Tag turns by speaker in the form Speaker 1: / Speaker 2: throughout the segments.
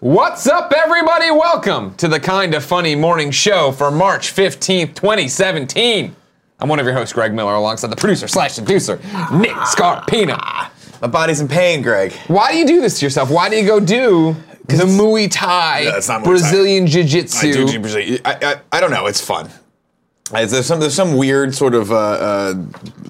Speaker 1: What's up, everybody? Welcome to the Kind of Funny Morning Show for March 15th, 2017. I'm one of your hosts, Greg Miller, alongside the producer slash seducer, Nick Scarpino.
Speaker 2: My body's in pain, Greg.
Speaker 1: Why do you do this to yourself? Why do you go do the Muay Thai,
Speaker 2: Yeah, it's not Muay Thai.
Speaker 1: Brazilian Jiu
Speaker 2: I, do,
Speaker 1: Jitsu?
Speaker 2: I, I, I don't know. It's fun. I- There's some, there's some weird sort of uh, uh,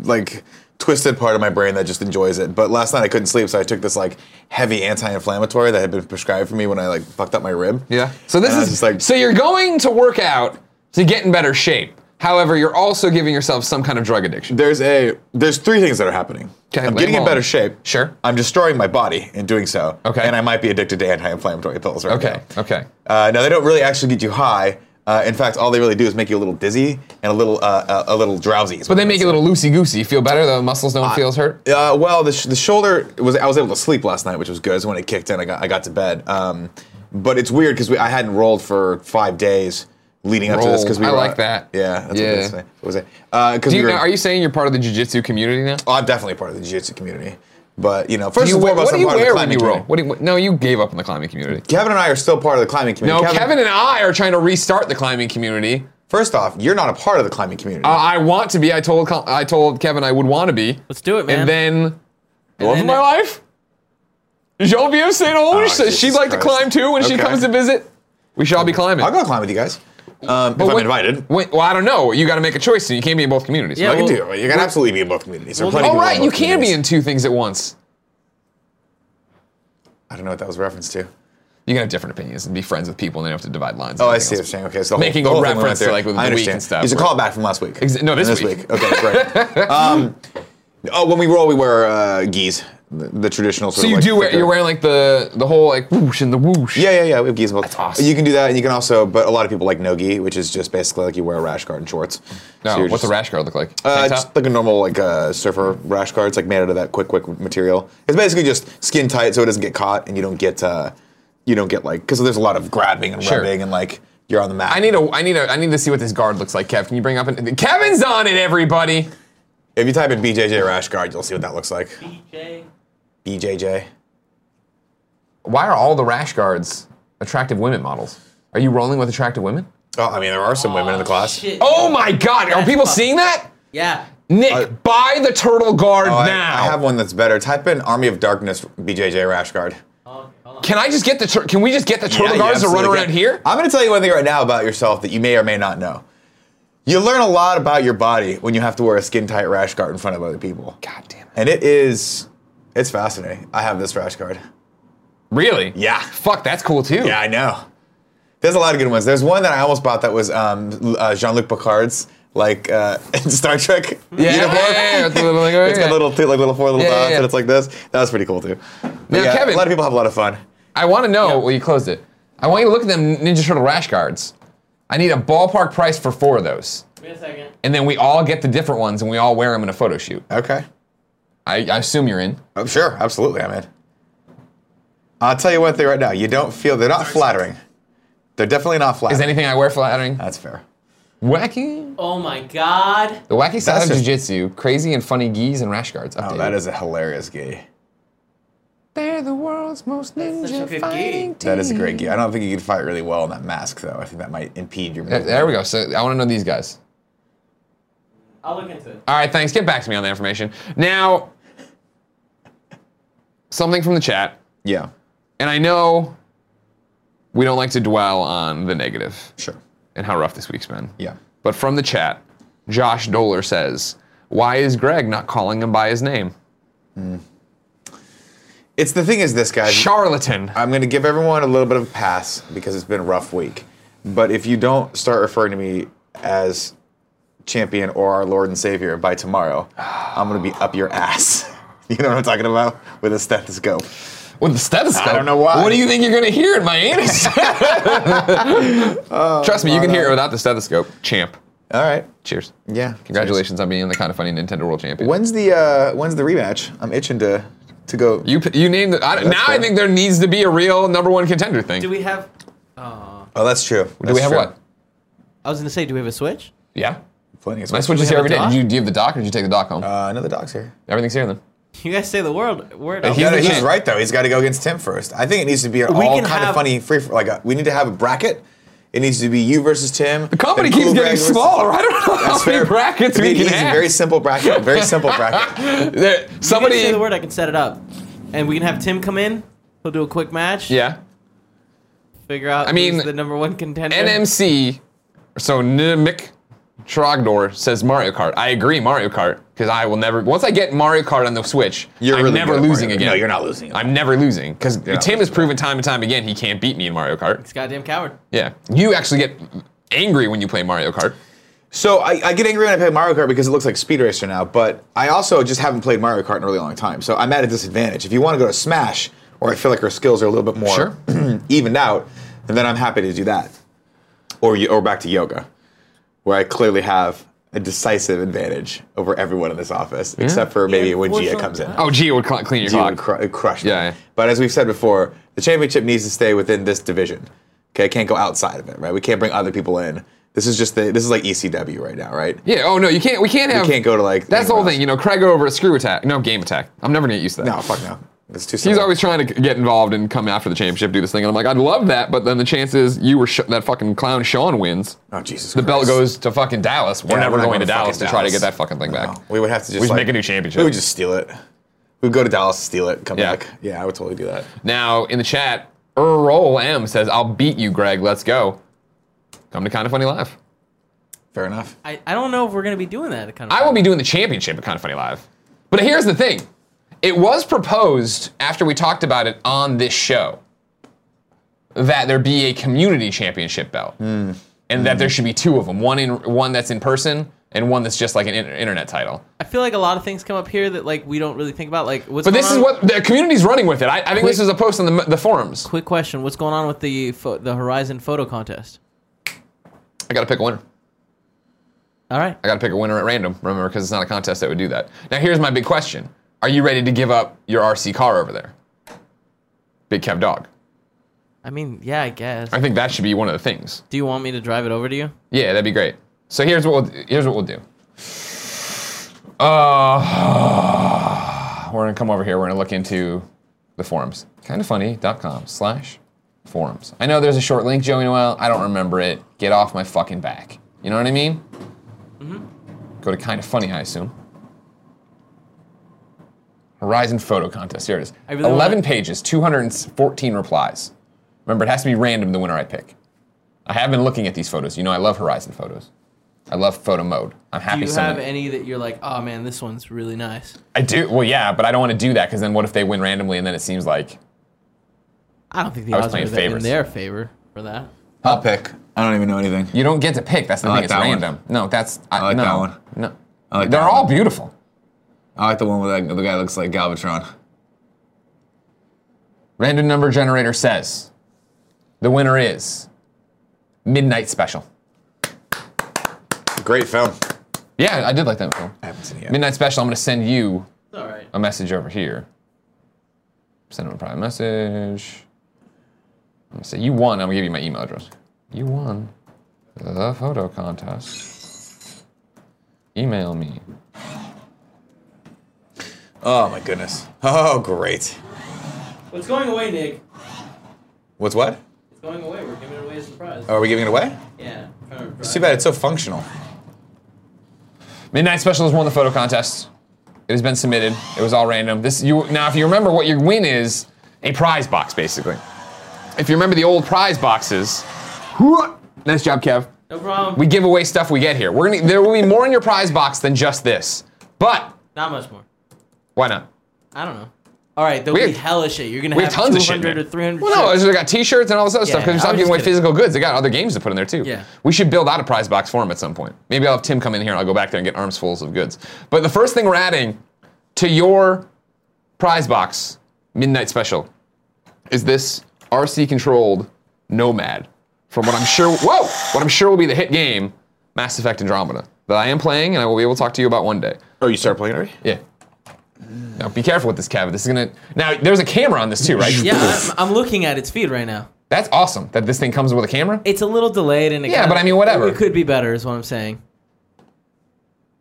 Speaker 2: like twisted part of my brain that just enjoys it. But last night I couldn't sleep, so I took this like heavy anti-inflammatory that had been prescribed for me when I like fucked up my rib.
Speaker 1: Yeah. So this
Speaker 2: And I was
Speaker 1: is
Speaker 2: just like-
Speaker 1: so you're going to work out to get in better shape. However, you're also giving yourself some kind of drug addiction.
Speaker 2: There's a there's three things that are happening.
Speaker 1: Okay,
Speaker 2: I'm
Speaker 1: lay
Speaker 2: getting
Speaker 1: them
Speaker 2: in
Speaker 1: all
Speaker 2: better
Speaker 1: out.
Speaker 2: shape.
Speaker 1: Sure.
Speaker 2: I'm destroying my body in doing so.
Speaker 1: Okay.
Speaker 2: And I might be addicted to anti-inflammatory pills right
Speaker 1: Okay.
Speaker 2: now.
Speaker 1: Okay.
Speaker 2: Uh, now they don't really actually get you high. Uh, in fact, all they really do is make you a little dizzy and a little uh, uh, a little drowsy.
Speaker 1: But they make you a little loosey goosey. You feel better. The muscles don't feel as hurt.
Speaker 2: Uh, well, the, sh- the shoulder was I was able to sleep last night, which was good. So when it kicked in, I got I got to bed. Um, but it's weird because we, I hadn't rolled for five days leading up to this because we
Speaker 1: Rolled. I
Speaker 2: were,
Speaker 1: like that.
Speaker 2: Yeah, that's
Speaker 1: Yeah.
Speaker 2: what they say. What was it? Because
Speaker 1: Do
Speaker 2: we
Speaker 1: you,
Speaker 2: were,
Speaker 1: now, are you saying you're part of the jiu-jitsu community now?
Speaker 2: oh, I'm definitely part of the jiu-jitsu community. But you know, first
Speaker 1: Do you
Speaker 2: and
Speaker 1: wear-
Speaker 2: foremost,
Speaker 1: what do
Speaker 2: I'm
Speaker 1: you
Speaker 2: part of
Speaker 1: wear
Speaker 2: the
Speaker 1: when
Speaker 2: climbing
Speaker 1: you roll?
Speaker 2: community.
Speaker 1: What do you, what- no, you gave up on the climbing community.
Speaker 2: Kevin and I are still part of the climbing community.
Speaker 1: No, Kevin, and I are trying to restart the climbing community.
Speaker 2: First off, you're not a part of the climbing community.
Speaker 1: Uh, I want to be. I told Col- I told Kevin I would want to be.
Speaker 3: Let's do it, man.
Speaker 1: And then,
Speaker 3: And
Speaker 1: love of
Speaker 3: then-
Speaker 1: my life, Genevieve St. Orange
Speaker 2: Oh,
Speaker 1: says she'd
Speaker 2: Jesus
Speaker 1: like to
Speaker 2: Christ.
Speaker 1: climb too when she
Speaker 2: Okay.
Speaker 1: comes to visit. We should all be climbing.
Speaker 2: I'll go climb with you guys um, if
Speaker 1: But
Speaker 2: I'm
Speaker 1: when-
Speaker 2: invited.
Speaker 1: when- well, I don't know. You got to make a choice, and you can't be in both communities.
Speaker 3: Yeah,
Speaker 2: I can
Speaker 3: well-
Speaker 2: do. it. You can absolutely be in both communities. There are
Speaker 3: well,
Speaker 2: plenty of
Speaker 1: oh
Speaker 2: people in
Speaker 1: right, you
Speaker 2: both
Speaker 1: can be
Speaker 2: communities.
Speaker 1: in two things at once.
Speaker 2: I don't know what that was a reference to.
Speaker 1: You can have different opinions and be friends with people, and then have to divide lines.
Speaker 2: Oh, I
Speaker 1: everything
Speaker 2: see what
Speaker 1: else.
Speaker 2: you're saying. Okay, so the
Speaker 1: Making a
Speaker 2: whole, the whole thing
Speaker 1: reference
Speaker 2: went there.
Speaker 1: to, like, with
Speaker 2: I
Speaker 1: the week
Speaker 2: understand.
Speaker 1: and stuff,
Speaker 2: It's a
Speaker 1: where-
Speaker 2: callback from last week.
Speaker 1: Exa- no, this week.
Speaker 2: Okay, great. um, oh, when we roll, we wear uh, gis, the, the traditional. Sort
Speaker 1: So
Speaker 2: of,
Speaker 1: you
Speaker 2: like,
Speaker 1: do wear,
Speaker 2: thicker-
Speaker 1: you're wearing like the the whole like whoosh and the whoosh.
Speaker 2: Yeah, yeah, yeah. We have gis. That's
Speaker 1: awesome.
Speaker 2: You can do that, and you can also. But a lot of people like no gi, which is just basically like you wear a rash guard and shorts.
Speaker 1: No,
Speaker 2: So you're
Speaker 1: Oh, what's a
Speaker 2: just-
Speaker 1: rash guard look like?
Speaker 2: Uh,
Speaker 1: Tank
Speaker 2: just
Speaker 1: top?
Speaker 2: like a normal like uh, surfer rash guard. It's like made out of that quick quick material. It's basically just skin tight, so it doesn't get caught, and you don't get uh, you don't get like because there's a lot of grabbing and
Speaker 1: Sure.
Speaker 2: rubbing and like you're on the mat.
Speaker 1: I need a I need a I need to see what this guard looks like, Kev. Can you bring up an Kevin's on it, everybody?
Speaker 2: If you type in BJJ rash guard, you'll see what that looks like. BJJ.
Speaker 1: Why are all the rash guards attractive women models? Are you rolling with attractive women?
Speaker 2: Oh, I mean, there are some women in the class.
Speaker 3: Shit.
Speaker 1: Oh my god, are
Speaker 3: That's
Speaker 1: people
Speaker 3: fuck-
Speaker 1: seeing that?
Speaker 3: Yeah.
Speaker 1: Nick,
Speaker 2: I-
Speaker 1: buy the turtle guard
Speaker 2: Oh, I,
Speaker 1: now.
Speaker 2: I have one that's better. Type in Army of Darkness BJJ rash guard.
Speaker 1: can I just get the tur- can we just get the turtle
Speaker 2: Yeah, you
Speaker 1: guards to run
Speaker 2: absolutely
Speaker 1: around
Speaker 2: can.
Speaker 1: here?
Speaker 2: I'm going to tell you one thing right now about yourself that you may or may not know. You learn a lot about your body when you have to wear a skin tight rash guard in front of other people.
Speaker 1: God damn it.
Speaker 2: And it is, it's fascinating. I have this rash guard.
Speaker 1: Really?
Speaker 2: Yeah.
Speaker 1: Fuck, that's cool too.
Speaker 2: Yeah, I know. There's a lot of good ones. There's one that I almost bought that was um, L- uh, Jean-Luc Picard's, like uh, in Star Trek
Speaker 1: Yeah,
Speaker 2: uniform.
Speaker 1: yeah, yeah, yeah. It's a little, like,
Speaker 2: it's got
Speaker 1: yeah.
Speaker 2: little, two, like little four little
Speaker 1: Yeah, yeah,
Speaker 2: dots,
Speaker 1: yeah.
Speaker 2: and it's like this. That was pretty cool too. But
Speaker 1: Now, Kevin-
Speaker 2: a lot of people have a lot of fun.
Speaker 1: I want to know. Well, you closed it. I want you to look at them Ninja Turtle rash guards. I need a ballpark price for four of those,
Speaker 3: Wait a second.
Speaker 1: and then we all get the different ones, and we all wear them in a photo shoot.
Speaker 2: Okay,
Speaker 1: I, I assume you're in.
Speaker 2: oh, sure, absolutely, I'm in. I'll tell you one thing right now. You don't feel they're not flattering. They're definitely not flattering.
Speaker 1: Is anything I wear flattering?
Speaker 2: That's fair.
Speaker 1: Wacky.
Speaker 3: Oh my god.
Speaker 1: The wacky side
Speaker 2: That's
Speaker 1: of
Speaker 2: just-
Speaker 1: jiu-jitsu, crazy and funny gis and rash guards.
Speaker 2: Oh,
Speaker 1: Updated.
Speaker 2: that is a hilarious gi.
Speaker 1: They're the world's most
Speaker 3: That's such a
Speaker 1: ninja
Speaker 3: good gi.
Speaker 1: fighting team.
Speaker 2: That is a great gi. I don't think you could fight really well in that mask though. I think that might impede your.
Speaker 1: Uh, There we go. So I want to know these guys.
Speaker 3: I'll look into it.
Speaker 1: All right, thanks. Get back to me on that information. Now, something from the chat,
Speaker 2: Yeah,
Speaker 1: and I know we don't like to dwell on the negative.
Speaker 2: sure.
Speaker 1: and how rough this week's been.
Speaker 2: Yeah.
Speaker 1: But from the chat, Josh Doler says, "Why is Greg not calling him by his name?
Speaker 2: It's the thing is this, guys.
Speaker 1: Charlatan."
Speaker 2: I'm going to give everyone a little bit of a pass because it's been a rough week. But if you don't start referring to me as champion or our Lord and Savior by tomorrow, I'm going to be up your ass. You know what I'm talking about? With a stethoscope.
Speaker 1: With the stethoscope.
Speaker 2: I don't know why.
Speaker 1: What do you think you're gonna hear in my anus? Trust me, you
Speaker 2: Oh,
Speaker 1: can hear it without the stethoscope. Champ.
Speaker 2: All right.
Speaker 1: Cheers.
Speaker 2: Yeah.
Speaker 1: Congratulations on being the kind of funny Nintendo World Champion.
Speaker 2: When's the uh, when's the rematch? I'm itching to to go.
Speaker 1: You p- you named it. I,
Speaker 2: That's
Speaker 1: now I
Speaker 2: fair.
Speaker 1: think there needs to be a real number one contender thing.
Speaker 3: Do we have?
Speaker 2: oh, that's true.
Speaker 1: Do we have what?
Speaker 3: I was gonna say, do we have a switch?
Speaker 1: Yeah.
Speaker 2: Plenty of
Speaker 1: My
Speaker 2: space.
Speaker 1: switch is
Speaker 3: we
Speaker 1: here
Speaker 3: have
Speaker 1: every
Speaker 3: a
Speaker 1: day.
Speaker 3: doc?
Speaker 1: Did you, do you have the dock or did you take the dock home?
Speaker 2: Uh, another dog's here.
Speaker 1: Everything's here then.
Speaker 3: You guys say the word. word
Speaker 1: Uh,
Speaker 3: out
Speaker 1: he's
Speaker 2: Yeah,
Speaker 1: the
Speaker 2: no, he's
Speaker 1: champ.
Speaker 2: right though. He's got to go against Tim first. I think it needs to be an
Speaker 3: We
Speaker 2: all
Speaker 3: can
Speaker 2: kind
Speaker 3: have-
Speaker 2: of funny free. For, like a, we need to have a bracket. It needs to be you versus Tim.
Speaker 1: The comedy
Speaker 2: then
Speaker 1: keeps
Speaker 2: Cool Greg
Speaker 1: getting
Speaker 2: versus-
Speaker 1: smaller. I don't know how many brackets
Speaker 2: It'd
Speaker 1: we
Speaker 2: be
Speaker 1: can
Speaker 2: an easy,
Speaker 1: have.
Speaker 2: Very simple bracket. Very simple bracket.
Speaker 1: There-
Speaker 3: You guys say
Speaker 1: somebody,
Speaker 3: the word. I can set it up, and we can have Tim come in. He'll do a quick match.
Speaker 1: yeah,
Speaker 3: Figure out.
Speaker 1: I mean,
Speaker 3: who's the number one contender.
Speaker 1: NMC, so Nimic Trogdor says Mario Kart. I agree, Mario Kart, because I will never. Once I get Mario Kart on the Switch,
Speaker 2: You're
Speaker 1: I'm
Speaker 2: really
Speaker 1: never
Speaker 2: good at
Speaker 1: losing
Speaker 2: Mario Kart.
Speaker 1: again.
Speaker 2: No, you're not losing.
Speaker 1: I'm never losing because
Speaker 2: You're not
Speaker 1: Tim has
Speaker 2: losing.
Speaker 1: proven time and time again he can't beat me in Mario Kart.
Speaker 3: He's a goddamn coward.
Speaker 1: Yeah, you actually get angry when you play Mario Kart.
Speaker 2: So I, I get angry when I play Mario Kart because it looks like Speed Racer now, but I also just haven't played Mario Kart in a really long time. So I'm at a disadvantage. If you want to go to Smash, or I feel like our skills are a little bit more
Speaker 1: Sure.
Speaker 2: evened out, then I'm happy to do that. Or you- or back to yoga, where I clearly have a decisive advantage over everyone in this office, except for maybe when Gia
Speaker 3: unfortunately.
Speaker 2: comes in.
Speaker 1: Oh, Gia would cl- clean your
Speaker 2: Gia would
Speaker 1: clock.
Speaker 2: cru- it crushed me.
Speaker 1: Yeah, yeah.
Speaker 2: But as we've said before, the championship needs to stay within this division. Okay, it can't go outside of it, right? We can't bring other people in. This is just the this is like ECW right now, right?
Speaker 1: yeah. Oh no, you can't. We can't have.
Speaker 2: can't go to, like,
Speaker 1: That's the whole
Speaker 2: anywhere
Speaker 1: thing. You know, Craig over at Screw Attack. No, Game Attack. I'm never gonna get used to that.
Speaker 2: No, fuck no. It's too.
Speaker 1: He's
Speaker 2: similar.
Speaker 1: always trying to get involved and come after the championship, do this thing, and I'm like, I'd love that, but then the chances you were sh- that fucking clown Sean wins,
Speaker 2: Oh Jesus!
Speaker 1: the belt goes to fucking Dallas. We're
Speaker 2: Yeah,
Speaker 1: never
Speaker 2: we're not
Speaker 1: going
Speaker 2: going
Speaker 1: to
Speaker 2: to
Speaker 1: Dallas to
Speaker 2: fucking
Speaker 1: try to
Speaker 2: Dallas.
Speaker 1: get that fucking thing back.
Speaker 2: We would have to just
Speaker 1: We should
Speaker 2: like,
Speaker 1: make a new championship.
Speaker 2: We would just steal it. We'd go to Dallas, steal it, come
Speaker 1: Yeah.
Speaker 2: back. Yeah, I would totally do that.
Speaker 1: Now in the chat, Earl M says, "I'll beat you, Greg. Let's go. Come to Kind of Funny Live.
Speaker 2: Fair enough.
Speaker 3: I, I don't know if we're gonna be doing that. Kind of
Speaker 1: I will be doing the championship at Kind of Funny Live. But here's the thing: it was proposed after we talked about it on this show that there be a community championship belt,
Speaker 3: Hmm.
Speaker 1: and that there should be two of them: one in one that's in person, and one that's just like an in- internet title.
Speaker 3: I feel like a lot of things come up here that like we don't really think about. Like what's.
Speaker 1: But
Speaker 3: going
Speaker 1: this is
Speaker 3: on-
Speaker 1: what the community's running with it. I, I think this
Speaker 3: Quick-
Speaker 1: is a post on the, the forums.
Speaker 3: Quick question: What's going on with the pho- the Horizon photo contest?
Speaker 1: I got to pick a winner.
Speaker 3: All right.
Speaker 1: I got to pick a winner at random, remember, because it's not a contest that would do that. Now, here's my big question Are you ready to give up your RC car over there? Big Kev Dog.
Speaker 3: I mean, yeah, I guess.
Speaker 1: I think that should be one of the things.
Speaker 3: Do you want me to drive it over to you?
Speaker 1: Yeah, that'd be great. So here's what we'll, here's what we'll do. Uh, we're gonna come over here. We're gonna look into the forums. Kindoffunny.com slash forums. I know there's a short link, Joey Noel. I don't remember it. Get off my fucking back. You know what I mean? Go to Kind of Funny, I assume. Horizon Photo Contest. Here it is.
Speaker 3: I really
Speaker 1: 11
Speaker 3: wanna-
Speaker 1: pages, 214 replies. Remember, it has to be random the winner I pick. I have been looking at these photos. You know, I love Horizon photos. I love photo mode. I'm
Speaker 3: Do
Speaker 1: happy.
Speaker 3: you
Speaker 1: someone-
Speaker 3: have any that you're like, oh man, this one's really nice?
Speaker 1: I do. Well, yeah, but I don't want to do that because then what if they win randomly and then it seems like
Speaker 3: I don't think the
Speaker 1: I was
Speaker 3: odds are
Speaker 1: playing
Speaker 3: that in
Speaker 1: favorites.
Speaker 3: their favor for that.
Speaker 2: I'll pick. I don't even know anything.
Speaker 1: you don't get to pick. That's the
Speaker 2: I
Speaker 1: thing.
Speaker 2: like
Speaker 1: it's
Speaker 2: that one.
Speaker 1: random. No, that's I,
Speaker 2: like
Speaker 1: no,
Speaker 2: that one.
Speaker 1: No,
Speaker 2: I like
Speaker 1: they're
Speaker 2: that
Speaker 1: all
Speaker 2: one.
Speaker 1: beautiful.
Speaker 2: I like the one where that, the guy looks like Galvatron.
Speaker 1: Random number generator says the winner is Midnight Special.
Speaker 2: Great film.
Speaker 1: Yeah, I did like that film.
Speaker 2: I haven't seen it yet.
Speaker 1: Midnight Special. I'm gonna send you
Speaker 3: It's all right.
Speaker 1: a message over here. Send him a private message. I'm gonna say you won. I'm gonna give you my email address. You won the photo contest. Email me.
Speaker 2: oh my goodness. Oh great.
Speaker 3: What's going away, Nick?
Speaker 2: What's what?
Speaker 3: It's going away. We're giving it away as a surprise.
Speaker 2: Oh, are we giving it away?
Speaker 3: Yeah.
Speaker 2: It's too bad. It's so functional.
Speaker 1: Midnight Special has won the photo contest. It has been submitted. It was all random. This you now, if you remember, what your win is a prize box, basically. If you remember the old prize boxes, nice job, Kev.
Speaker 3: No problem.
Speaker 1: We give away stuff we get here. We're gonna there will be more in your prize box than just this, but
Speaker 3: Not much more.
Speaker 1: why not?
Speaker 3: I don't know. All right, there'll
Speaker 1: We
Speaker 3: be
Speaker 1: have-
Speaker 3: hella shit. You're gonna
Speaker 1: We
Speaker 3: have
Speaker 1: have tons of shit.
Speaker 3: 200
Speaker 1: man.
Speaker 3: or 300.
Speaker 1: Well, no, I
Speaker 3: shit.
Speaker 1: just got T-shirts and all this other stuff
Speaker 3: Yeah,
Speaker 1: because we
Speaker 3: I
Speaker 1: stopped
Speaker 3: was
Speaker 1: giving away
Speaker 3: just kidding.
Speaker 1: physical goods. They got other games to put in there too.
Speaker 3: Yeah.
Speaker 1: we should build out a prize box for them at some point. Maybe I'll have Tim come in here and I'll go back there and get arms fulls of goods. But the first thing we're adding to your prize box, midnight special, is this RC-controlled Nomad from what I'm sure. Whoa, what I'm sure will be the hit game, Mass Effect Andromeda, that I am playing and I will be able to talk to you about one day.
Speaker 2: Oh, you started playing already?
Speaker 1: Yeah. Now be careful with this, Kev. This is gonna. Now there's a camera on this too, right?
Speaker 3: Yeah, I'm, I'm looking at its feed right now.
Speaker 1: That's awesome that this thing comes with a camera.
Speaker 3: It's a little delayed and it
Speaker 1: Yeah,
Speaker 3: kinda-
Speaker 1: but I mean, whatever.
Speaker 3: It could be better, is what I'm saying.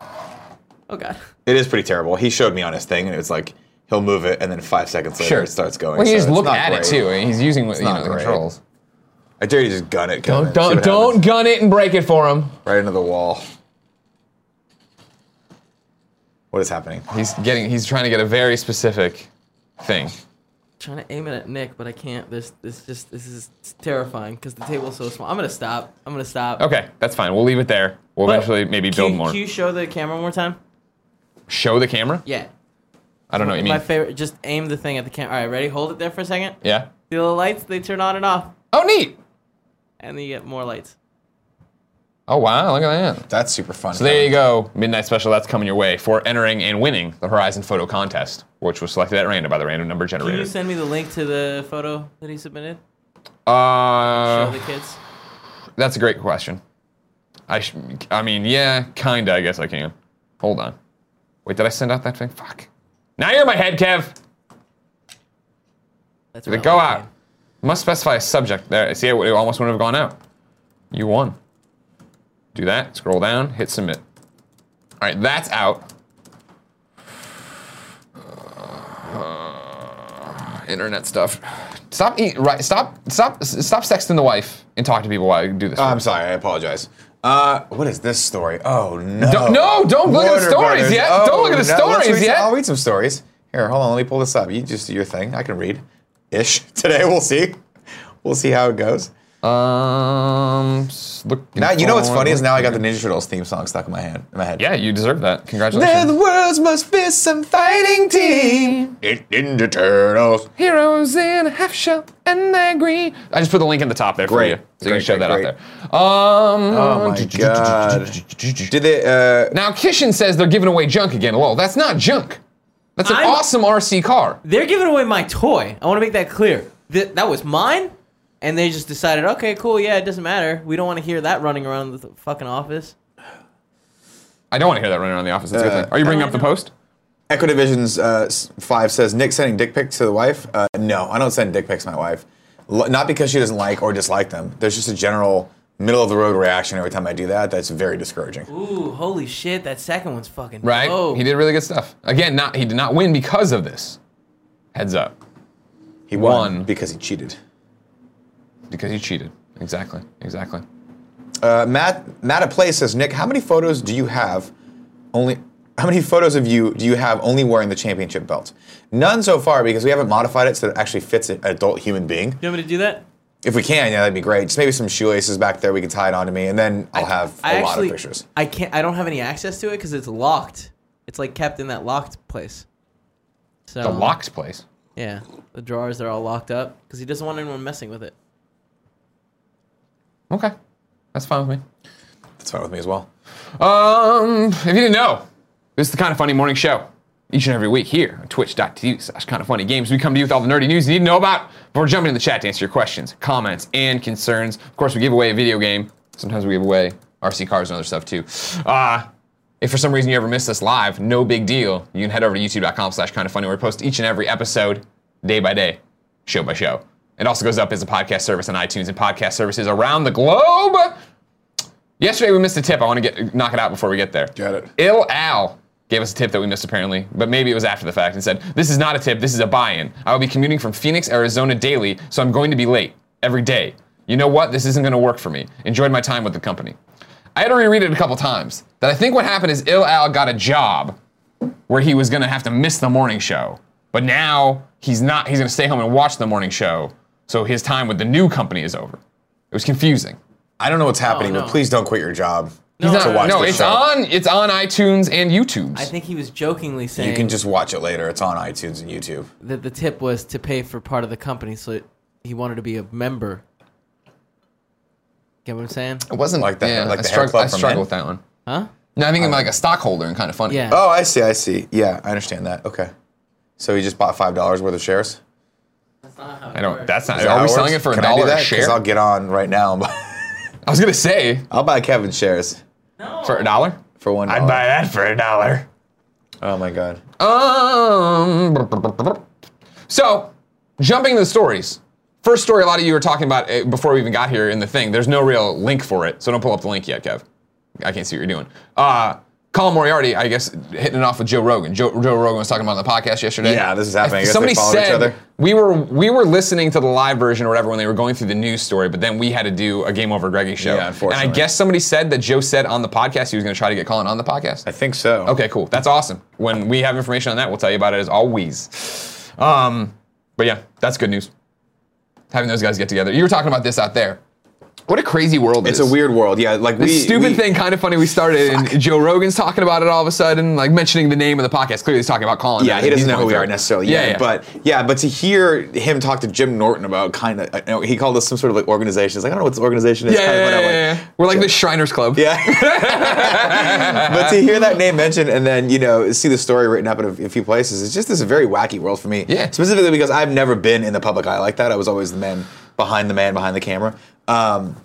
Speaker 3: Oh god.
Speaker 2: It is pretty terrible. He showed me on his thing, and it was like he'll move it, and then five seconds later
Speaker 1: Sure.
Speaker 2: it starts going.
Speaker 1: Well, you
Speaker 2: so
Speaker 1: just
Speaker 2: it's
Speaker 1: look
Speaker 2: not
Speaker 1: at it
Speaker 2: great.
Speaker 1: too. and He's using you
Speaker 2: not
Speaker 1: know, the
Speaker 2: great.
Speaker 1: controls.
Speaker 2: I dare you to just gun it. Kevin,
Speaker 1: Don't
Speaker 2: and
Speaker 1: don't
Speaker 2: see what
Speaker 1: don't
Speaker 2: happens.
Speaker 1: gun it and break it for him.
Speaker 2: right into the wall. What is happening?
Speaker 1: He's getting. He's trying to get a very specific thing.
Speaker 3: trying to aim it at Nick, but I can't. This this just this is terrifying because the table's so small. I'm gonna stop. I'm gonna stop.
Speaker 1: Okay, that's fine. We'll leave it there. We'll
Speaker 3: But
Speaker 1: eventually maybe
Speaker 3: can
Speaker 1: build
Speaker 3: you-
Speaker 1: more.
Speaker 3: Can you show the camera one more time?
Speaker 1: Show the camera.
Speaker 3: Yeah.
Speaker 1: I don't know what you
Speaker 3: My
Speaker 1: mean.
Speaker 3: favorite. Just aim the thing at the camera. All right, ready? Hold it there for a second.
Speaker 1: Yeah.
Speaker 3: The little lights they turn on and off,
Speaker 1: Oh, neat.
Speaker 3: and then you get more lights.
Speaker 1: Oh wow, look at that.
Speaker 2: That's super fun.
Speaker 1: So there you go, midnight special. That's coming your way for entering and winning the Horizon Photo Contest, which was selected at random by the random number
Speaker 3: Can you
Speaker 1: generator.
Speaker 3: send me the link to the photo that he submitted? Show
Speaker 1: Uh,
Speaker 3: the kids.
Speaker 1: That's a great question. I, sh- I mean, yeah, kinda. I guess I can. Hold on. Wait, did I send out that thing? Fuck. Now you're in my head, Kev.
Speaker 3: That's
Speaker 1: Did it
Speaker 3: what I
Speaker 1: go
Speaker 3: like,
Speaker 1: out?
Speaker 3: man.
Speaker 1: Must specify a subject. There. See, it it almost wouldn't have gone out. You won. Do that. Scroll down. Hit submit. All right, that's out. Uh, internet stuff. Stop eat. Right. Stop. Stop. Stop sexting the wife and talk to people while you do this.
Speaker 2: I'm sorry. I apologize. Uh, what is this story? Oh no!
Speaker 1: Don't- no, don't look at the
Speaker 2: Warner
Speaker 1: stories yet. Don't look at the
Speaker 2: let's
Speaker 1: stories
Speaker 2: read some-
Speaker 1: yet.
Speaker 2: I'll read some stories. Here, hold on. Let me pull this up. You just do your thing. I can read, ish. Today we'll see. We'll see how it goes.
Speaker 1: Um. Look.
Speaker 2: Now you know what's funny is now I got the Ninja Turtles theme song stuck in my head. In my head.
Speaker 1: Yeah, you deserve that.
Speaker 2: They're
Speaker 1: Congratulations.
Speaker 2: the world's most fearsome fighting team. It- Ninja Turtles.
Speaker 1: Heroes in a half shell and they're green. I just put the link in the top there for
Speaker 2: Great.
Speaker 1: you. So you can
Speaker 2: Great,
Speaker 1: show
Speaker 2: great,
Speaker 1: that out
Speaker 2: great.
Speaker 1: there. Um,
Speaker 2: Oh my god. Did they? Uh,
Speaker 1: Now, Kishin says they're giving away junk again. Lol, that's not junk. That's an
Speaker 3: I'm-
Speaker 1: awesome RC car.
Speaker 3: They're giving away my toy. I want to make that clear. Th- that was mine, and they just decided, okay, cool, yeah, it doesn't matter. We don't want to hear that running around the th- fucking office.
Speaker 1: I don't want to hear that running around the office. That's a good
Speaker 2: Uh,
Speaker 1: thing. Are you bringing up the post?
Speaker 2: Equidivision's uh, s- five says Nick sending dick pics to the wife. Uh, no, I don't send dick pics to my wife. L- not because she doesn't like or dislike them. There's just a general middle of the road reaction every time I do that. That's very discouraging.
Speaker 3: Ooh, holy shit! That second one's fucking
Speaker 1: Right?
Speaker 3: dope.
Speaker 1: He did really good stuff. Again, not he did not win because of this. Heads up.
Speaker 2: He won
Speaker 1: One.
Speaker 2: because he cheated.
Speaker 1: Because he cheated. Exactly. Exactly.
Speaker 2: Uh, Matt Matt at play says Nick, how many photos do you have? Only how many photos of you do you have only wearing the championship belt? None so far because we haven't modified it so it actually fits an adult human being.
Speaker 3: You want me to do that?
Speaker 2: If we can, yeah, that'd be great. Just maybe some shoelaces back there we can tie it onto me, and then I'll have a
Speaker 3: I
Speaker 2: lot
Speaker 3: actually,
Speaker 2: of pictures.
Speaker 3: I can't. I don't have any access to it because it's locked. It's like kept in that locked place. So
Speaker 1: The locked place.
Speaker 3: Yeah, the drawers they're all locked up because he doesn't want anyone messing with it.
Speaker 1: Okay. That's fine with me.
Speaker 2: That's fine with me as well.
Speaker 1: Um, if you didn't know, this is the Kind of Funny Morning Show. Each and every week here on twitch.tv slash kind of funny games, we come to you with all the nerdy news you need to know about before jumping in the chat to answer your questions, comments, and concerns. Of course, we give away a video game. Sometimes we give away RC cars and other stuff too. Uh, if for some reason you ever missed us live, no big deal. You can head over to youtube.com slash kind of funny where we post each and every episode day by day, show by show. It also goes up as a podcast service on iTunes and podcast services around the globe. Yesterday we missed a tip. I want to get knock it out before we get there.
Speaker 2: Got it.
Speaker 1: Ill Al gave us a tip that we missed apparently, but maybe it was after the fact and said, "This is not a tip. This is a buy-in. I will be commuting from Phoenix, Arizona daily, so I'm going to be late every day. You know what? This isn't going to work for me. Enjoyed my time with the company. I had to reread it a couple times. That I think what happened is Ill Al got a job where he was going to have to miss the morning show, but now he's not. He's going to stay home and watch the morning show, so his time with the new company is over. It was confusing.
Speaker 2: I don't know what's happening,
Speaker 3: no.
Speaker 2: but please don't quit your job
Speaker 3: No,
Speaker 2: to watch
Speaker 1: Oh, no,
Speaker 2: the
Speaker 1: it's
Speaker 2: show.
Speaker 1: on. It's on iTunes and YouTube.
Speaker 3: I think he was jokingly saying
Speaker 2: You can just watch it later. It's on iTunes and YouTube.
Speaker 3: that the tip was to pay for part of the company, so it, he wanted to be a member. Get what I'm saying?
Speaker 1: it wasn't
Speaker 2: Like the- like
Speaker 1: I
Speaker 2: the hair
Speaker 1: strugg-
Speaker 2: club
Speaker 1: I
Speaker 2: for
Speaker 1: struggle
Speaker 2: men?
Speaker 1: with that one.
Speaker 3: Huh?
Speaker 1: No, I think I'm like a stockholder and kind of funny.
Speaker 3: Yeah.
Speaker 2: Oh, I see. I see. Yeah, I understand that. Okay. So he just bought five dollars worth of shares.
Speaker 1: I don't. That's not.
Speaker 2: Is that
Speaker 1: are
Speaker 2: how
Speaker 1: we
Speaker 2: it
Speaker 1: selling it
Speaker 2: works?
Speaker 1: for a
Speaker 2: Can I do
Speaker 1: dollar
Speaker 2: that?
Speaker 1: a
Speaker 2: 'Cause
Speaker 1: share?
Speaker 2: I'll get on right now. and buy-
Speaker 1: I was gonna say
Speaker 2: I'll buy Kevin shares
Speaker 1: for a dollar.
Speaker 2: for one.
Speaker 1: I'd buy that for a dollar.
Speaker 2: Oh my god.
Speaker 1: Um. So, jumping to the stories. First story, a lot of you were talking about eh, before we even got here in the thing. There's no real link for it, so don't pull up the link yet, Kev. I can't see what you're doing. Uh, Colin Moriarty, I guess, hitting it off with Joe Rogan. Joe, Joe Rogan was talking about it on the podcast yesterday.
Speaker 2: Yeah, this is happening. I guess they
Speaker 1: Somebody
Speaker 2: followed
Speaker 1: said
Speaker 2: each other.
Speaker 1: we were we were listening to the live version or whatever when they were going through the news story, but then we had to do a Game Over Greggy show.
Speaker 2: Yeah, unfortunately.
Speaker 1: And I guess somebody said that Joe said on the podcast he was going to try to get Colin on the podcast.
Speaker 2: I think so.
Speaker 1: Okay, cool. That's awesome. When we have information on that, we'll tell you about it as always. Um, but yeah, that's good news. Having those guys get together. You were talking about this out there. What a crazy world! it
Speaker 2: It's
Speaker 1: is.
Speaker 2: a weird world. Yeah, like
Speaker 1: This
Speaker 2: we
Speaker 1: stupid
Speaker 2: we-
Speaker 1: thing, kind of funny. We started, and Joe Rogan's talking about it all of a sudden, like mentioning the name of the podcast. Clearly, he's talking about Colin.
Speaker 2: Yeah, he
Speaker 1: He's
Speaker 2: doesn't know who
Speaker 1: going
Speaker 2: we
Speaker 1: through
Speaker 2: are
Speaker 1: it.
Speaker 2: necessarily. Yeah, but yeah, but to hear him talk to Jim Norton about kind of, you know, he called us some sort of like organization. It's like I don't know what this organization is.
Speaker 1: yeah,
Speaker 2: kind of
Speaker 1: yeah,
Speaker 2: went out
Speaker 1: yeah,
Speaker 2: like-
Speaker 1: yeah. we're like the Shriners Club.
Speaker 2: Yeah. but to hear that name mentioned and then, you know, see the story written up in a, a few places, it's just this very wacky world for me.
Speaker 1: Yeah.
Speaker 2: Specifically because I've never been in the public eye like that. I was always the man behind the man, behind the camera. Um,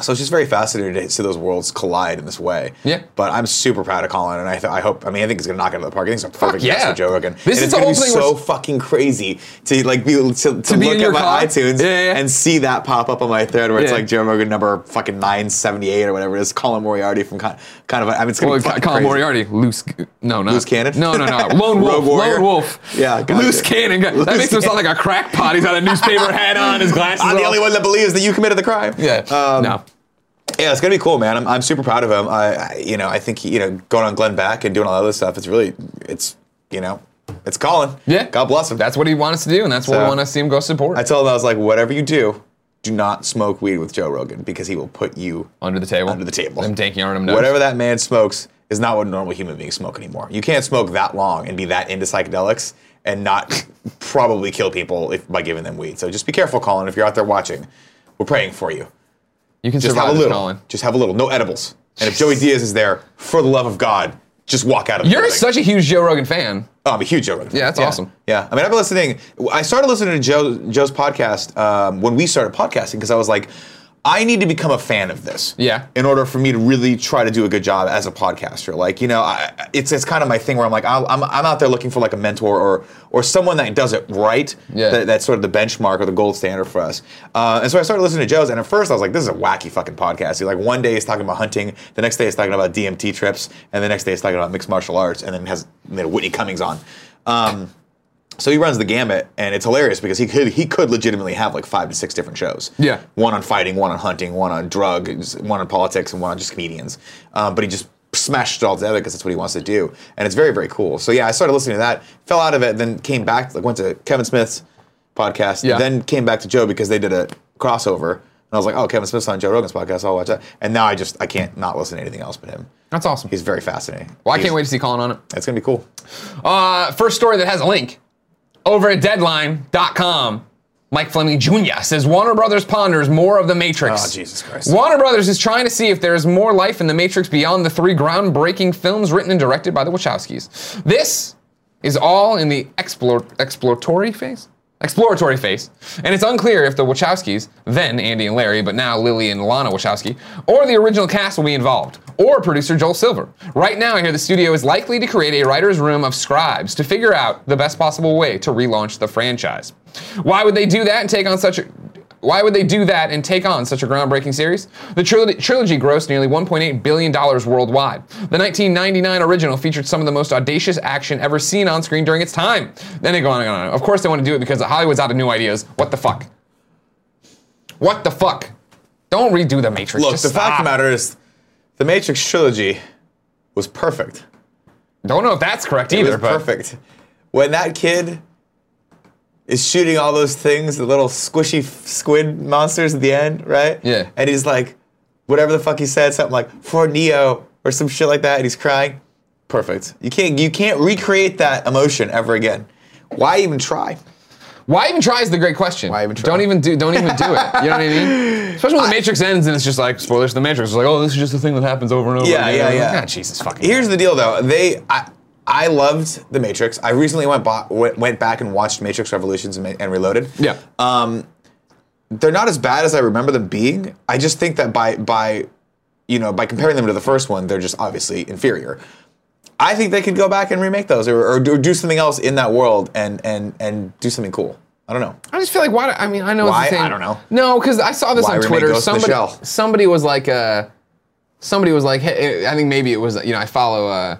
Speaker 2: so it's just very fascinating to see those worlds collide in this way.
Speaker 1: Yeah.
Speaker 2: But I'm super proud of Colin, and I, th- I hope. I mean, I think he's gonna knock it out of the park. I think he's a perfect guest
Speaker 1: yeah.
Speaker 2: for Joe Rogan.
Speaker 1: This
Speaker 2: and
Speaker 1: is
Speaker 2: it's
Speaker 1: the
Speaker 2: gonna
Speaker 1: whole
Speaker 2: be
Speaker 1: thing
Speaker 2: so
Speaker 1: where-
Speaker 2: fucking crazy to like be able to, to,
Speaker 1: be in
Speaker 2: look
Speaker 1: your
Speaker 2: at my
Speaker 1: column?
Speaker 2: iTunes
Speaker 1: Yeah, yeah, yeah.
Speaker 2: and see that pop up on my thread where it's
Speaker 1: Yeah.
Speaker 2: like Joe Rogan number fucking 978 or whatever it is, Colin Moriarty from kind, kind of, I mean, it's going
Speaker 1: Well,
Speaker 2: to be
Speaker 1: Colin
Speaker 2: fucking crazy.
Speaker 1: Moriarty, loose, g- no, no,
Speaker 2: Loose cannon?
Speaker 1: No, no, no, lone wolf,
Speaker 2: Rogue warrior?
Speaker 1: lone wolf.
Speaker 2: Yeah, gotcha.
Speaker 1: loose cannon. guy. That
Speaker 2: Loose
Speaker 1: makes him sound like a crackpot. He's got a newspaper hat on, his glasses.
Speaker 2: I'm the
Speaker 1: off.
Speaker 2: only one that believes that you committed the crime.
Speaker 1: Yeah,
Speaker 2: Um,
Speaker 1: no,
Speaker 2: Yeah, it's gonna be cool, man. I'm, I'm super proud of him. I, I, you know, I think he, you know, going on Glenn Beck and doing all that other stuff. It's really, it's, you know, it's Colin.
Speaker 1: yeah.
Speaker 2: God bless him.
Speaker 1: That's what he wants to do, and that's what we
Speaker 2: So-
Speaker 1: want to see him go support
Speaker 2: I told him I was like, whatever you do, do not smoke weed with Joe Rogan because he will put you
Speaker 1: under the table.
Speaker 2: under the table.
Speaker 1: Them danky Arnhem knows.
Speaker 2: Whatever that man smokes is not what normal human beings smoke anymore. You can't smoke that long and be that into psychedelics and not probably kill people if, by giving them weed. So just be careful, Colin. If you're out there watching, we're praying for you.
Speaker 1: You can
Speaker 2: Just
Speaker 1: survive
Speaker 2: have a
Speaker 1: this,
Speaker 2: little.
Speaker 1: Colin.
Speaker 2: Just have a little. No edibles. And if Joey Diaz is there, for the love of God, just walk out of the
Speaker 1: You're
Speaker 2: building.
Speaker 1: such a huge Joe Rogan fan.
Speaker 2: Oh, I'm a huge Joe Rogan. fan.
Speaker 1: Yeah, that's awesome.
Speaker 2: Yeah, I mean, I've been listening. I started listening to Joe, Joe's podcast um, when we started podcasting because I was like, I need to become a fan of this.
Speaker 1: Yeah.
Speaker 2: In order for me to really try to do a good job as a podcaster, like you know, I, it's it's kind of my thing where I'm like, I'll, I'm I'm out there looking for like a mentor or or someone that does it right.
Speaker 1: Yeah.
Speaker 2: That, that's sort of the benchmark or the gold standard for us. Uh, and so I started listening to Joe's, and at first I was like, this is a wacky fucking podcast. He's like, one day he's talking about hunting, the next day he's talking about DMT trips, and the next day he's talking about mixed martial arts, and then has you know, Whitney Cummings on. Um, so he runs the gamut, and it's hilarious because he could he could legitimately have like five to six different shows.
Speaker 1: Yeah.
Speaker 2: one on fighting, one on hunting, one on drugs, one on politics, and one on just comedians. Um, but he just smashed it all together because that's what he wants to do, and it's very very cool. So yeah, I started listening to that, fell out of it, then came back, like went to Kevin Smith's podcast,
Speaker 1: Yeah.
Speaker 2: then came back to Joe because they did a crossover, and I was like, oh, Kevin Smith's on Joe Rogan's podcast, I'll watch that. And now I just I can't not listen to anything else but him.
Speaker 1: That's awesome.
Speaker 2: He's very fascinating.
Speaker 1: well, I
Speaker 2: He's-
Speaker 1: can't wait to see Colin on it.
Speaker 2: It's gonna be cool.
Speaker 1: Uh, first story that has a link over at deadline.com. Mike Fleming Jr. says Warner Brothers ponders more of the Matrix.
Speaker 2: Oh, Jesus Christ.
Speaker 1: Warner Brothers is trying to see if there is more life in the Matrix beyond the three groundbreaking films written and directed by the Wachowskis. This is all in the explor- exploratory phase? Exploratory phase. And it's unclear if the Wachowskis, then Andy and Larry, but now Lily and Lana Wachowski, or the original cast will be involved, or producer Joel Silver. Right now, I hear the studio is likely to create a writer's room of scribes to figure out the best possible way to relaunch the franchise. Why would they do that and take on such a. Why would they do that and take on such a groundbreaking series? The tril- trilogy grossed nearly $1.8 billion worldwide. The 1999 original featured some of the most audacious action ever seen on screen during its time. Then they go on and on. and on. Of course, they want to do it because Hollywood's out of new ideas. What the fuck? What the fuck? Don't redo The Matrix.
Speaker 2: Look,
Speaker 1: Just
Speaker 2: the fact
Speaker 1: stop.
Speaker 2: of the matter is, the Matrix trilogy was perfect.
Speaker 1: Don't know if that's correct
Speaker 2: It
Speaker 1: either,
Speaker 2: was
Speaker 1: but.
Speaker 2: perfect. When that kid is shooting all those things, the little squishy f- squid monsters at the end, right?
Speaker 1: Yeah.
Speaker 2: And he's like, whatever the fuck he said, something like for Neo or some shit like that, and he's crying. Perfect. You can't you can't recreate that emotion ever again. Why even try?
Speaker 1: Why even try is the great question.
Speaker 2: Why even try?
Speaker 1: Don't even do. Don't even do it. You know what I mean? Especially when the Matrix ends and it's just like spoilers. to The Matrix is like, oh, this is just a thing that happens over and over.
Speaker 2: Yeah,
Speaker 1: again.
Speaker 2: yeah,
Speaker 1: Like,
Speaker 2: yeah.
Speaker 1: God, Jesus fucking.
Speaker 2: Here's the deal, though. They, I, I loved The Matrix. I recently went bo- went went back and watched Matrix Revolutions and, Ma- and Reloaded.
Speaker 1: Yeah.
Speaker 2: Um, they're not as bad as I remember them being. I just think that by by, you know, by comparing them to the first one, they're just obviously inferior. I think they could go back and remake those, or, or do do something else in that world, and and and do something cool. I don't know.
Speaker 1: I just feel like why? I mean, I know.
Speaker 2: Why?
Speaker 1: It's the same.
Speaker 2: I don't know.
Speaker 1: No, because I saw this
Speaker 2: Why
Speaker 1: on
Speaker 2: remake
Speaker 1: Twitter.
Speaker 2: Ghost in the
Speaker 1: Somebody,
Speaker 2: Shell?
Speaker 1: somebody was like, uh, somebody was like, hey, I think maybe it was, you know, I follow uh,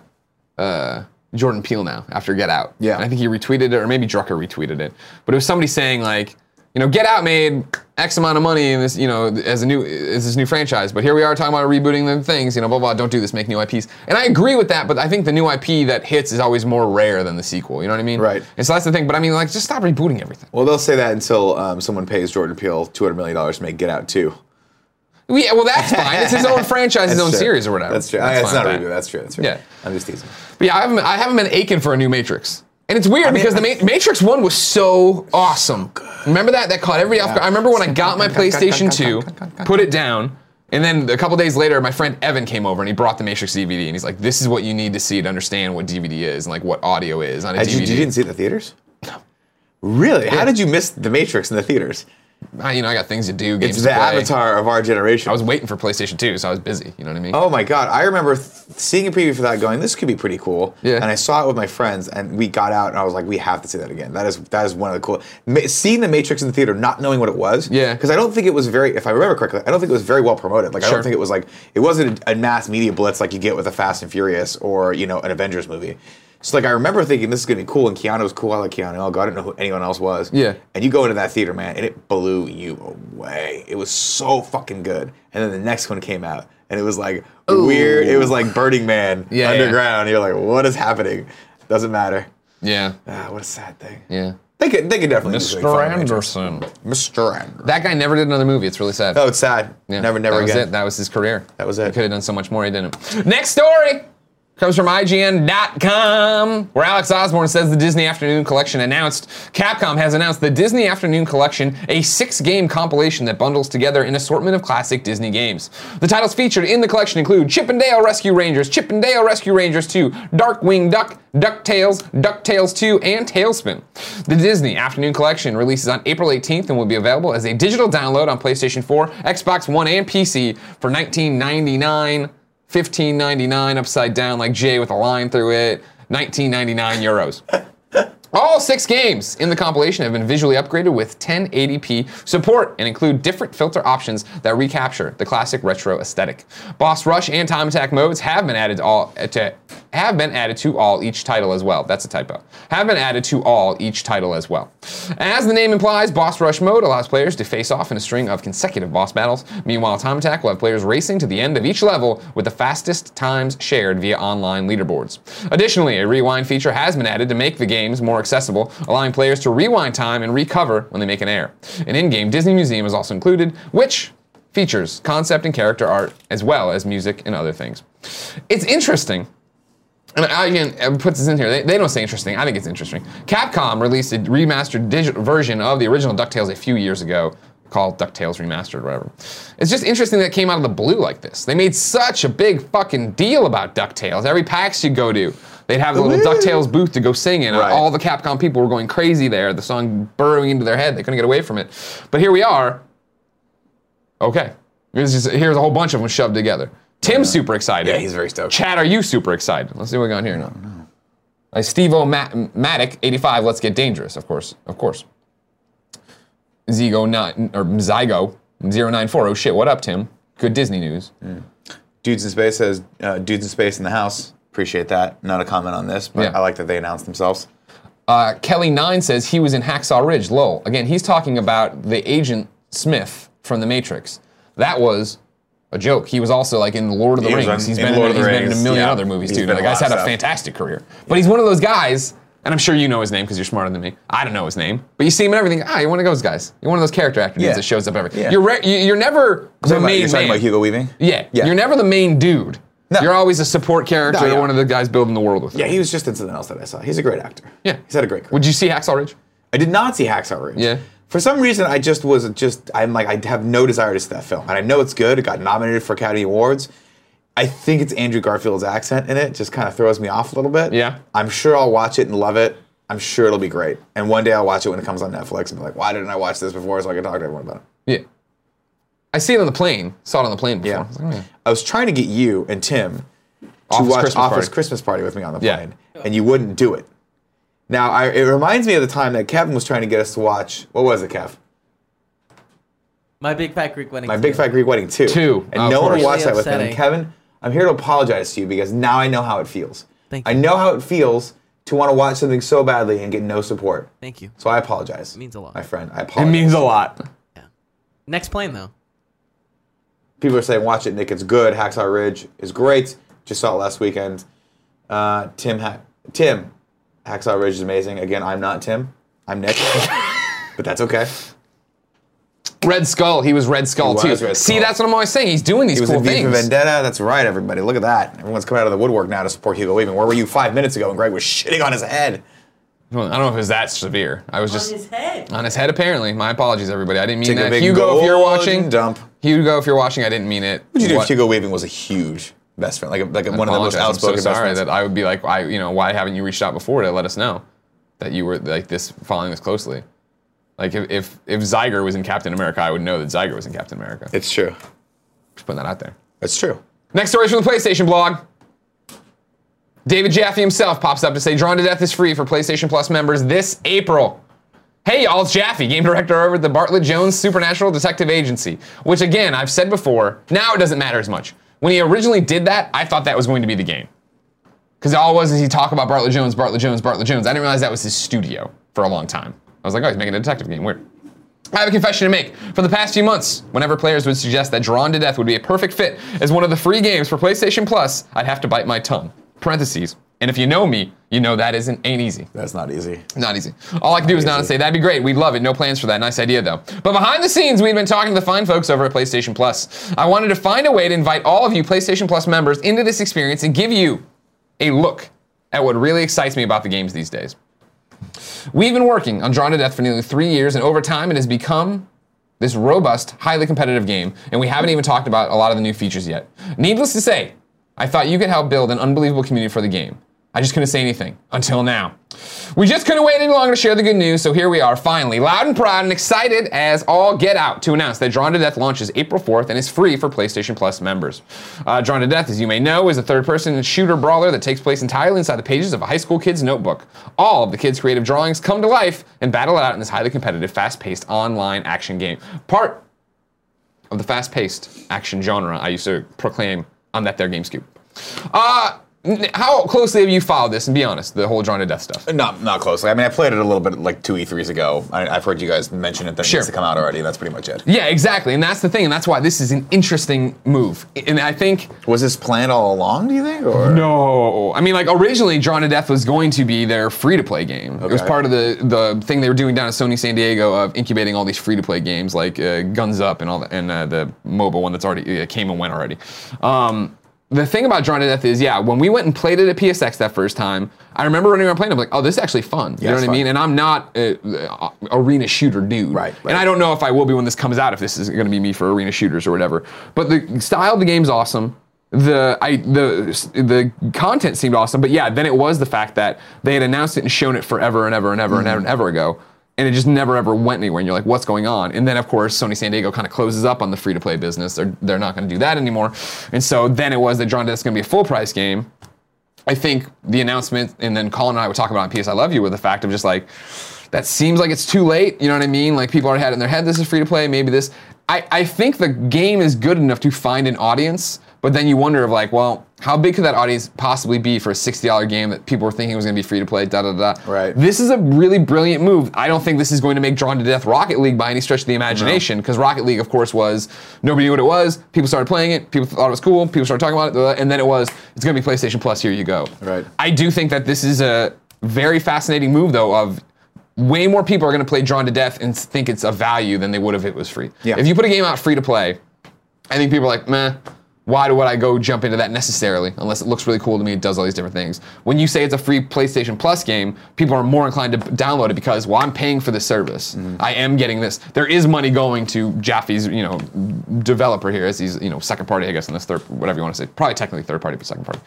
Speaker 1: uh, Jordan Peele now after Get Out.
Speaker 2: Yeah.
Speaker 1: And I think he retweeted it, or maybe Drucker retweeted it. But it was somebody saying like, you know, Get Out made X amount of money in this, you know, as a new as this new franchise. But here we are talking about rebooting the things, you know, blah blah. Don't do this, make new IPs. And I agree with that, but I think the new IP that hits is always more rare than the sequel. You know what I mean?
Speaker 2: Right.
Speaker 1: And so that's the thing. But I mean, like, just stop rebooting everything.
Speaker 2: Well, they'll say that until um, someone pays Jordan Peele two hundred million dollars to make Get Out two.
Speaker 1: Yeah, well, that's fine. It's his own franchise, his own series, or whatever.
Speaker 2: That's true. That's,
Speaker 1: fine
Speaker 2: not a
Speaker 1: with
Speaker 2: reboot.
Speaker 1: that.
Speaker 2: That's true. That's true.
Speaker 1: Yeah.
Speaker 2: I'm just teasing.
Speaker 1: But yeah, I haven't, I haven't been aching for a new Matrix. And it's weird because the Ma- Matrix 1 was so awesome. Remember that? That caught everybody off guard. I remember when I got my PlayStation 2, put it down, and then a couple days later, my friend Evan came over and he brought the Matrix DVD and he's like, this is what you need to see to understand what DVD is and like what audio is on a
Speaker 2: Did you,
Speaker 1: DVD.
Speaker 2: you didn't see it in the theaters? Really? How did you miss The Matrix in the theaters?
Speaker 1: I, you know, I got things to do, games
Speaker 2: It's
Speaker 1: to
Speaker 2: the
Speaker 1: play.
Speaker 2: avatar of our generation.
Speaker 1: I was waiting for PlayStation 2, so I was busy. You know what I mean?
Speaker 2: Oh my god! I remember th- seeing a preview for that, going, "This could be pretty cool."
Speaker 1: Yeah.
Speaker 2: And I saw it with my friends, and we got out, and I was like, "We have to see that again." That is that is one of the cool. Ma- seeing the Matrix in the theater, not knowing what it was.
Speaker 1: Yeah.
Speaker 2: Because I don't think it was very, if I remember correctly, I don't think it was very well promoted. Like I
Speaker 1: Sure.
Speaker 2: don't think it was like it wasn't a, a mass media blitz like you get with a Fast and Furious or you know an Avengers movie. So like I remember thinking this is gonna be cool, and Keanu was cool. I like Keanu. Oh god, I didn't know who anyone else was.
Speaker 1: Yeah.
Speaker 2: And you go into that theater, man, and it blew you away. It was so fucking good. And then the next one came out, and it was like weird. It was like Burning Man
Speaker 1: Yeah,
Speaker 2: underground. You're like, what is happening? Doesn't matter.
Speaker 1: Yeah.
Speaker 2: Ah, what a sad thing.
Speaker 1: Yeah.
Speaker 2: They could, they could definitely. do something
Speaker 1: Mr.
Speaker 2: fun with
Speaker 1: Anderson.
Speaker 2: Matrix. Mr. Anderson.
Speaker 1: That guy never did another movie. It's really sad.
Speaker 2: Oh, it's sad.
Speaker 1: Yeah,
Speaker 2: Never, never
Speaker 1: that
Speaker 2: again.
Speaker 1: Was it. That was his career.
Speaker 2: That was it.
Speaker 1: He could have done so much more. He didn't. Next story comes from IGN.com, where Alex Osborne says the Disney Afternoon Collection announced. Capcom has announced the Disney Afternoon Collection, a six-game compilation that bundles together an assortment of classic Disney games. The titles featured in the collection include Chip and Dale Rescue Rangers, Chip and Dale Rescue Rangers 2, Darkwing Duck, DuckTales, DuckTales 2, and Tailspin. The Disney Afternoon Collection releases on April 18th and will be available as a digital download on PlayStation 4, Xbox One, and PC for $19.99, $15.99 upside down like J with a line through it, 19.99 euros. All six games in the compilation have been visually upgraded with 1080p support and include different filter options that recapture the classic retro aesthetic. Boss Rush and Time Attack modes have been added to all to have been added to all each title as well. That's a typo. Have been added to all each title as well. As the name implies, Boss Rush mode allows players to face off in a string of consecutive boss battles. Meanwhile, Time Attack will have players racing to the end of each level with the fastest times shared via online leaderboards. Additionally, a rewind feature has been added to make the games more accessible, allowing players to rewind time and recover when they make an error. An in game Disney Museum is also included, which features concept and character art, as well as music and other things. It's interesting and I- again, it puts this in here. They, they don't say interesting. I think it's interesting. Capcom released a remastered digital version of the original DuckTales a few years ago called DuckTales Remastered, whatever. It's just interesting that it came out of the blue like this. They made such a big fucking deal about DuckTales. Every PAX you go to, they'd have the little DuckTales booth to go sing in. and
Speaker 2: Right.
Speaker 1: All the Capcom people were going crazy there. The song burrowing into their head. They couldn't get away from it. But here we are. Okay. Here's, just, here's a whole bunch of them shoved together. Tim's super excited.
Speaker 2: Yeah, he's very stoked.
Speaker 1: Chad, are you super excited? Let's see what we got here. No, Uh, Steve O Matic, 85, let's get dangerous, of course. Of course. Zigo not or Zygo 0940. oh, Shit, what up, Tim? Good Disney news.
Speaker 2: Dudes in Space says, uh, "Dudes in Space in the house." Appreciate that. Not a comment on this, but
Speaker 1: Yeah.
Speaker 2: I like that they announced themselves.
Speaker 1: Uh, Kelly Nine says he was in Hacksaw Ridge. Lol. Again, he's talking about the agent Smith from The Matrix. That was a joke. He was also like in Lord of the
Speaker 2: He was
Speaker 1: Rings.
Speaker 2: on-
Speaker 1: He's
Speaker 2: in
Speaker 1: been,
Speaker 2: Lord
Speaker 1: in,
Speaker 2: of the
Speaker 1: he's been in a
Speaker 2: Rings,
Speaker 1: million
Speaker 2: yeah.
Speaker 1: other movies
Speaker 2: He's
Speaker 1: too.
Speaker 2: been
Speaker 1: The
Speaker 2: in a lot
Speaker 1: guy's
Speaker 2: of
Speaker 1: had a
Speaker 2: stuff.
Speaker 1: fantastic career. But he's one of those guys, and I'm sure you know his name because you're smarter than me. I don't know his name, but you see him in everything. Ah, you're one of those guys. You're one of those character actor dudes
Speaker 2: Yeah.
Speaker 1: that shows up everywhere.
Speaker 2: Yeah.
Speaker 1: You're re- you- you're never the
Speaker 2: Talking about-
Speaker 1: main
Speaker 2: you're
Speaker 1: man.
Speaker 2: talking about Hugo Weaving.
Speaker 1: yeah.
Speaker 2: Yeah.
Speaker 1: you're never the main dude.
Speaker 2: No.
Speaker 1: You're always a support character,
Speaker 2: No, yeah.
Speaker 1: or one of the guys building the world with.
Speaker 2: Yeah,
Speaker 1: him.
Speaker 2: he was just in something else that I saw. He's a great actor.
Speaker 1: Yeah.
Speaker 2: he's had a great career.
Speaker 1: Would you see Hacksaw Ridge?
Speaker 2: I did not see Hacksaw Ridge.
Speaker 1: Yeah.
Speaker 2: For some reason, I just was just I'm like I have no desire to see that film, and I know it's good. It got nominated for Academy Awards. I think it's Andrew Garfield's accent in it just kind of throws me off a little bit.
Speaker 1: Yeah.
Speaker 2: I'm sure I'll watch it and love it. I'm sure it'll be great. And one day I'll watch it when it comes on Netflix and be like, why didn't I watch this before so I can talk to everyone about it?
Speaker 1: Yeah. I see it on the plane. Saw it on the plane before.
Speaker 2: Yeah.
Speaker 1: I was like, "Hmm."
Speaker 2: I was trying to get you and Tim to
Speaker 1: Office
Speaker 2: watch
Speaker 1: Christmas
Speaker 2: Office
Speaker 1: Party.
Speaker 2: Christmas Party with me on the
Speaker 1: Yeah.
Speaker 2: plane, and you wouldn't do it. Now, I, it reminds me of the time that Kevin was trying to get us to watch. What was it, Kev?
Speaker 3: My big fat Greek wedding.
Speaker 2: My Big Fat Greek Wedding too.
Speaker 1: Two,
Speaker 2: And
Speaker 1: of
Speaker 2: no one
Speaker 1: course.
Speaker 2: watched that with me.
Speaker 3: Upsetting.
Speaker 2: And Kevin, I'm here to apologize to you because now I know how it feels.
Speaker 3: Thank
Speaker 2: I
Speaker 3: you.
Speaker 2: know how it feels to want to watch something so badly and get no support.
Speaker 3: Thank you.
Speaker 2: So I apologize. It
Speaker 3: means a lot.
Speaker 2: My friend, I
Speaker 1: It
Speaker 2: apologize.
Speaker 1: means a lot.
Speaker 3: Yeah. Next plane though.
Speaker 2: People are saying, watch it, Nick. It's good. Hacksaw Ridge is great. Just saw it last weekend. Uh, Tim, ha- Tim, Hacksaw Ridge is amazing. Again, I'm not Tim. I'm Nick. but that's okay.
Speaker 1: Red Skull. He was Red Skull
Speaker 2: He
Speaker 1: too.
Speaker 2: was Red
Speaker 1: See,
Speaker 2: Skull.
Speaker 1: that's what I'm always saying. He's doing these
Speaker 2: He was
Speaker 1: cool
Speaker 2: in V for
Speaker 1: things.
Speaker 2: Vendetta. That's right, everybody. Look at that. Everyone's coming out of the woodwork now to support Hugo Weaving. Where were you five minutes ago? And Greg was shitting on his head.
Speaker 1: Well, I don't know if it was that severe. I was just
Speaker 3: his head.
Speaker 1: on his head. Apparently, my apologies, everybody. I didn't mean
Speaker 2: Take a
Speaker 1: that.
Speaker 2: big
Speaker 1: Hugo, if you're
Speaker 2: golden
Speaker 1: watching,
Speaker 2: dump.
Speaker 1: Hugo, if you're watching, I didn't mean it.
Speaker 2: What would you do if
Speaker 1: What-
Speaker 2: Hugo Weaving was a huge best friend, like a, like a, one of the most
Speaker 1: apologize.
Speaker 2: outspoken
Speaker 1: I'm so
Speaker 2: best
Speaker 1: sorry
Speaker 2: friends?
Speaker 1: that I would be like, I, you know, why haven't you reached out before to let us know that you were like this, following this closely? Like if if, if Zyger was in Captain America, I would know that Zyger was in Captain America.
Speaker 2: it's true.
Speaker 1: Just putting that out there.
Speaker 2: It's true.
Speaker 1: Next story is from the PlayStation blog. David Jaffe himself pops up to say Drawn to Death is free for PlayStation Plus members this April. Hey y'all, it's Jaffe, game director over at the Bartlett Jones Supernatural Detective Agency, which again, I've said before, now it doesn't matter as much. When he originally did that, I thought that was going to be the game. Because all it was is he'd talk about Bartlett Jones, Bartlett Jones, Bartlett Jones. I didn't realize that was his studio for a long time. I was like, oh, he's making a detective game. Weird. I have a confession to make. For the past few months, whenever players would suggest that Drawn to Death would be a perfect fit as one of the free games for PlayStation Plus, I'd have to bite my tongue. Parentheses. And if you know me, you know that isn't ain't easy.
Speaker 2: That's not easy.
Speaker 1: Not easy. All I can do is nod and say, that'd be great. We'd love it. No plans for that. Nice idea, though. But behind the scenes, we'd been talking to the fine folks over at PlayStation Plus. I wanted to find a way to invite all of you PlayStation Plus members into this experience and give you a look at what really excites me about the games these days. We've been working on Drawn to Death for nearly three years, and over time, it has become this robust, highly competitive game, and we haven't even talked about a lot of the new features yet. Needless to say, I thought you could help build an unbelievable community for the game. I just couldn't say anything until now. We just couldn't wait any longer to share the good news, so here we are, finally, loud and proud and excited as all get out to announce that Drawn to Death launches April 4th and is free for PlayStation Plus members. Uh, Drawn to Death, as you may know, is a third person shooter brawler that takes place entirely inside the pages of a high school kid's notebook. All of the kid's creative drawings come to life and battle it out in this highly competitive, fast paced online action game. Part of the fast paced action genre I used to proclaim on that there GameScoop. Uh, n- how closely have you followed this? And be honest, the whole Drawn to Death stuff.
Speaker 2: Not not closely. I mean, I played it a little bit like two E3s ago. I, I've heard you guys mention it that it
Speaker 1: Sure.
Speaker 2: needs to come out already. That's pretty much it.
Speaker 1: Yeah, exactly. And that's the thing. And that's why this is an interesting move. And I think.
Speaker 2: Was this planned all along? Do you think? Or
Speaker 1: No. I mean, like, originally, Drawn to Death was going to be their free to play game. It was
Speaker 2: Okay.
Speaker 1: part of the, the thing they were doing down at Sony San Diego of incubating all these free to play games like uh, Guns Up and all that, and uh, the mobile one that's already uh, came and went already. Um, the thing about Drawn to Death is, yeah, when we went and played it at PSX that first time, I remember running around playing. I'm like, oh, this is actually fun. You
Speaker 2: Yeah,
Speaker 1: know what
Speaker 2: it's
Speaker 1: I
Speaker 2: fun.
Speaker 1: mean? And I'm not a, a arena shooter dude.
Speaker 2: Right,
Speaker 1: And
Speaker 2: right.
Speaker 1: I don't know if I will be when this comes out. If this is going to be me for arena shooters or whatever. But the style of the game's awesome. The I the the content seemed awesome. But yeah, then it was the fact that they had announced it and shown it forever and ever and ever and ever and
Speaker 2: Mm-hmm.
Speaker 1: ever ago. And it just never ever went anywhere. And you're like, what's going on? And then, of course, Sony San Diego kind of closes up on the free to play business. They're, they're not going to do that anymore. And so then it was that Drawn Death's going to be a full price game. I think the announcement, and then Colin and I would talk about it on PS I Love You, were the fact of just like, that seems like it's too late. You know what I mean? Like people already had it in their head, this is free to play, maybe this. I, I think the game is good enough to find an audience, but then you wonder of like, well, how big could that audience possibly be for a $60 game that people were thinking was gonna be free to play, da da da. da.
Speaker 2: Right.
Speaker 1: This is a really brilliant move. I don't think this is going to make Drawn to Death Rocket League by any stretch of the imagination, because Rocket League, of course, was nobody knew what it was, people started playing it, people thought it was cool, people started talking about it, blah, blah, blah, and then it was, it's gonna be PlayStation Plus, here you go.
Speaker 2: Right.
Speaker 1: I do think that this is a very fascinating move, though, of way more people are going to play Drawn to Death and think it's a value than they would if it was free.
Speaker 2: Yeah.
Speaker 1: If you put a game out free to play, I think people are like, meh, why would I go jump into that necessarily unless it looks really cool to me, it does all these different things. When you say it's a free PlayStation Plus game, people are more inclined to download it because, well, I'm paying for the service. I am getting this. There is money going to Jaffe's, you know, developer here as he's, you know, second party, I guess, in this third, whatever you want to say. Probably technically third party, but second party.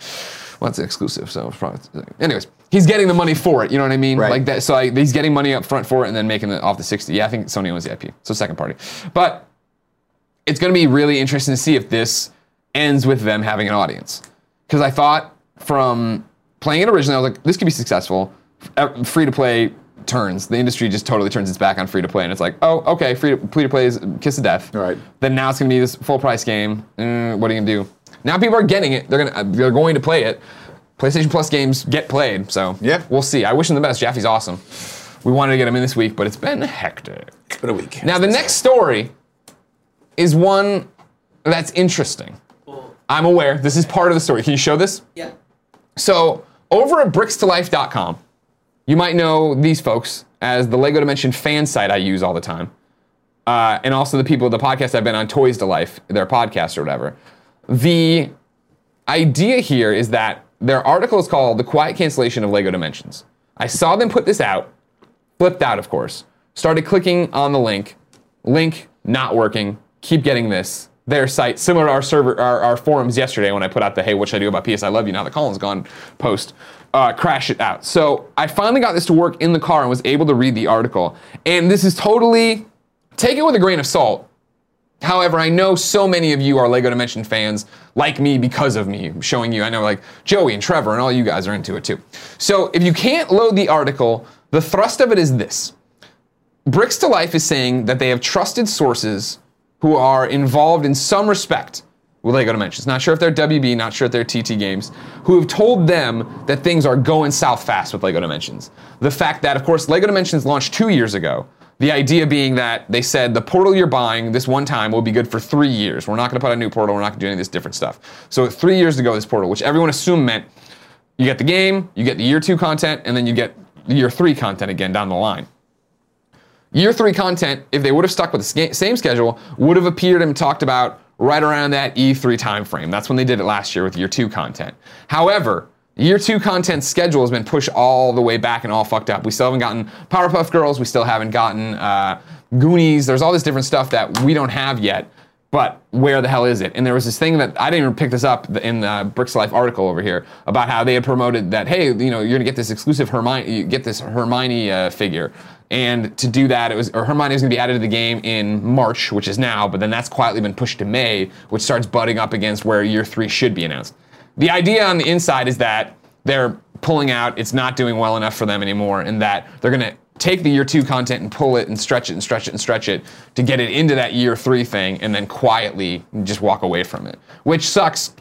Speaker 1: Well, it's exclusive, so it's probably. Anyways, he's getting the money for it. You know what I mean?
Speaker 2: Right.
Speaker 1: Like that. So I, he's getting money up front for it, and then making it off the sixty. Yeah, I think Sony owns the IP, so second party. But it's going to be really interesting to see if this ends with them having an audience. Because I thought from playing it originally, I was like, this could be successful. Uh, Free to play turns. The industry just totally turns its back on free to play, and it's like, oh, okay, free to, free to play is kiss of death.
Speaker 2: Right.
Speaker 1: Then now it's gonna be this full price game. Mm, what are you gonna do? Now people are getting it. They're gonna uh, they're going to play it. PlayStation Plus games get played, so
Speaker 2: Yeah.
Speaker 1: we'll see. I wish him the best. Jaffe's awesome. We wanted to get him in this week, but it's been hectic.
Speaker 2: It's been a week.
Speaker 1: Now, the next story is one that's interesting. I'm aware. This is part of the story. Can you show this?
Speaker 3: Yeah.
Speaker 1: So, over at brickstolife.com, you might know these folks as the Lego Dimension fan site I use all the time. Uh, and also the people of the podcast I've been on, Toys to Life, their podcast or whatever. The idea here is that their article is called The Quiet Cancellation of Lego Dimensions. I saw them put this out, flipped out, of course, started clicking on the link, link not working, keep getting this. Their site, similar to our server, our, our forums yesterday when I put out the hey, what should I do about PS I Love You Now the Colin's Gone post, uh, crash it out. So I finally got this to work in the car and was able to read the article. And this is totally, take it with a grain of salt, However, I know so many of you are LEGO Dimension fans like me because of me showing you. I know like Joey and Trevor and all you guys are into it too. So if you can't load the article, the thrust of it is this Bricks to Life is saying that they have trusted sources who are involved in some respect with LEGO Dimensions. Not sure if they're WB, not sure if they're TT Games, who have told them that things are going south fast with LEGO Dimensions. The fact that, of course, LEGO Dimensions launched two years ago. The idea being that they said the portal you're buying this one time will be good for three years. We're not going to put out a new portal. We're not going to do any of this different stuff. So three years ago, this portal, which everyone assumed meant you get the game, you get the year two content, and then you get the year three content again down the line. Year three content, if they would have stuck with the sca- same schedule, would have appeared and talked about right around that E3 timeframe. That's when they did it last year with year two content. However, year two content schedule has been pushed all the way back and all fucked up. We still haven't gotten Powerpuff Girls. We still haven't gotten uh, Goonies. There's all this different stuff that we don't have yet. But where the hell is it? And there was this thing that I didn't even pick this up in the Bricks Life article over here about how they had promoted that hey, you know, you're gonna get this exclusive Hermione, you get this Hermione uh, figure, and to do that, it was or Hermione was gonna be added to the game in March, which is now, but then that's quietly been pushed to May, which starts butting up against where year three should be announced. The idea on the inside is that they're pulling out, it's not doing well enough for them anymore, and that they're gonna take the year two content and pull it and stretch it and stretch it and stretch it to get it into that year three thing and then quietly just walk away from it, which sucks.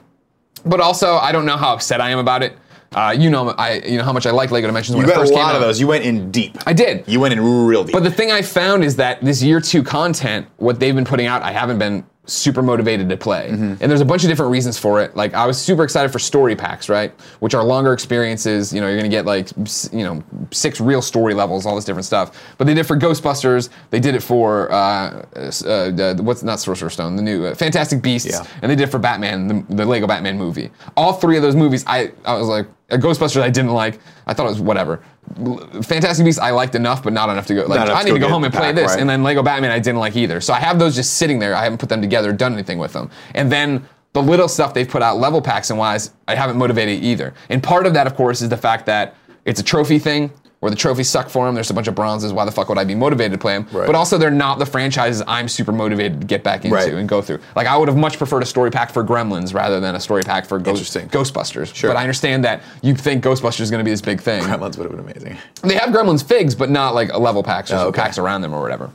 Speaker 1: But also, I don't know how upset I am about it. Uh, you know, I you know how much I like Lego Dimensions when
Speaker 2: you
Speaker 1: it
Speaker 2: got
Speaker 1: first
Speaker 2: a
Speaker 1: came
Speaker 2: lot of
Speaker 1: out.
Speaker 2: those. You went in deep.
Speaker 1: I did.
Speaker 2: You went in real deep.
Speaker 1: But the thing I found is that this year two content, what they've been putting out, I haven't been super motivated to play. And there's a bunch of different reasons for it. Like I was super excited for story packs, right? Which are longer experiences. You know, you're gonna get like s- you know six real story levels, all this different stuff. But they did it for Ghostbusters. They did it for uh, s- uh, the- the- what's not Sorcerer's Stone, the new uh, Fantastic Beasts,
Speaker 2: Yeah.
Speaker 1: and they did it for Batman, the, the Lego Batman movie. All three of those movies, I I was like. uh, Ghostbusters, I didn't like. I thought it was whatever. L- Fantastic Beasts, I liked enough, but not enough to go. Like,
Speaker 2: Not enough
Speaker 1: I
Speaker 2: to
Speaker 1: need
Speaker 2: go
Speaker 1: to go
Speaker 2: get
Speaker 1: home and play
Speaker 2: back,
Speaker 1: this.
Speaker 2: right.
Speaker 1: And then Lego Batman, I didn't like either. So I have those just sitting there. I haven't put them together, done anything with them. And then the little stuff they've put out, level packs and wise, I haven't motivated either. And part of that, of course, is the fact that it's a trophy thing. Where the trophies suck for them. There's a bunch of bronzes. Why the fuck would I be motivated to play them?
Speaker 2: Right.
Speaker 1: But also, they're not the franchises I'm super motivated to get back into
Speaker 2: Right.
Speaker 1: and go through. Like, I would have much preferred a story pack for Gremlins rather than a story pack for Ghost-
Speaker 2: Interesting.
Speaker 1: Ghostbusters.
Speaker 2: Sure.
Speaker 1: But I understand that you think Ghostbusters is going to be this big thing.
Speaker 2: Gremlins would have been amazing.
Speaker 1: They have Gremlins figs, but not like level packs or
Speaker 2: Oh, okay.
Speaker 1: packs around them or whatever.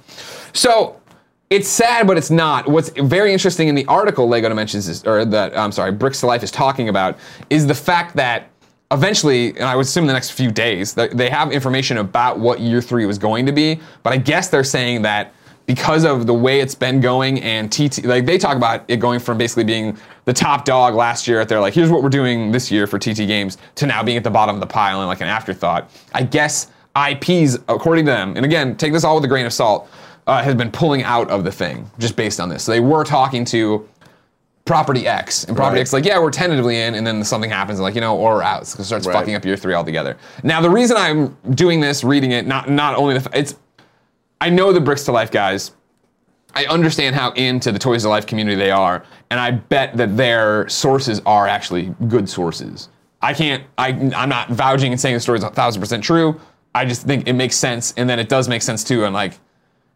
Speaker 1: So it's sad, but it's not. What's very interesting in the article Lego Dimensions is, or that I'm sorry, Bricks to Life is talking about is the fact that eventually, and I would assume the next few days, th- they have information about what year three was going to be. But I guess they're saying that because of the way it's been going and TT, like they talk about it going from basically being the top dog last year at their like, here's what we're doing this year for TT games to now being at the bottom of the pile and like an afterthought. I guess IPs, according to them, and again, take this all with a grain of salt, uh, has been pulling out of the thing just based on this. So they were talking to property X, and property
Speaker 2: Right.
Speaker 1: X like, yeah, we're tentatively in, and then something happens, like you know, or we're out, so it starts
Speaker 2: Right.
Speaker 1: fucking up year three altogether. Now the reason I'm doing this, reading it, not not only the f- it's, I know the bricks to life guys. I understand how into the Toys to Life community they are, and I bet that their sources are actually good sources. I can't, I, I'm not vouching and saying the story is a thousand percent true. I just think it makes sense, and then it does make sense too, and like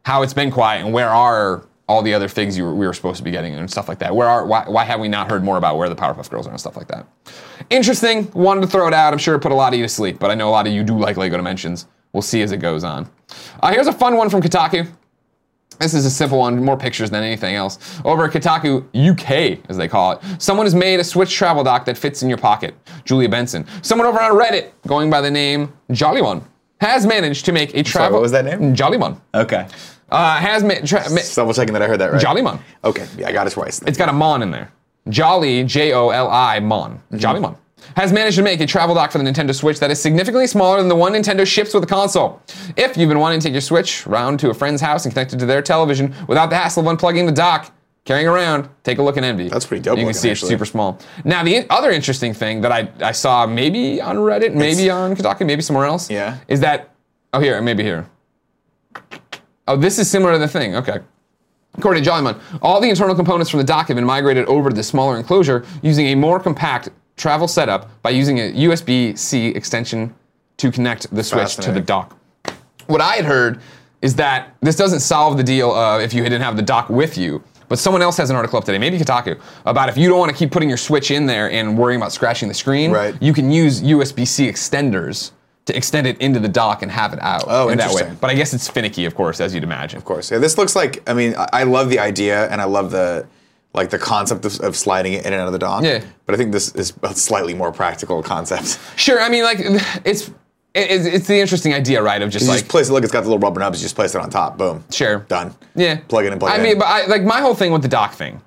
Speaker 1: how it's been quiet, and where are all the other things you were, we were supposed to be getting and stuff like that. Where are why, why have we not heard more about where the Powerpuff Girls are and stuff like that? Interesting. Wanted to throw it out. I'm sure it put a lot of you to sleep, but I know a lot of you do like Lego Dimensions. We'll see as it goes on. Uh, here's a fun one from Kotaku. This is a simple one, more pictures than anything else. Over at Kotaku UK, as they call it, someone has made a Switch travel doc that fits in your pocket. Julia Benson. Someone over on Reddit, going by the name Jollymon, has managed to make a travel.
Speaker 2: what was that name?
Speaker 1: Jollymon.
Speaker 2: Okay.
Speaker 1: Uh, has made. Tra- ma-
Speaker 2: Just double checking that I heard that right.
Speaker 1: Jollymon.
Speaker 2: Okay. Yeah, I got it twice.
Speaker 1: It's got a mon in there. Jolly, J O L I, mon.
Speaker 2: Mm-hmm.
Speaker 1: Jolly mon. Has managed to make a travel dock for the Nintendo Switch that is significantly smaller than the one Nintendo ships with the console. If you've been wanting to take your Switch round to a friend's house and connect it to their television without the hassle of unplugging the dock, carrying around, take a look and envy.
Speaker 2: That's pretty dope
Speaker 1: You can
Speaker 2: looking,
Speaker 1: see
Speaker 2: actually.
Speaker 1: it's super small. Now, the other interesting thing that I, I saw maybe on Reddit, maybe
Speaker 2: It's-
Speaker 1: on Kotaku, maybe somewhere else,
Speaker 2: Yeah.
Speaker 1: is that, oh, here, maybe here. Oh, this is similar to the thing. Okay. According to Jollymon, all the internal components from the dock have been migrated over to the smaller enclosure using a more compact travel setup by using a USB C extension to connect the Switch to the
Speaker 2: Fascinating.
Speaker 1: dock. What I had heard is that this doesn't solve the deal of if you didn't have the dock with you, but someone else has an article up today, maybe Kotaku, about if you don't want to keep putting your Switch in there and worrying about scratching the screen,
Speaker 2: Right.
Speaker 1: you can use USB C extenders. To extend it into the dock and have it out
Speaker 2: Oh,
Speaker 1: in that way.
Speaker 2: interesting.
Speaker 1: But I guess it's finicky, of course, as you'd imagine.
Speaker 2: Of course. Yeah, this looks like. I mean, I, I love the idea, and I love the like the concept of, of sliding it in and out of the dock.
Speaker 1: Yeah.
Speaker 2: But I think this is a slightly more practical concept.
Speaker 1: Sure, I mean, like it's it- it's, it's the interesting idea, right? Of just
Speaker 2: You
Speaker 1: like
Speaker 2: just place it. Look, it's got the little rubber nubs. You just place it on top. Boom.
Speaker 1: Sure.
Speaker 2: Done.
Speaker 1: yeah,
Speaker 2: Plug it in. Plug
Speaker 1: I
Speaker 2: it
Speaker 1: mean,
Speaker 2: in.
Speaker 1: but I, like my whole thing with the dock thing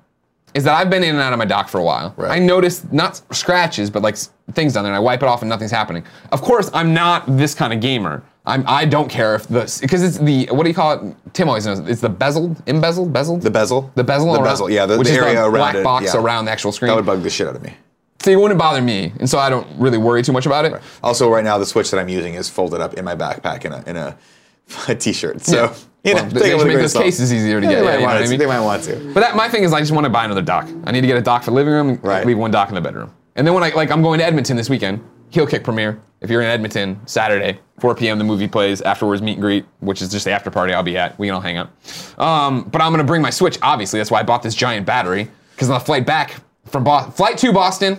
Speaker 1: is that I've been in and out of my dock for a while.
Speaker 2: Right.
Speaker 1: I noticed not scratches, but like s- things down there, and I wipe it off, and nothing's happening. Of course, I'm not this kind of gamer. I'm I don't care if the because it's the what do you call it? Tim always knows it's the bezeled, embezzled, bezeled,
Speaker 2: the bezel.
Speaker 1: the bezel,
Speaker 2: The
Speaker 1: around-
Speaker 2: bezel. Yeah. The,
Speaker 1: which
Speaker 2: the
Speaker 1: is
Speaker 2: area
Speaker 1: the
Speaker 2: around
Speaker 1: black
Speaker 2: it.
Speaker 1: box
Speaker 2: yeah.
Speaker 1: around the actual screen.
Speaker 2: That would bug the shit out of me.
Speaker 1: so it wouldn't bother me, and so I don't really worry too much about it.
Speaker 2: Also, right now the switch that I'm using is folded up in my backpack in a in a, a t-shirt. So you know,
Speaker 1: Well,
Speaker 2: take
Speaker 1: they
Speaker 2: it
Speaker 1: should
Speaker 2: with a
Speaker 1: make
Speaker 2: grain of
Speaker 1: those
Speaker 2: salt.
Speaker 1: cases easier to
Speaker 2: Yeah,
Speaker 1: get.
Speaker 2: They
Speaker 1: yeah,
Speaker 2: might
Speaker 1: you know
Speaker 2: want
Speaker 1: what I
Speaker 2: to-
Speaker 1: mean?
Speaker 2: they might want to.
Speaker 1: But that my thing is I just want to buy another dock. I need to get a dock for the living room.
Speaker 2: Right.
Speaker 1: Leave one dock in the bedroom. And then when I like I'm going to Edmonton this weekend, heel kick premiere. If you're in Edmonton, Saturday, 4 p.m. the movie plays. Afterwards, meet and greet, which is just the after party. I'll be at. We can all hang out. Um, but I'm gonna bring my Switch. Obviously, that's why I bought this giant battery. Because on the flight back from Boston, flight to Boston,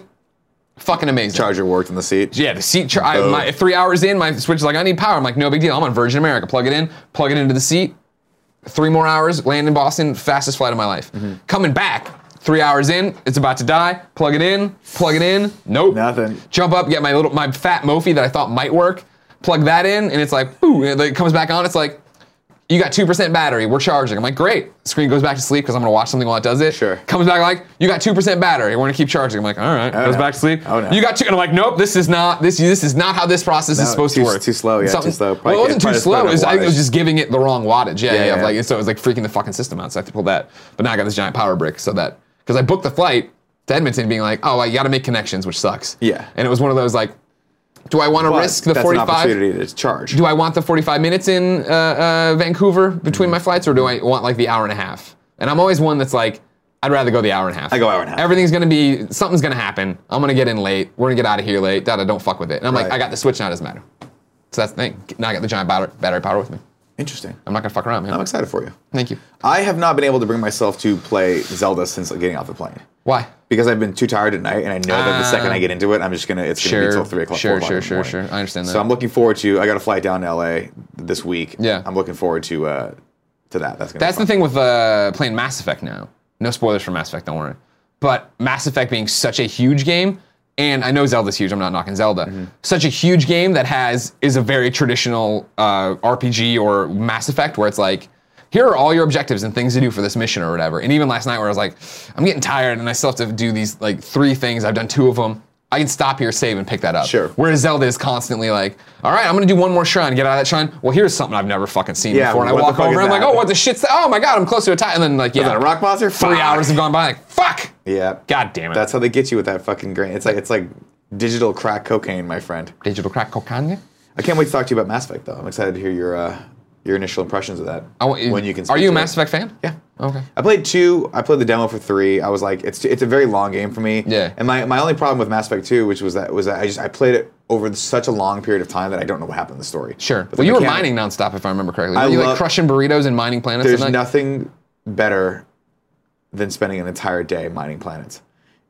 Speaker 1: fucking amazing.
Speaker 2: Charger worked in the seat.
Speaker 1: Yeah, the seat. Char- I,
Speaker 2: Boom.
Speaker 1: my, three hours in, my switch is like, I need power. I'm like, no big deal. I'm on Virgin America. Plug it in, plug it into the seat. Three more hours, land in Boston, fastest flight of my life.
Speaker 2: Mm-hmm.
Speaker 1: Coming back, three hours in, it's about to die. Plug it in, plug it in. Nope.
Speaker 2: Nothing.
Speaker 1: Jump up, get my little my fat Mophie that I thought might work. Plug that in, and it's like, ooh, and it comes back on. It's like, you got 2% battery. We're charging. I'm like, great. Screen goes back to sleep because I'm going to watch something while it does it.
Speaker 2: Sure.
Speaker 1: Comes back like, you got 2% battery. We're going to keep charging. I'm like, all right. goes
Speaker 2: no.
Speaker 1: back to sleep.
Speaker 2: Oh, no.
Speaker 1: You got two. And I'm like, nope, this is not, this, this is not how this process is
Speaker 2: No,
Speaker 1: supposed
Speaker 2: too-
Speaker 1: to work.
Speaker 2: too slow, yeah, too
Speaker 1: Something-
Speaker 2: slow.
Speaker 1: Well,
Speaker 2: Probably
Speaker 1: it wasn't
Speaker 2: can't-
Speaker 1: too
Speaker 2: probably just put it
Speaker 1: slow. It
Speaker 2: on
Speaker 1: was, I think it was
Speaker 2: wattage.
Speaker 1: just giving it the wrong wattage. Yeah, yeah.
Speaker 2: Yeah,
Speaker 1: yeah.
Speaker 2: yeah.
Speaker 1: Like, so it was like freaking the fucking system out. So I had to pull that. But now I got this giant power brick so that, because I booked the flight to Edmonton being like, oh, I got to make connections, which sucks.
Speaker 2: Yeah.
Speaker 1: And it was one of those like, do I want to
Speaker 2: But
Speaker 1: risk the
Speaker 2: that's
Speaker 1: 45?
Speaker 2: an opportunity to charge.
Speaker 1: do I want the 45 minutes in uh, uh, Vancouver between
Speaker 2: Mm-hmm.
Speaker 1: my flights, or do I want like the hour and a half? And I'm always one that's like, I'd rather go the hour and a half.
Speaker 2: I go hour and a half.
Speaker 1: Everything's gonna be, something's gonna happen. I'm gonna get in late. We're gonna get out of here late. Da da. Don't fuck with it. And I'm like,
Speaker 2: Right.
Speaker 1: I got the switch now. It doesn't matter. So that's the thing. Now I got the giant battery, battery power with me.
Speaker 2: Interesting.
Speaker 1: I'm not gonna fuck around, man.
Speaker 2: I'm excited for you.
Speaker 1: Thank you.
Speaker 2: I have not been able to bring myself to play Zelda since getting off the plane
Speaker 1: Why?
Speaker 2: because I've been too tired at night, and I know that the second
Speaker 1: Ah.
Speaker 2: I get into it, I'm just gonna it's gonna
Speaker 1: Sure,
Speaker 2: be till three o'clock.
Speaker 1: sure,
Speaker 2: 4 o'clock
Speaker 1: sure,
Speaker 2: in the
Speaker 1: sure,
Speaker 2: morning.
Speaker 1: sure. I understand that.
Speaker 2: So I'm looking forward to. I got to fly down to LA this week.
Speaker 1: Yeah.
Speaker 2: I'm looking forward to uh, to that. That's gonna.
Speaker 1: That's
Speaker 2: be
Speaker 1: the thing with uh, playing Mass Effect now. No spoilers for Mass Effect, don't worry. But Mass Effect being such a huge game, and I know Zelda's huge. I'm not knocking Zelda. Such a huge game that has is a very traditional uh, RPG or Mass Effect where it's like, here are all your objectives and things to do for this mission or whatever. And even last night where I was like, I'm getting tired and I still have to do these like three things. I've done two of them. I can stop here, save, and pick that up.
Speaker 2: Sure.
Speaker 1: Whereas Zelda is constantly like, all right, I'm gonna do one more shrine, get out of that shrine. Well, here's something I've never fucking seen
Speaker 2: Yeah,
Speaker 1: before. And I
Speaker 2: what the
Speaker 1: walk
Speaker 2: fuck
Speaker 1: over and
Speaker 2: is
Speaker 1: I'm like,
Speaker 2: that?
Speaker 1: oh, what the shit's that? Oh my god, I'm close to a tie. And then like, yeah,
Speaker 2: fun. Is that a rock monster?
Speaker 1: three hours have gone by. Like, fuck.
Speaker 2: Yeah.
Speaker 1: God damn it.
Speaker 2: That's how they get you with that fucking grain. It's like it's like digital crack cocaine, my friend.
Speaker 1: digital crack cocaine.
Speaker 2: I can't wait to talk to you about Mass Effect though. I'm excited to hear your uh, your initial impressions of that.
Speaker 1: I want you.
Speaker 2: when you can.
Speaker 1: are
Speaker 2: speak
Speaker 1: you a
Speaker 2: to it.
Speaker 1: Mass Effect fan?
Speaker 2: Yeah.
Speaker 1: Okay.
Speaker 2: I played two. I played the demo for three. I was like, it's it's a very long game for me.
Speaker 1: Yeah.
Speaker 2: And my, my only problem with Mass Effect two, which was that was that I just I played it over such a long period of time that I don't know what happened in the story.
Speaker 1: Sure.
Speaker 2: But the
Speaker 1: well, you were
Speaker 2: mechanic-
Speaker 1: mining nonstop, if I remember correctly. Were
Speaker 2: I
Speaker 1: you like
Speaker 2: love-
Speaker 1: crushing burritos and mining planets?
Speaker 2: There's
Speaker 1: at night?
Speaker 2: nothing better than spending an entire day mining planets.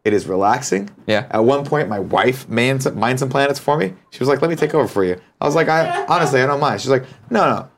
Speaker 2: It is relaxing.
Speaker 1: Yeah.
Speaker 2: At one point, my wife manned some, mined some planets for me. She was like, "Let me take over for you." I was like, "I honestly, I don't mind." She's like, "No, no.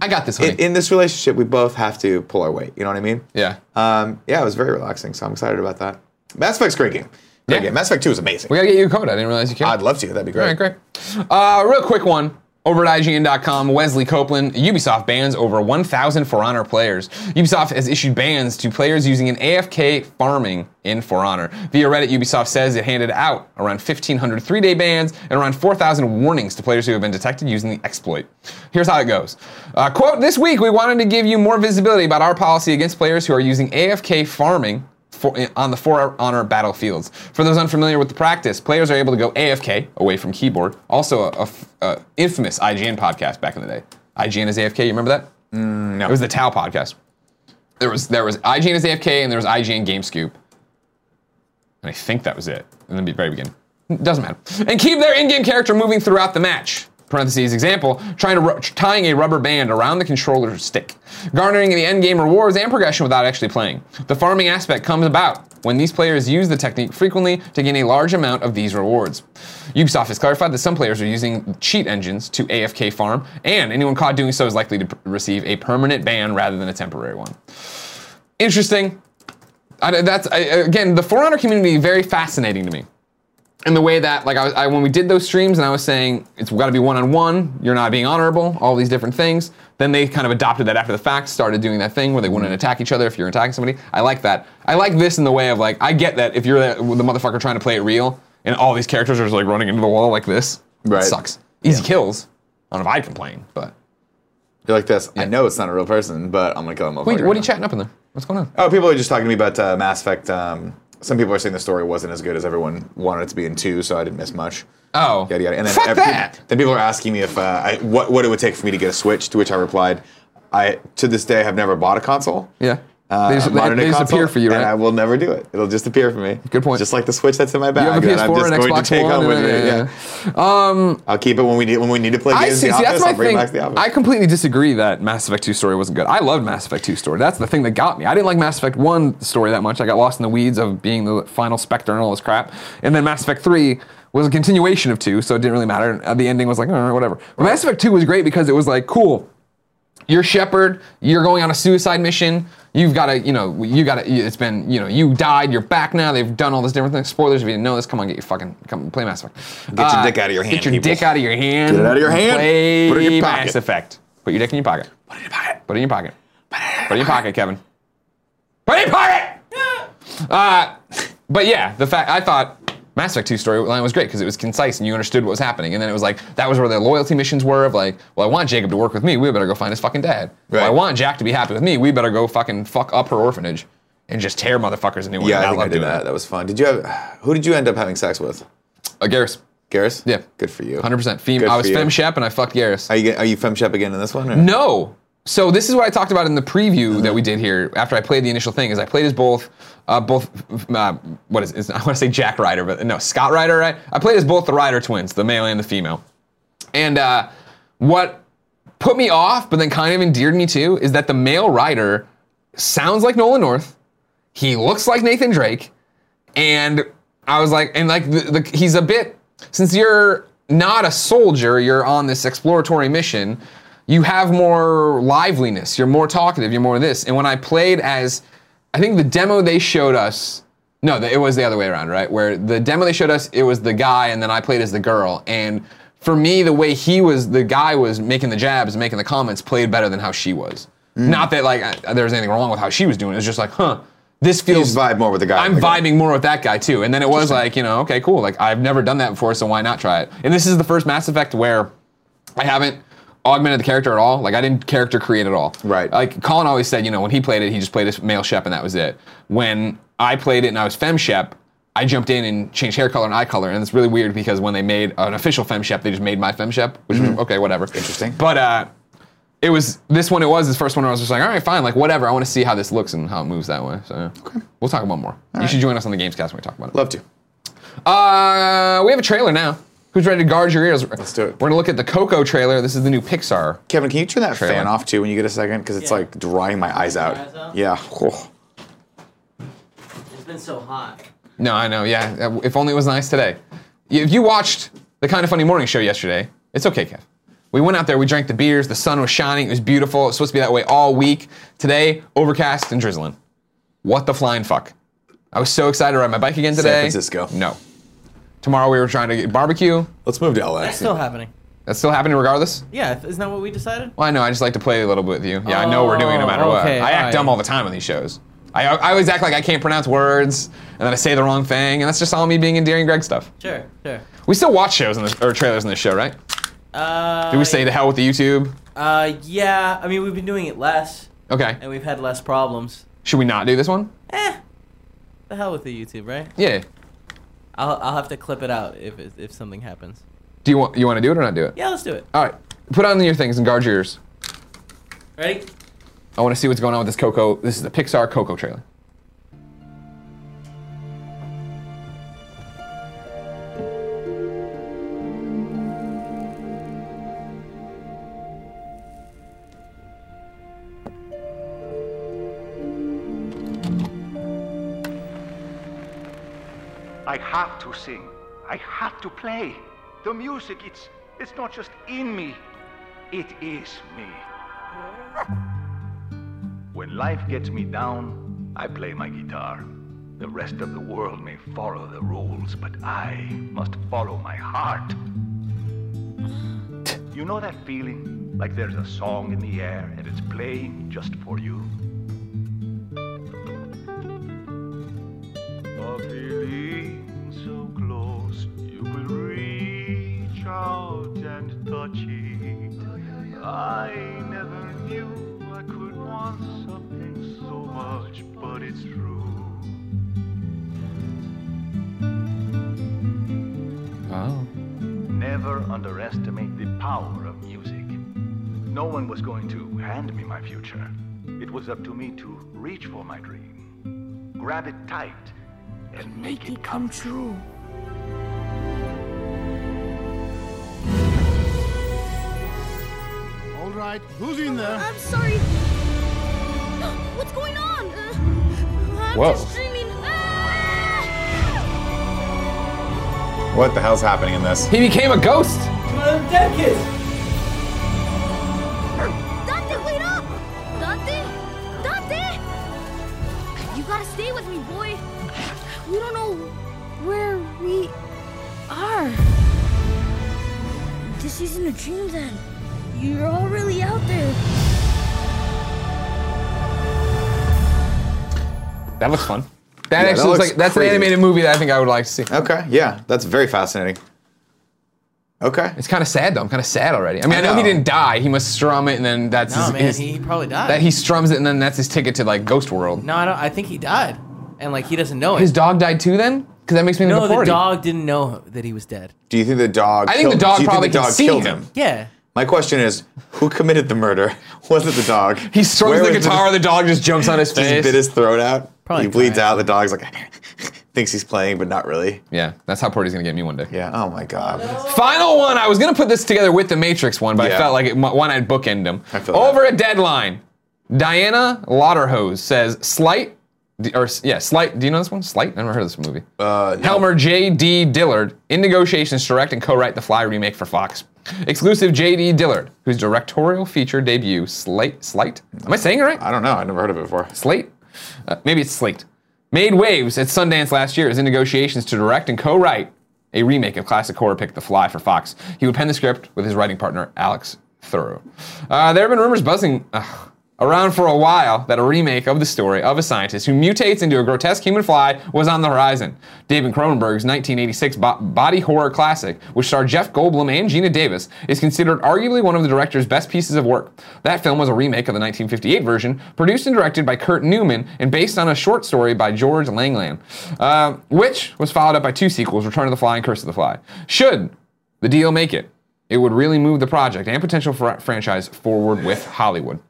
Speaker 1: I got this, honey.
Speaker 2: In, in this relationship, we both have to pull our weight. You know what I mean?"
Speaker 1: yeah.
Speaker 2: Um, yeah, it was very relaxing, so I'm excited about that. Mass Effect's a great game. Great
Speaker 1: Yeah.
Speaker 2: game. Mass Effect 2 is amazing.
Speaker 1: we got to get you a code. I didn't realize you cared.
Speaker 2: I'd love to. That'd be great.
Speaker 1: All right, great. Uh, real quick one. Over at IGN.com, Wesley Copeland, Ubisoft bans over 1,000 For Honor players. Ubisoft has issued bans to players using an AFK farming in For Honor. Via Reddit, Ubisoft says it handed out around 1,500 three day bans and around 4,000 warnings to players who have been detected using the exploit. Here's how it goes uh, Quote, this week we wanted to give you more visibility about our policy against players who are using AFK farming for, on the For Honor battlefields. For those unfamiliar with the practice, players are able to go AFK, away from keyboard. Also, a, a f- a infamous IGN podcast back in the day. IGN is AFK. You remember that? no. It was the Tau podcast. There was there was IGN is AFK and there was IGN Game Scoop. And I think that was it. And then the very beginning. Doesn't matter. And keep their in-game character moving throughout the match. Parentheses example, trying to ru- tying a rubber band around the controller stick, garnering the end game rewards and progression without actually playing. The farming aspect comes about when these players use the technique frequently to gain a large amount of these rewards. Ubisoft has clarified that some players are using cheat engines to AFK farm, and anyone caught doing so is likely to p- receive a permanent ban rather than a temporary one. Interesting. I, that's I, again the For Honor community very fascinating to me, in the way that like I, was, I when we did those streams and I was saying it's got to be one on one. You're not being honorable. All these different things. Then they kind of adopted that after the fact, started doing that thing where they
Speaker 2: Mm.
Speaker 1: wouldn't attack each other if you're attacking somebody. I like that. I like this in the way of like I get that if you're the, the motherfucker trying to play it real and all these characters are just like running into the wall like this.
Speaker 2: Right.
Speaker 1: Sucks. Easy kills. I don't know if I'd complain, but
Speaker 2: You're like this. I know it's not a real person, but I'm gonna kill him.
Speaker 1: wait, what are you chatting up in there? What's going on?
Speaker 2: Oh, people are just talking to me about uh, Mass Effect. Um, some people are saying the story wasn't as good as everyone wanted it to be in two, so I didn't miss much.
Speaker 1: Oh,
Speaker 2: Yada yada. And then,
Speaker 1: fuck
Speaker 2: every-
Speaker 1: that.
Speaker 2: then people are asking me if uh, I, what what it would take for me to get a Switch. To which I replied, I to this day have never bought a console.
Speaker 1: Yeah.
Speaker 2: Uh,
Speaker 1: they
Speaker 2: a
Speaker 1: just, they-
Speaker 2: modern day
Speaker 1: they just
Speaker 2: console,
Speaker 1: appear for you, right?
Speaker 2: And I will never do it. It'll just appear for me.
Speaker 1: Good point.
Speaker 2: Just like the Switch that's in my bag.
Speaker 1: You have a
Speaker 2: that I'm
Speaker 1: PS4
Speaker 2: just
Speaker 1: and
Speaker 2: going
Speaker 1: Xbox
Speaker 2: to take
Speaker 1: One.
Speaker 2: home with
Speaker 1: and,
Speaker 2: me.
Speaker 1: uh,
Speaker 2: Yeah. I'll keep it when we need when we need to play
Speaker 1: I
Speaker 2: games
Speaker 1: see.
Speaker 2: in the
Speaker 1: See,
Speaker 2: office.
Speaker 1: that's my
Speaker 2: I'll bring
Speaker 1: thing.
Speaker 2: back to the office.
Speaker 1: I completely disagree that Mass Effect 2 story wasn't good. I loved Mass Effect 2 story. That's the thing that got me. I didn't like Mass Effect 1 story that much. I got lost in the weeds of being the final Spectre and all this crap. And then Mass Effect 3 was a continuation of 2, so it didn't really matter. And, uh, The ending was like, all right, whatever. But Mass Effect 2 was great because it was like, cool, you're Shepard. You're going on a suicide mission. You've got to, you know, you got to. It's been, you know, you died. You're back now. They've done all this different things. Spoilers if you didn't know this. Come on, get your fucking come play Mass Effect. Uh,
Speaker 2: Get your dick out of your hand,
Speaker 1: Get your
Speaker 2: people.
Speaker 1: dick out of your hand.
Speaker 2: Get it out of your hand.
Speaker 1: Play
Speaker 2: Put it in your
Speaker 1: Mass
Speaker 2: pocket.
Speaker 1: Effect. Put your dick in your pocket.
Speaker 2: Put it in your pocket.
Speaker 1: Put it in your pocket. Put it in your pocket, Kevin. Put it in your pocket. Uh, but yeah, the fact I thought Mass Effect 2 storyline was great because it was concise and you understood what was happening. And then it was like that was where the loyalty missions were of like, well, I want Jacob to work with me. We better go find his fucking dad. Well, I
Speaker 2: Right.
Speaker 1: want Jack to be happy with me. We better go fucking fuck up her orphanage and just tear motherfuckers a new one.
Speaker 2: Yeah,
Speaker 1: And
Speaker 2: I think I
Speaker 1: love
Speaker 2: did
Speaker 1: doing
Speaker 2: that. That was fun. Did you have? Who did you end up having sex with?
Speaker 1: Uh, Garrus,
Speaker 2: Garrus?
Speaker 1: Yeah.
Speaker 2: Good for you.
Speaker 1: 100%. Fem-
Speaker 2: Good
Speaker 1: I
Speaker 2: for
Speaker 1: was
Speaker 2: you.
Speaker 1: Fem Shep and I fucked Garrus.
Speaker 2: Are you are you fem shep again in this one? or-
Speaker 1: No. So this is what I talked about in the preview that we did here. After I played the initial thing, is I played as both, uh, both, uh, what is it? It's- I want to say Jack Ryder, but no, Scott Ryder. Right? I played as both the Ryder twins, the male and the female. And uh, what put me off, but then kind of endeared me too, is that the male Ryder sounds like Nolan North. He looks like Nathan Drake, and I was like, and like the, the, he's a bit since you're not a soldier, you're on this exploratory mission. You have more liveliness. You're more talkative. You're more this. And when I played as, I think the demo they showed us, no, the, it was the other way around, right? Where the demo they showed us, it was the guy, and then I played as the girl. And for me, the way he was, the guy was making the jabs, making the comments, played better than how she was. Not that like I, there was anything wrong with how she was doing. it. It was just like, huh, this
Speaker 2: You
Speaker 1: feels
Speaker 2: just vibe more with the guy.
Speaker 1: I'm
Speaker 2: than the girl.
Speaker 1: vibing more with that guy too. And then it was like, you know, okay, cool. Like I've never done that before, so why not try it? And this is the first Mass Effect where I haven't augmented the character at all. Like I didn't character create at all.
Speaker 2: Right.
Speaker 1: Like Colin always said, you know, when he played it, he just played as male Shep and that was it. When I played it and I was Fem Shep, I jumped in and changed hair color and eye color, and it's really weird because when they made an official Fem Shep, they just made my Fem Shep, which was okay, whatever.
Speaker 2: Mm-hmm. Interesting.
Speaker 1: But uh, it was this one. It was this first one. Where I was just like, all right, fine, like whatever. I want to see how this looks and how it moves that way. So yeah. we'll talk about more. you should join us on the Gamescast when we talk about it.
Speaker 2: Love to.
Speaker 1: Uh, we have a trailer now. Who's ready to guard your ears? Let's
Speaker 2: do it.
Speaker 1: We're gonna look at the Coco trailer. This is the new Pixar.
Speaker 2: Kevin, can you turn that
Speaker 1: Trailer.
Speaker 2: fan off too when you get a second? Because it's
Speaker 3: Yeah.
Speaker 2: like drying my eyes out.
Speaker 3: Eyes out?
Speaker 2: Yeah. Oh.
Speaker 3: It's been so hot.
Speaker 1: No, I know. Yeah, Uh, if only it was nice today. If you watched the kind of funny morning show yesterday, it's okay, Kev. We went out there, we drank the beers, the sun was shining, it was beautiful. It was supposed to be that way all week. Today, overcast and drizzling. What the flying fuck? I was so excited to ride my bike again today.
Speaker 2: Francisco.
Speaker 1: No. Tomorrow we were trying to get barbecue.
Speaker 2: Let's move to LA.
Speaker 3: That's still happening.
Speaker 1: That's still happening regardless.
Speaker 3: Yeah, isn't that what we decided?
Speaker 1: Well, I know. I just like to play a little bit with you. Yeah, I know we're doing it no matter what.
Speaker 3: okay,
Speaker 1: I act
Speaker 3: alright.
Speaker 1: dumb all the time on these shows. I, I always act like I can't pronounce words, and then I say the wrong thing, and that's just all me being endearing Greg stuff.
Speaker 3: Sure, sure.
Speaker 1: We still watch shows in this, or trailers in this show, right?
Speaker 3: Uh,
Speaker 1: Did we say to hell with the YouTube?
Speaker 3: Uh, yeah. I mean, we've been doing it less, and
Speaker 1: Okay.
Speaker 3: we've had less problems.
Speaker 1: Should we not do this one?
Speaker 3: Eh. The hell with the YouTube, right?
Speaker 1: Yeah.
Speaker 3: I'll, I'll have to clip it out if it, if something happens.
Speaker 1: Do you want you want to do it or not do it?
Speaker 3: Yeah, let's do it.
Speaker 1: All right. Put on your things and guard your ears.
Speaker 3: Ready?
Speaker 1: I want to see what's going on with this Coco. This is the Pixar Coco trailer.
Speaker 4: I have to sing. I have to play. The music, it's it's not just in me. It is me. When life gets me down, I play my guitar. The rest of the world may follow the rules, but I must follow my heart. You know that feeling? Like there's a song in the air and it's playing just for you? A feeling so close, you will reach out and touch it. I never knew I could want something so much, but it's true.
Speaker 1: Oh.
Speaker 4: Never underestimate the power of music. No one was going to hand me my future. It was up to me to reach for my dream, grab it tight, and make it come true.
Speaker 5: All right, who's in there?
Speaker 6: I'm sorry. What's going on? Uh, I'm
Speaker 1: Whoa.
Speaker 6: just dreaming. Ah!
Speaker 2: What the hell's happening in this?
Speaker 1: He became a ghost.
Speaker 3: dead kids.
Speaker 6: Dante, wait up! Dante? Dante! You gotta stay with me, boy. We don't know where we are. This isn't a dream then. You're all really out there.
Speaker 1: That looks fun. That
Speaker 2: Yeah,
Speaker 1: actually
Speaker 2: that
Speaker 1: looks,
Speaker 2: looks
Speaker 1: like that's
Speaker 2: pretty.
Speaker 1: an animated movie that I think I would like to see.
Speaker 2: Okay, yeah, that's very fascinating. Okay.
Speaker 1: It's kind of sad though. I'm kind of sad already. I mean, I
Speaker 2: I
Speaker 1: know, he
Speaker 2: know.
Speaker 1: didn't die. He must strum it, and then that's
Speaker 3: No,
Speaker 1: his,
Speaker 3: man,
Speaker 1: his-
Speaker 3: he probably died.
Speaker 1: that he strums it, and then that's his ticket to like Ghost World.
Speaker 3: no, I don't. I think he died, and like he doesn't know
Speaker 1: His
Speaker 3: it.
Speaker 1: dog died too, then? Because that makes me think
Speaker 3: No,
Speaker 1: of the
Speaker 3: the
Speaker 1: party.
Speaker 3: dog didn't know that he was dead.
Speaker 2: Do you think the dog?
Speaker 1: I think
Speaker 2: killed,
Speaker 1: the dog
Speaker 2: do you
Speaker 1: probably
Speaker 2: think the
Speaker 1: can
Speaker 2: dog
Speaker 1: see
Speaker 2: killed
Speaker 1: him.
Speaker 3: Yeah.
Speaker 2: My question is, who committed the murder? Was it the dog?
Speaker 1: He strums
Speaker 2: Where
Speaker 1: the
Speaker 2: was
Speaker 1: guitar. The dog just jumps on his
Speaker 2: Just
Speaker 1: face.
Speaker 2: bit his throat out.
Speaker 3: Probably
Speaker 2: he bleeds
Speaker 3: tried.
Speaker 2: out. The dog's like, thinks he's playing, but not really.
Speaker 1: yeah, that's how Porty's gonna get me one day.
Speaker 2: Yeah. Oh my god.
Speaker 1: Final one. I was gonna put this together with the Matrix one, but I
Speaker 2: Yeah.
Speaker 1: felt like it, one I'd bookend him.
Speaker 2: I feel
Speaker 1: Over a deadline, Diana Lauderhose says slight, d- or yeah, slight. Do you know this one? Slight. I never heard of this movie.
Speaker 2: Uh, no.
Speaker 1: Helmer J.D. Dillard in negotiations to direct and co-write the Fly remake for Fox. Exclusive J.D. Dillard, whose directorial feature debut, Slight, Slight. Am I saying it right?
Speaker 2: I don't know. I never heard of it before.
Speaker 1: Slate? Uh, maybe it's Slate. Made waves at Sundance last year as in negotiations to direct and co-write a remake of classic horror pick The Fly for Fox. He would pen the script with his writing partner Alex Thoreau. Uh, there have been rumors buzzing ugh, around for a while that a remake of the story of a scientist who mutates into a grotesque human fly was on the horizon. David Cronenberg's 1986 bo- body horror classic, which starred Jeff Goldblum and Gina Davis, is considered arguably one of the director's best pieces of work. That film was a remake of the 1958 version, produced and directed by Kurt Newman, and based on a short story by George Langland, uh, which was followed up by two sequels, Return of the Fly and Curse of the Fly. Should the deal make it, it would really move the project and potential fr- franchise forward with Hollywood.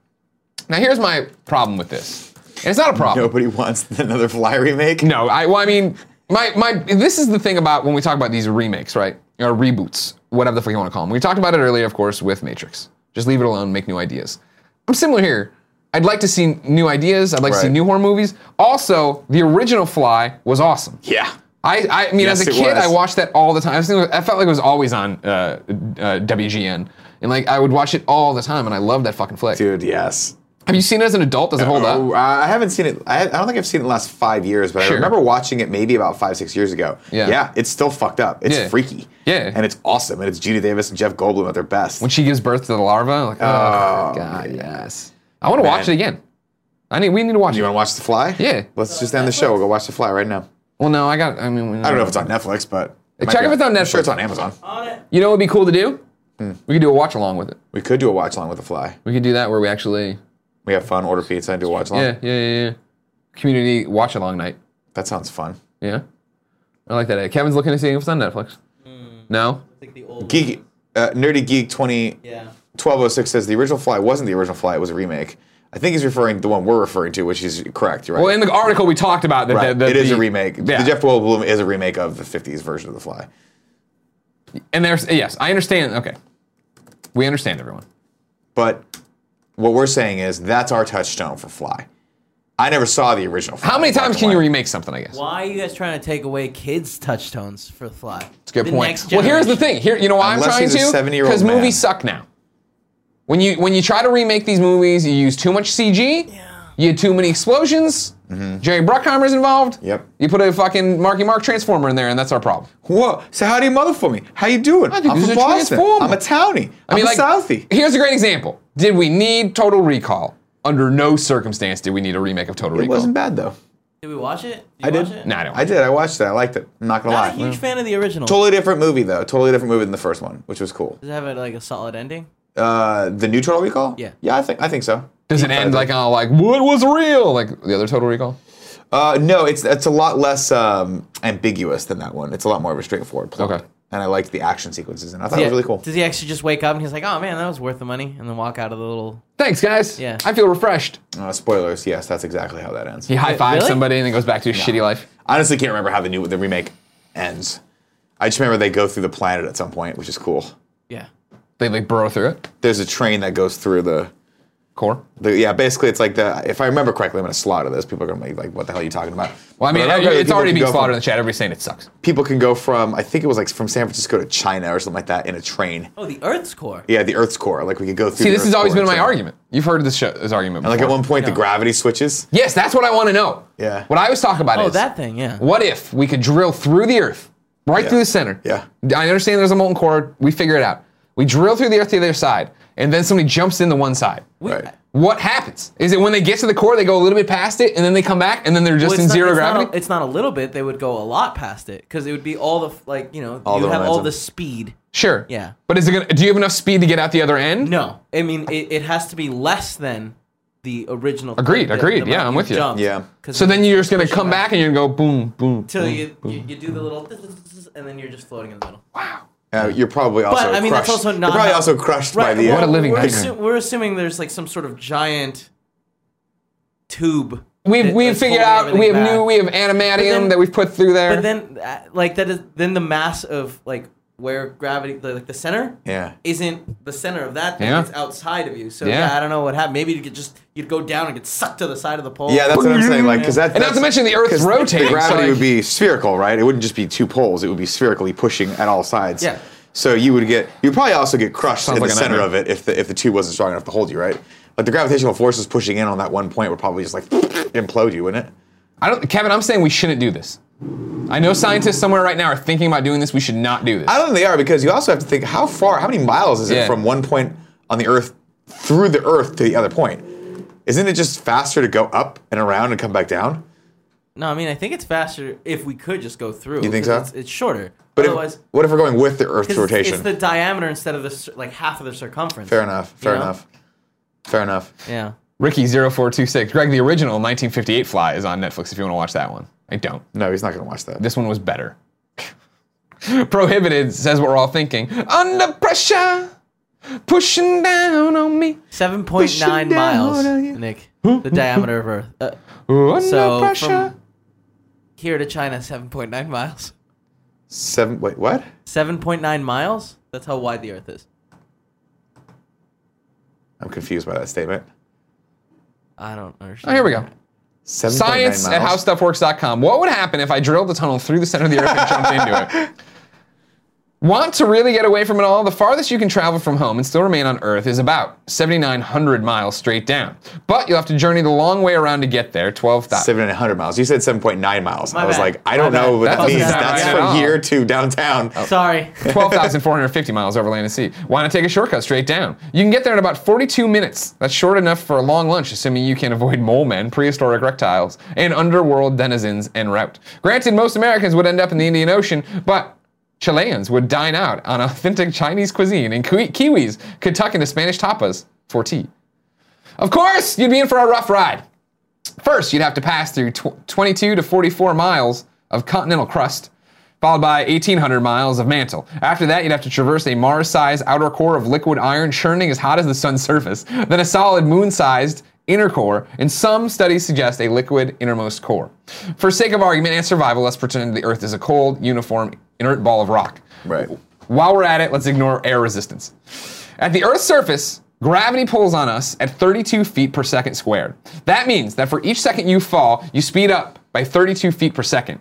Speaker 1: Now, here's my problem with this. And it's not a problem.
Speaker 2: Nobody wants another Fly remake.
Speaker 1: No, I well, I mean, my my this is the thing about when we talk about these remakes, right? Or reboots, whatever the fuck you want to call them. We talked about it earlier, of course, with Matrix. Just leave it alone, make new ideas. I'm similar here. I'd like to see new ideas. I'd like to see
Speaker 2: Right.
Speaker 1: new horror movies. Also, the original Fly was awesome.
Speaker 2: Yeah.
Speaker 1: I, I mean,
Speaker 2: Yes,
Speaker 1: as a
Speaker 2: it
Speaker 1: kid,
Speaker 2: was.
Speaker 1: I watched that all the time. I, was thinking- I felt like it was always on uh, uh, WGN, and like I would watch it all the time, and I loved that fucking flick.
Speaker 2: Dude, yes.
Speaker 1: Have you seen it as an adult? Does it hold
Speaker 2: Oh,
Speaker 1: up?
Speaker 2: uh, I haven't seen it. I, I don't think I've seen it in the last five years, but
Speaker 1: Sure.
Speaker 2: I remember watching it maybe about five, six years ago.
Speaker 1: Yeah.
Speaker 2: it's still fucked up. It's
Speaker 1: Yeah.
Speaker 2: freaky.
Speaker 1: Yeah.
Speaker 2: And it's awesome. And it's Judy Davis and Jeff Goldblum at their best.
Speaker 1: When she gives birth to the larva, like oh,
Speaker 2: Oh,
Speaker 1: god, yes. I want to watch it
Speaker 2: Man.
Speaker 1: again. I need. We need to watch
Speaker 2: you
Speaker 1: it.
Speaker 2: want to watch The Fly?
Speaker 1: Yeah.
Speaker 2: Let's just end the show. We'll go watch The Fly right now.
Speaker 1: well, no, I got. I mean,
Speaker 2: I don't know if it's on Netflix, but. it might
Speaker 1: Check
Speaker 2: be
Speaker 1: if it's on
Speaker 2: I'm sure
Speaker 1: Netflix.
Speaker 2: it's on Amazon.
Speaker 3: On it.
Speaker 1: You know, what would be cool to do.
Speaker 2: Hmm.
Speaker 1: We could do a watch along with it.
Speaker 2: We could do a watch along with The Fly.
Speaker 1: We could do that where we actually.
Speaker 2: We have fun, order pizza, and do a watch along.
Speaker 1: Yeah, yeah, yeah. yeah. Community watch along night.
Speaker 2: That sounds fun.
Speaker 1: Yeah, I like that. idea. Kevin's looking to see if it's on Netflix. No.
Speaker 3: Like the old.
Speaker 2: Geek, uh, Nerdy Geek 20,
Speaker 3: Yeah.
Speaker 2: 1206 says the original Fly wasn't the original Fly, it was a remake. I think he's referring to the one we're referring to, which is correct, right?
Speaker 1: Well, in the article we talked about that,
Speaker 2: Right.
Speaker 1: that, that
Speaker 2: it is
Speaker 1: the-
Speaker 2: a remake.
Speaker 1: Yeah.
Speaker 2: The Jeff Goldblum is a remake of the 50s version of The Fly.
Speaker 1: and there's yes, I understand. Okay, we understand everyone.
Speaker 2: But what we're saying is that's our touchstone for Fly. I never saw the original. Fly
Speaker 1: How many
Speaker 2: in black
Speaker 1: times
Speaker 2: and
Speaker 1: can you
Speaker 2: white.
Speaker 1: remake something? I guess.
Speaker 3: Why are you guys trying to take away kids' touchstones for the fly? It's
Speaker 1: That's a good point. well, here's the thing. Here, you know why
Speaker 2: Unless
Speaker 1: I'm trying
Speaker 2: he's a
Speaker 1: to?
Speaker 2: 70-year-old
Speaker 1: Because
Speaker 2: man.
Speaker 1: movies suck now. When you when you try to remake these movies, you use too much CG. You had too many explosions. Jerry Bruckheimer's involved.
Speaker 2: Mm-hmm. Yep.
Speaker 1: You put a fucking Marky Mark transformer in there, and that's our problem.
Speaker 2: Whoa! So how do you mother for me? How you doing?
Speaker 1: think
Speaker 2: I'm
Speaker 1: this
Speaker 2: from
Speaker 1: is a
Speaker 2: Boston.
Speaker 1: transformer.
Speaker 2: I'm a townie.
Speaker 1: I
Speaker 2: I'm
Speaker 1: mean,
Speaker 2: a
Speaker 1: like,
Speaker 2: Southie.
Speaker 1: here's a great example. Did we need Total Recall? Under no circumstance did we need a remake of Total
Speaker 2: It
Speaker 1: Recall.
Speaker 2: wasn't bad though.
Speaker 3: Did we watch it?
Speaker 2: I
Speaker 3: you
Speaker 2: did.
Speaker 3: watch it?
Speaker 1: Nah, I don't.
Speaker 2: I did. I watched it. I liked it. I'm not gonna
Speaker 3: Not a
Speaker 2: lie.
Speaker 3: huge fan of the original.
Speaker 2: Totally different movie though. Totally different movie than the first one, which was cool.
Speaker 3: Does it have a, like a solid ending?
Speaker 2: Uh, the new Total Recall.
Speaker 3: Yeah.
Speaker 2: Yeah, I think I think so.
Speaker 1: Does it end like on like what was real like the other Total Recall?
Speaker 2: Uh, no, it's it's a lot less um, ambiguous than that one. It's a lot more of a straightforward plot.
Speaker 1: Okay.
Speaker 2: And I liked the action sequences, and I thought it was really cool.
Speaker 3: Does he actually just wake up and he's like, oh man, that was worth the money, and then walk out of the little?
Speaker 1: Thanks, guys.
Speaker 3: Yeah.
Speaker 1: I feel refreshed.
Speaker 2: Uh, spoilers, yes, that's exactly how that ends.
Speaker 1: He high fives
Speaker 3: really?
Speaker 1: somebody and then goes back to his shitty life.
Speaker 2: I honestly can't remember how the new the remake ends. I just remember they go through the planet at some point, which is cool.
Speaker 3: Yeah.
Speaker 1: They like burrow through it.
Speaker 2: There's a train that goes through the,
Speaker 1: Core.
Speaker 2: the yeah. Basically, it's like the if I remember correctly, I'm gonna slaughter this. People are gonna be like, "What the hell are you talking about?"
Speaker 1: Well, I mean,
Speaker 2: But remember
Speaker 1: it's
Speaker 2: people
Speaker 1: already
Speaker 2: can
Speaker 1: being
Speaker 2: go from-
Speaker 1: slaughtered in the chat. Everybody's saying it sucks.
Speaker 2: People can go from I think it was like from San Francisco to China or something like that in a train.
Speaker 3: Oh, the Earth's core.
Speaker 2: Yeah, the Earth's core. Like we could go through.
Speaker 1: See,
Speaker 2: the
Speaker 1: this has
Speaker 2: Earth's
Speaker 1: always
Speaker 2: core
Speaker 1: been my
Speaker 2: in a train.
Speaker 1: argument. You've heard this, show, this argument
Speaker 2: And
Speaker 1: before.
Speaker 2: like at one point,
Speaker 3: Yeah.
Speaker 2: the gravity switches.
Speaker 1: yes, that's what I want to know.
Speaker 2: Yeah.
Speaker 1: What I was talking about
Speaker 3: Oh,
Speaker 1: is
Speaker 3: that thing. Yeah.
Speaker 1: What if we could drill through the Earth, right
Speaker 2: Yeah.
Speaker 1: through the center?
Speaker 2: Yeah.
Speaker 1: I understand there's a molten core. We figure it out. We drill through the Earth to the other side, and then somebody jumps in the one side.
Speaker 2: Right.
Speaker 1: What happens? Is it when they get to the core, they go a little bit past it, and then they come back, and then they're just
Speaker 3: Well,
Speaker 1: in
Speaker 3: not-
Speaker 1: zero
Speaker 3: not a-
Speaker 1: gravity?
Speaker 3: it's not a little bit. They would go a lot past it because it would be all the f- like you know
Speaker 2: All
Speaker 3: you
Speaker 2: the
Speaker 3: have all
Speaker 2: momentum.
Speaker 3: the speed.
Speaker 1: sure.
Speaker 3: Yeah.
Speaker 1: But is it gonna? Do you have enough speed to get out the other end?
Speaker 3: No, I mean it, it has to be less than the original.
Speaker 1: Agreed,
Speaker 3: the-
Speaker 1: agreed.
Speaker 3: the
Speaker 1: Yeah,
Speaker 3: amount
Speaker 1: I'm with you.
Speaker 3: jumped.
Speaker 2: Yeah.
Speaker 3: 'Cause
Speaker 1: So then you're just gonna
Speaker 3: push it
Speaker 1: come back Mm-hmm. and you're gonna go boom, boom.
Speaker 3: till
Speaker 1: boom.
Speaker 3: you, you you do the little and then you're just floating in the middle.
Speaker 2: Uh, you're probably also.
Speaker 3: I mean, that's
Speaker 2: crushed.
Speaker 3: also not
Speaker 2: You're probably
Speaker 3: how-
Speaker 2: also crushed by the.
Speaker 1: What a
Speaker 2: uh,
Speaker 1: li- living
Speaker 3: we're,
Speaker 1: nightmare.
Speaker 3: assu- we're assuming there's like some sort of giant tube.
Speaker 1: We've
Speaker 3: that-
Speaker 1: we've
Speaker 3: that's
Speaker 1: figured
Speaker 3: holding
Speaker 1: out. We have
Speaker 3: everything back.
Speaker 1: new. We have animatium that we've put through there.
Speaker 3: But then, uh, like that is then the mass of like where gravity, the, like the center,
Speaker 2: Yeah.
Speaker 3: isn't the center of that. Thing.
Speaker 1: Yeah.
Speaker 3: it's outside of you. So
Speaker 1: Yeah.
Speaker 3: yeah. I don't know what happened. Maybe you could just you'd go down and get sucked to the side of the pole.
Speaker 2: yeah, that's what I'm saying. Like, because that.
Speaker 1: and not
Speaker 2: that's-
Speaker 1: to mention the Earth's
Speaker 2: 'cause
Speaker 1: rotating.
Speaker 2: The gravity
Speaker 1: so like-
Speaker 2: would be spherical, right? It wouldn't just be two poles. It would be spherically pushing at all sides.
Speaker 3: Yeah.
Speaker 2: So you would get. You'd probably also get crushed
Speaker 1: Sounds
Speaker 2: in
Speaker 1: like
Speaker 2: the
Speaker 1: a
Speaker 2: center
Speaker 1: nightmare.
Speaker 2: of it if the if the tube wasn't strong enough to hold you, right? Like the gravitational forces pushing in on that one point would probably just like implode you, wouldn't it?
Speaker 1: I don't, Kevin. I'm saying we shouldn't do this. I know scientists somewhere right now are thinking about doing this. We should not do this.
Speaker 2: I don't think they are because you also have to think how far, how many miles is
Speaker 1: Yeah.
Speaker 2: it from one point on the Earth through the Earth to the other point? Isn't it just faster to go up and around and come back down?
Speaker 3: No, I mean I think it's faster if we could just go through.
Speaker 2: You think
Speaker 3: 'cause
Speaker 2: so?
Speaker 3: It's, it's shorter.
Speaker 2: But
Speaker 3: Otherwise,
Speaker 2: if, what if we're going with the Earth's
Speaker 3: 'cause it's,
Speaker 2: rotation?
Speaker 3: it's the diameter instead of the cir- like half of the circumference.
Speaker 2: fair enough.
Speaker 3: you
Speaker 2: Fair
Speaker 3: know?
Speaker 2: enough. Fair enough.
Speaker 3: Yeah.
Speaker 1: Ricky0426. Greg, the original 1958 Fly is on Netflix if you want to watch that one. I don't.
Speaker 2: No, he's not going to watch that.
Speaker 1: This one was better. Prohibited says what we're all thinking. Under pressure, pushing down on me.
Speaker 3: Seven point nine
Speaker 1: down
Speaker 3: miles,
Speaker 1: on you.
Speaker 3: Nick. The diameter of Earth. Uh,
Speaker 1: Under
Speaker 3: so
Speaker 1: pressure.
Speaker 3: from here to China, seven point nine miles.
Speaker 2: Seven. Wait, what?
Speaker 3: Seven point nine miles. That's how wide the Earth is.
Speaker 2: I'm confused by that statement.
Speaker 3: I don't
Speaker 1: Oh,
Speaker 3: understand.
Speaker 1: here we go.
Speaker 2: 7.9
Speaker 1: Science at
Speaker 2: miles.
Speaker 1: howstuffworks.com. What would happen if I drilled a tunnel through the center of the earth and jumped into it? Want to really get away from it all? The farthest you can travel from home and still remain on Earth is about 7,900 miles straight down. But you'll have to journey the long way around to get there, 12,000.
Speaker 2: Seven hundred miles. You said 7.9 miles.
Speaker 3: My
Speaker 2: I was
Speaker 3: bad.
Speaker 2: like, I
Speaker 3: My
Speaker 2: don't
Speaker 3: bad.
Speaker 2: know what
Speaker 1: That
Speaker 2: that,
Speaker 1: doesn't
Speaker 2: means.
Speaker 1: sound
Speaker 2: That's
Speaker 1: right at all.
Speaker 2: from here to downtown.
Speaker 1: Oh,
Speaker 3: Sorry.
Speaker 1: 12,450 miles overland and sea. Why not take a shortcut straight down? You can get there in about 42 minutes. That's short enough for a long lunch, assuming you can avoid mole men, prehistoric reptiles, and underworld denizens en route. Granted, most Americans would end up in the Indian Ocean, but Chileans would dine out on authentic Chinese cuisine, and Ki- Kiwis could tuck into Spanish tapas for tea. Of course, you'd be in for a rough ride. First, you'd have to pass through tw- 22 to 44 miles of continental crust, followed by 1,800 miles of mantle. After that, you'd have to traverse a Mars sized outer core of liquid iron churning as hot as the sun's surface, then a solid moon sized inner core, and some studies suggest a liquid innermost core. For sake of argument and survival, let's pretend the Earth is a cold, uniform, inert ball of rock.
Speaker 2: Right.
Speaker 1: While we're at it, let's ignore air resistance. At the Earth's surface, gravity pulls on us at 32 feet per second squared. That means that for each second you fall, you speed up by 32 feet per second.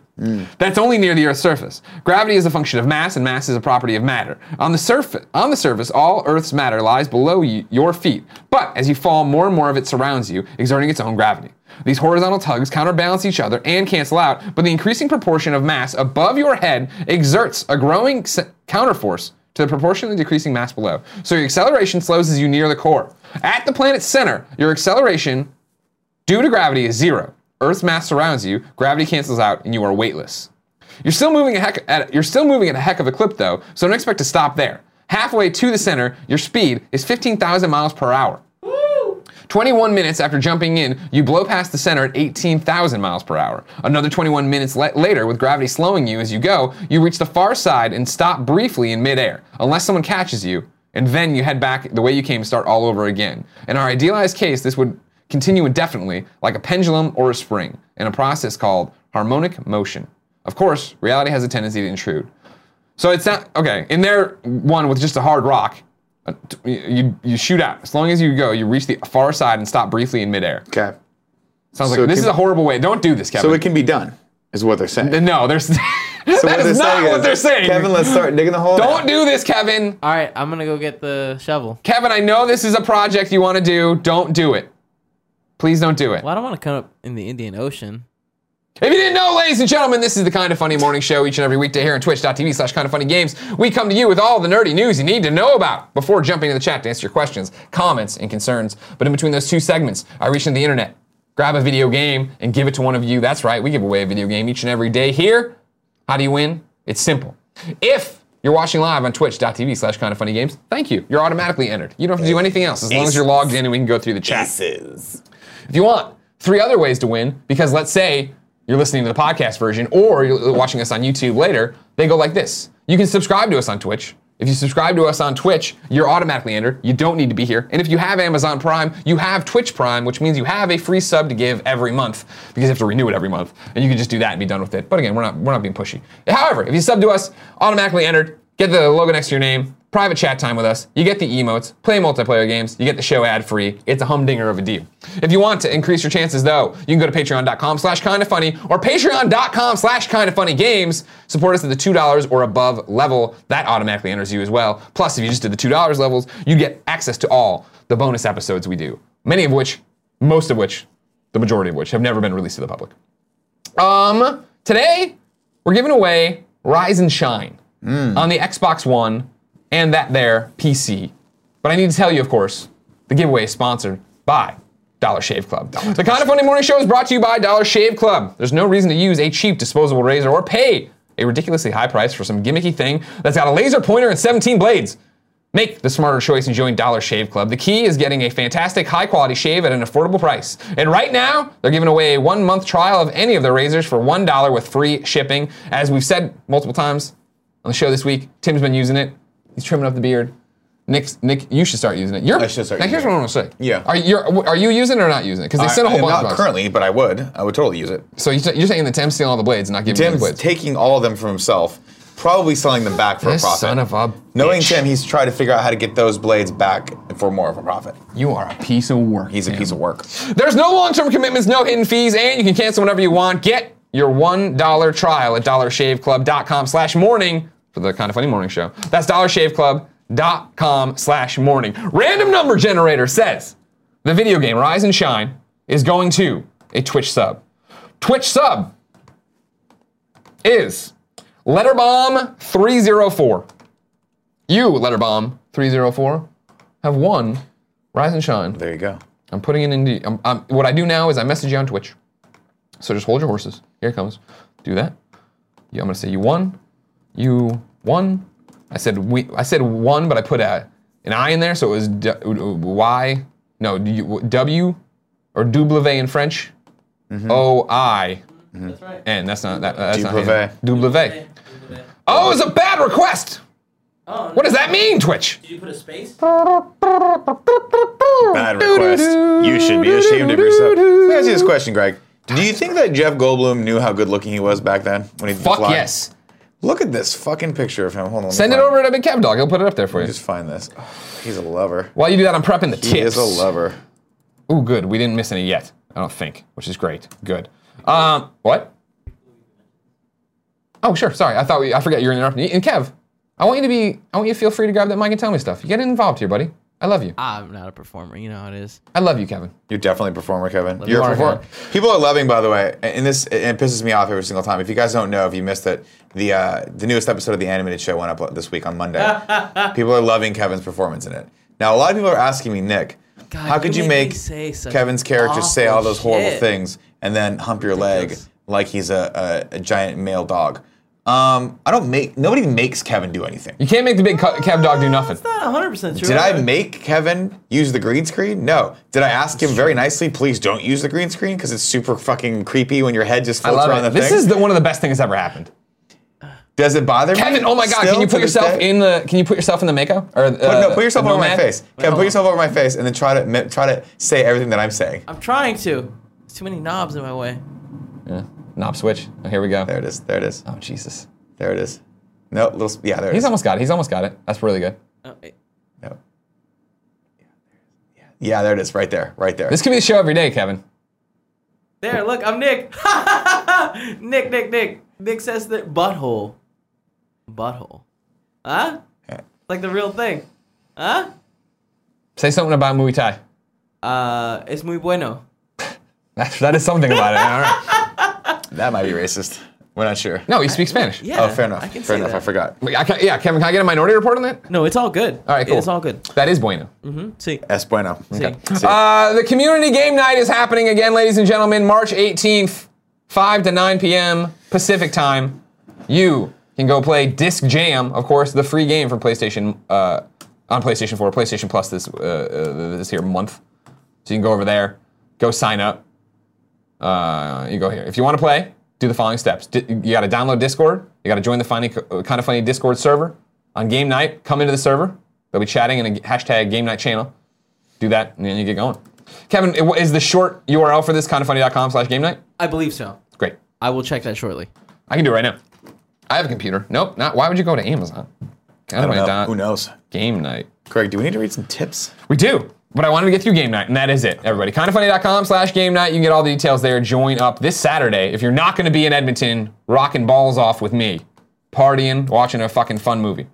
Speaker 1: That's only near the Earth's surface. Gravity is a function of mass, and mass is a property of matter. On the surface, on the surface, all Earth's matter lies below y- your feet. But as you fall, more and more of it surrounds you, exerting its own gravity. These horizontal tugs counterbalance each other and cancel out, but the increasing proportion of mass above your head exerts a growing s- counterforce to the proportionally decreasing mass below. So your acceleration slows as you near the core. At the planet's center, your acceleration due to gravity is zero. Earth's mass surrounds you, gravity cancels out, and you are weightless. You're still moving a heck at, you're still moving at a heck of a clip though, so don't expect to stop there. Halfway to the center, your speed is 15,000 miles per hour. 21 minutes after jumping in, you blow past the center at 18,000 miles per hour. Another 21 minutes la- later, with gravity slowing you as you go, you reach the far side and stop briefly in midair, unless someone catches you, and then you head back the way you came and start all over again. In our idealized case, this would continue indefinitely, like a pendulum or a spring, in a process called harmonic motion. Of course, reality has a tendency to intrude. So it's not okay. In there, one with just a hard rock, uh, t- you you shoot out. As long as you go, you reach the far side and stop briefly in midair.
Speaker 2: Okay.
Speaker 1: Sounds
Speaker 2: So
Speaker 1: like
Speaker 2: it
Speaker 1: this is
Speaker 2: can-
Speaker 1: a horrible way. Don't do this, Kevin.
Speaker 2: So it can be done, is what they're saying.
Speaker 1: no, there's
Speaker 2: so
Speaker 1: that is not what they're saying.
Speaker 2: Kevin, let's start digging the hole.
Speaker 1: Don't do this, Kevin.
Speaker 3: All right, I'm gonna go get the shovel.
Speaker 1: Kevin, I know this is a project you want to do. Don't do it. Please don't do it.
Speaker 3: Well, I don't want to come up in the Indian Ocean.
Speaker 1: If you didn't know, ladies and gentlemen, this is the Kind of Funny Morning Show each and every weekday here on twitch.tv slash kind of funny games. We come to you with all the nerdy news you need to know about before jumping to the chat to answer your questions, comments, and concerns. But in between those two segments, I reach into the internet, grab a video game, and give it to one of you. That's right, we give away a video game each and every day here. How do you win? It's simple. If you're watching live on twitch.tv slash kind of funny games, thank you. You're automatically entered. You don't have to do anything else as long as you're logged in and we can go through the chat.
Speaker 2: Aces.
Speaker 1: If you want, three other ways to win, because let's say you're listening to the podcast version or you're watching us on YouTube later, they go like this. You can subscribe to us on Twitch. If you subscribe to us on Twitch, you're automatically entered. You don't need to be here. And if you have Amazon Prime, you have Twitch Prime, which means you have a free sub to give every month because you have to renew it every month. And you can just do that and be done with it. But again, we're not we're not being pushy. However, if you sub to us, automatically entered, get the logo next to your name, private chat time with us. You get the emotes, play multiplayer games, you get the show ad free. It's a humdinger of a deal. If you want to increase your chances though, you can go to patreon.com slash kinda funny or patreon.com slash kinda funny games. Support us at the $2 or above level. That automatically enters you as well. Plus, if you just did the $2 levels, you get access to all the bonus episodes we do. Many of which, most of which, the majority of which have never been released to the public. Um, today we're giving away Rise and Shine on the Xbox One and that there PC. But I need to tell you, of course, the giveaway is sponsored by Dollar Shave Club. the Kind of Funny Morning Show is brought to you by Dollar Shave Club. There's no reason to use a cheap disposable razor or pay a ridiculously high price for some gimmicky thing that's got a laser pointer and 17 blades. Make the smarter choice and join Dollar Shave Club. The key is getting a fantastic, high quality shave at an affordable price. And right now, they're giving away a one month trial of any of their razors for $1 with free shipping. As we've said multiple times on the show this week, Tim's been using it. He's trimming up the beard. Nick, Nick, you should start using it. You're,
Speaker 2: I should start
Speaker 1: Now, here's
Speaker 2: using
Speaker 1: what
Speaker 2: it.
Speaker 1: I'm going to say.
Speaker 2: Yeah.
Speaker 1: Are you, are you using it or not using it? Because they sent a whole
Speaker 2: I-
Speaker 1: bunch
Speaker 2: not
Speaker 1: of us.
Speaker 2: currently, but I would. I would totally use it.
Speaker 1: So you're, you're saying that Tim's stealing all the blades and not giving you the
Speaker 2: Tim's
Speaker 1: blades?
Speaker 2: taking all of them for himself, probably selling them back for
Speaker 1: This
Speaker 2: a profit.
Speaker 1: son of a
Speaker 2: Knowing
Speaker 1: bitch.
Speaker 2: Tim, he's tried to figure out how to get those blades back for more of a profit.
Speaker 1: You are a piece of work.
Speaker 2: He's a
Speaker 1: Tim.
Speaker 2: piece of work.
Speaker 1: There's no long-term commitments, no hidden fees, and you can cancel whenever you want. Get your $1 trial at dollarshaveclub.com slash morning for the Kind of Funny Morning Show. That's dollarshaveclub.com slash morning. Random number generator says the video game Rise and Shine is going to a Twitch sub. Twitch sub is Letterbomb304. You, Letterbomb304, have won Rise and Shine.
Speaker 2: There you go.
Speaker 1: I'm putting it in. The, I'm, I'm- what I do now is I message you on Twitch. So just hold your horses. Here it comes. Do that. You- I'm gonna say you won. You won. I said we. I said one, but I put a an I in there, so it was d- Y. No, W- W or double in French.
Speaker 2: Mm-hmm.
Speaker 1: O I
Speaker 3: That's right.
Speaker 1: N. That's not that. That's not
Speaker 2: Duplevé.
Speaker 1: hand. Duplevé. Oh, it's a bad request.
Speaker 3: Oh,
Speaker 1: What does that mean, Twitch?
Speaker 3: Did you put a space?
Speaker 2: Bad request. You should be ashamed of yourself. Let me ask you this question, Greg. Do you think that Jeff Goldblum knew how good looking he was back then when he did
Speaker 1: Fuck
Speaker 2: Fly?
Speaker 1: yes.
Speaker 2: Look at this fucking picture of him. Hold on. let me
Speaker 1: Send it
Speaker 2: find-
Speaker 1: over to Big Cab Dog. He'll put it up there for you.
Speaker 2: Just find this. Oh, he's a lover.
Speaker 1: While you do that, I'm prepping the tips.
Speaker 2: He is a lover.
Speaker 1: Ooh, good. We didn't miss any yet. I don't think, which is great. Good. Um, what? Oh, sure. Sorry, I thought we. I forgot you were interrupting. And Kev, I want you to be. I want you to feel free to grab that mic and tell me stuff. You get involved here, buddy. I love you.
Speaker 3: I'm not a performer. You know how it is.
Speaker 1: I love you, Kevin.
Speaker 2: You're definitely a performer, Kevin. You're
Speaker 1: you
Speaker 2: a
Speaker 1: are,
Speaker 2: performer.
Speaker 1: Kevin.
Speaker 2: People are loving, by the way, and this and it pisses me off every single time. If you guys don't know, if you missed it, the uh, the newest episode of the animated show went up this week on Monday. people are loving Kevin's performance in it. Now, a lot of people are asking me, Nick,
Speaker 3: God,
Speaker 2: how could
Speaker 3: you
Speaker 2: you
Speaker 3: make me
Speaker 2: make
Speaker 3: say such
Speaker 2: Kevin's character say all
Speaker 3: awful
Speaker 2: those horrible
Speaker 3: shit?"
Speaker 2: things and then hump your leg
Speaker 3: Ridiculous.
Speaker 2: like he's a, a, a giant male dog? Um, I don't make. Nobody makes Kevin do anything.
Speaker 1: You can't make the big co- Kev dog do nothing.
Speaker 3: That's not 100 percent true.
Speaker 2: Did I make Kevin use the green screen? No. Did I ask him very nicely, please don't use the green screen because it's super fucking creepy when your head just
Speaker 1: I
Speaker 2: floats around
Speaker 1: love it.
Speaker 2: the
Speaker 1: This
Speaker 2: thing?
Speaker 1: is the, one of the best things that's ever happened.
Speaker 2: Does it bother me?
Speaker 1: Kevin, oh my God,
Speaker 2: still
Speaker 1: can you
Speaker 2: to
Speaker 1: put
Speaker 2: this
Speaker 1: yourself
Speaker 2: day?
Speaker 1: in the? Can you put yourself in the Mako or uh,
Speaker 2: Put, no, put yourself
Speaker 1: the
Speaker 2: over my
Speaker 1: Nomad?
Speaker 2: face. Kevin, put yourself over my face and then try to mi- try to say everything that I'm saying.
Speaker 3: I'm trying to. There's too many knobs in my way.
Speaker 1: Yeah. Knob switch. Oh, here we go.
Speaker 2: There it is. There it is.
Speaker 1: Oh Jesus.
Speaker 2: There it is. No, little. s- Yeah, there it
Speaker 1: He's
Speaker 2: is.
Speaker 1: almost got it. He's almost got it. That's really good.
Speaker 3: Oh, it-
Speaker 2: No. Yeah, there it is. Right there. Right there.
Speaker 1: This could be the show every day, Kevin.
Speaker 3: There, look, I'm Nick. Nick, Nick, Nick. Nick says that butthole. Butthole. Huh? Like the real thing. Huh?
Speaker 1: Say something about Muay Thai.
Speaker 3: Uh, es muy bueno.
Speaker 1: That, that is something about it. All right.
Speaker 2: that might be racist. We're not sure.
Speaker 1: No, he speaks Spanish.
Speaker 3: Yeah.
Speaker 2: oh, fair enough.
Speaker 3: I can
Speaker 2: fair
Speaker 3: see
Speaker 2: enough.
Speaker 3: that.
Speaker 2: I forgot.
Speaker 1: Wait, I can't- yeah, Kevin, can I get a minority report on that?
Speaker 3: No, it's all good.
Speaker 1: All right, cool.
Speaker 3: It's all good.
Speaker 1: That is bueno.
Speaker 3: See.
Speaker 2: Es bueno.
Speaker 3: See.
Speaker 1: Uh, the community game night is happening again, ladies and gentlemen, March 18th, 5 to 9 p.m. Pacific time. You can go play Disc Jam, of course, the free game for PlayStation uh, on PlayStation 4, PlayStation Plus this uh, uh, this here month. So you can go over there, go sign up. Uh, you go here. If you want to play, do the following steps. Di- you got to download Discord. You got to join the funny, kind of funny Discord server. On game night, come into the server. They'll be chatting in a g- hashtag game night channel. Do that, and then you get going. Kevin, i- is the short URL for this kindoffunny.com slash game night?
Speaker 3: I believe so.
Speaker 1: Great.
Speaker 3: I will check that shortly.
Speaker 1: I can do it right now. I have a computer. Nope, not. Why would you go to Amazon?
Speaker 2: I don't know.
Speaker 1: Kindoffunny.com
Speaker 2: Who knows?
Speaker 1: Game night.
Speaker 2: Craig, do we need to read some tips?
Speaker 1: We do. But I wanted to get through game night, and that is it, everybody. Kindoffunny.com slash game night. You can get all the details there. Join up this Saturday. If you're not going to be in Edmonton, rocking balls off with me, partying, watching a fucking fun movie.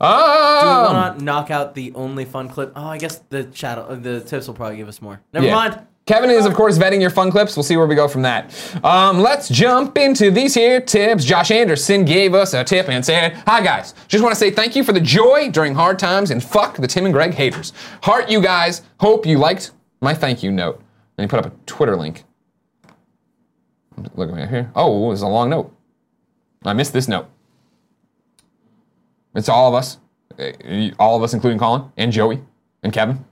Speaker 3: Will
Speaker 1: Um,
Speaker 3: not knock out the only fun clip. Oh, I guess the shadow, uh, the tips will probably give us more. Never
Speaker 1: Yeah.
Speaker 3: mind.
Speaker 1: Kevin is, of course, vetting your fun clips. We'll see where we go from that. Um, let's jump into these here tips. Josh Anderson gave us a tip and said, Hi, guys. Just want to say thank you for the joy during hard times and fuck the Tim and Greg haters. Heart, you guys. Hope you liked my thank you note. And he put up a Twitter link. Look at here. Oh, it was a long note. I missed this note. It's all of us, eh, all of us, including Colin and Joey and Kevin.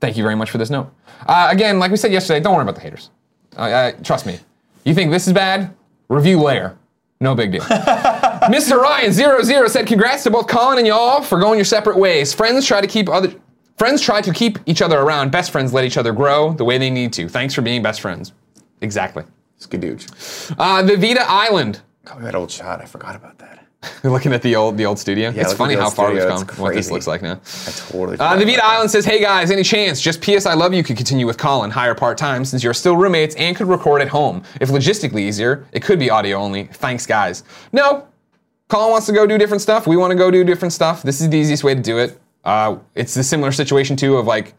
Speaker 1: Thank you very much for this note. Uh, again, like we said yesterday, don't worry about the haters. Uh, uh, trust me. You think this is bad? Review later. No big deal. Mr. Ryan00 said, congrats to both Colin and y'all for going your separate ways. Friends try to keep other friends try to keep each other around. Best friends let each other grow the way they need to. Thanks for being best friends. Exactly.
Speaker 2: Skadooch.
Speaker 1: Uh, the Vita Island
Speaker 2: Call me that old shot. I forgot about that.
Speaker 1: Looking at the old the old studio.
Speaker 2: Yeah,
Speaker 1: it's
Speaker 2: look at
Speaker 1: funny
Speaker 2: the
Speaker 1: how
Speaker 2: old
Speaker 1: far
Speaker 2: studio.
Speaker 1: we've
Speaker 2: It's
Speaker 1: come. What this
Speaker 2: crazy.
Speaker 1: looks like now.
Speaker 2: I totally.
Speaker 1: Uh,
Speaker 2: forgot
Speaker 1: Naveed
Speaker 2: about that.
Speaker 1: Island says, "Hey guys, any chance? Just PS I love you could continue with Colin, hire part time since you're still roommates and could record at home. If logistically easier, it could be audio only. Thanks, guys. No, Colin wants to go do different stuff. We want to go do different stuff. This is the easiest way to do it. Uh, it's the similar situation too of like,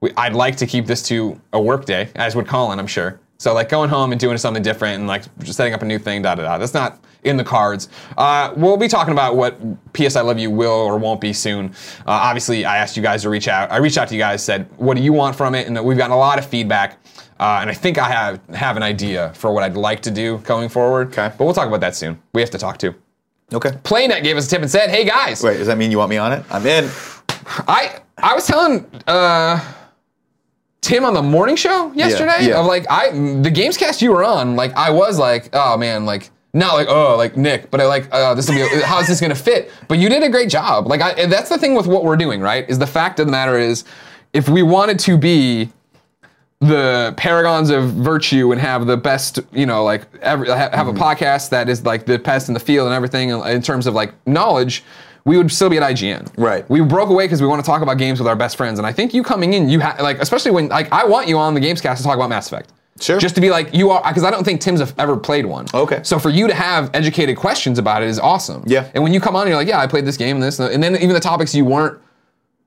Speaker 1: we, I'd like to keep this to a work day, as would Colin, I'm sure. So like going home and doing something different and like setting up a new thing, da da da. That's not in the cards. Uh, we'll be talking about what PS I Love You will or won't be soon. Uh, obviously, I asked you guys to reach out. I reached out to you guys, said what do you want from it, and we've gotten a lot of feedback. Uh, and I think I have have an idea for what I'd like to do going forward.
Speaker 2: Okay.
Speaker 1: But we'll talk about that soon. We have to talk too.
Speaker 2: Okay.
Speaker 1: PlayNet gave us a tip and said, "Hey guys,
Speaker 2: Wait, does that mean you want me on it? I'm in.
Speaker 1: I I was telling uh, Tim on the morning show yesterday
Speaker 2: yeah.
Speaker 1: of like I the Gamescast you were on like I was like oh man like not like oh like Nick but I like uh, this will be how's this gonna fit but you did a great job like I, and that's the thing with what we're doing right is the fact of the matter is if we wanted to be the paragons of virtue and have the best, you know, like every, ha- have
Speaker 2: Mm-hmm.
Speaker 1: a podcast that is like the best in the field and everything in- in terms of like knowledge, we would still be at IGN.
Speaker 2: Right.
Speaker 1: We broke away because we want to talk about games with our best friends, and I think you coming in, you ha- like especially when like I want you on the Gamescast to talk about Mass Effect.
Speaker 2: Sure.
Speaker 1: Just to be like you are, because I don't think Tim's have ever played one.
Speaker 2: Okay.
Speaker 1: So for you to have educated questions about it is awesome.
Speaker 2: Yeah.
Speaker 1: And when you come on, you're like, yeah, I played this game and this, and then even the topics you weren't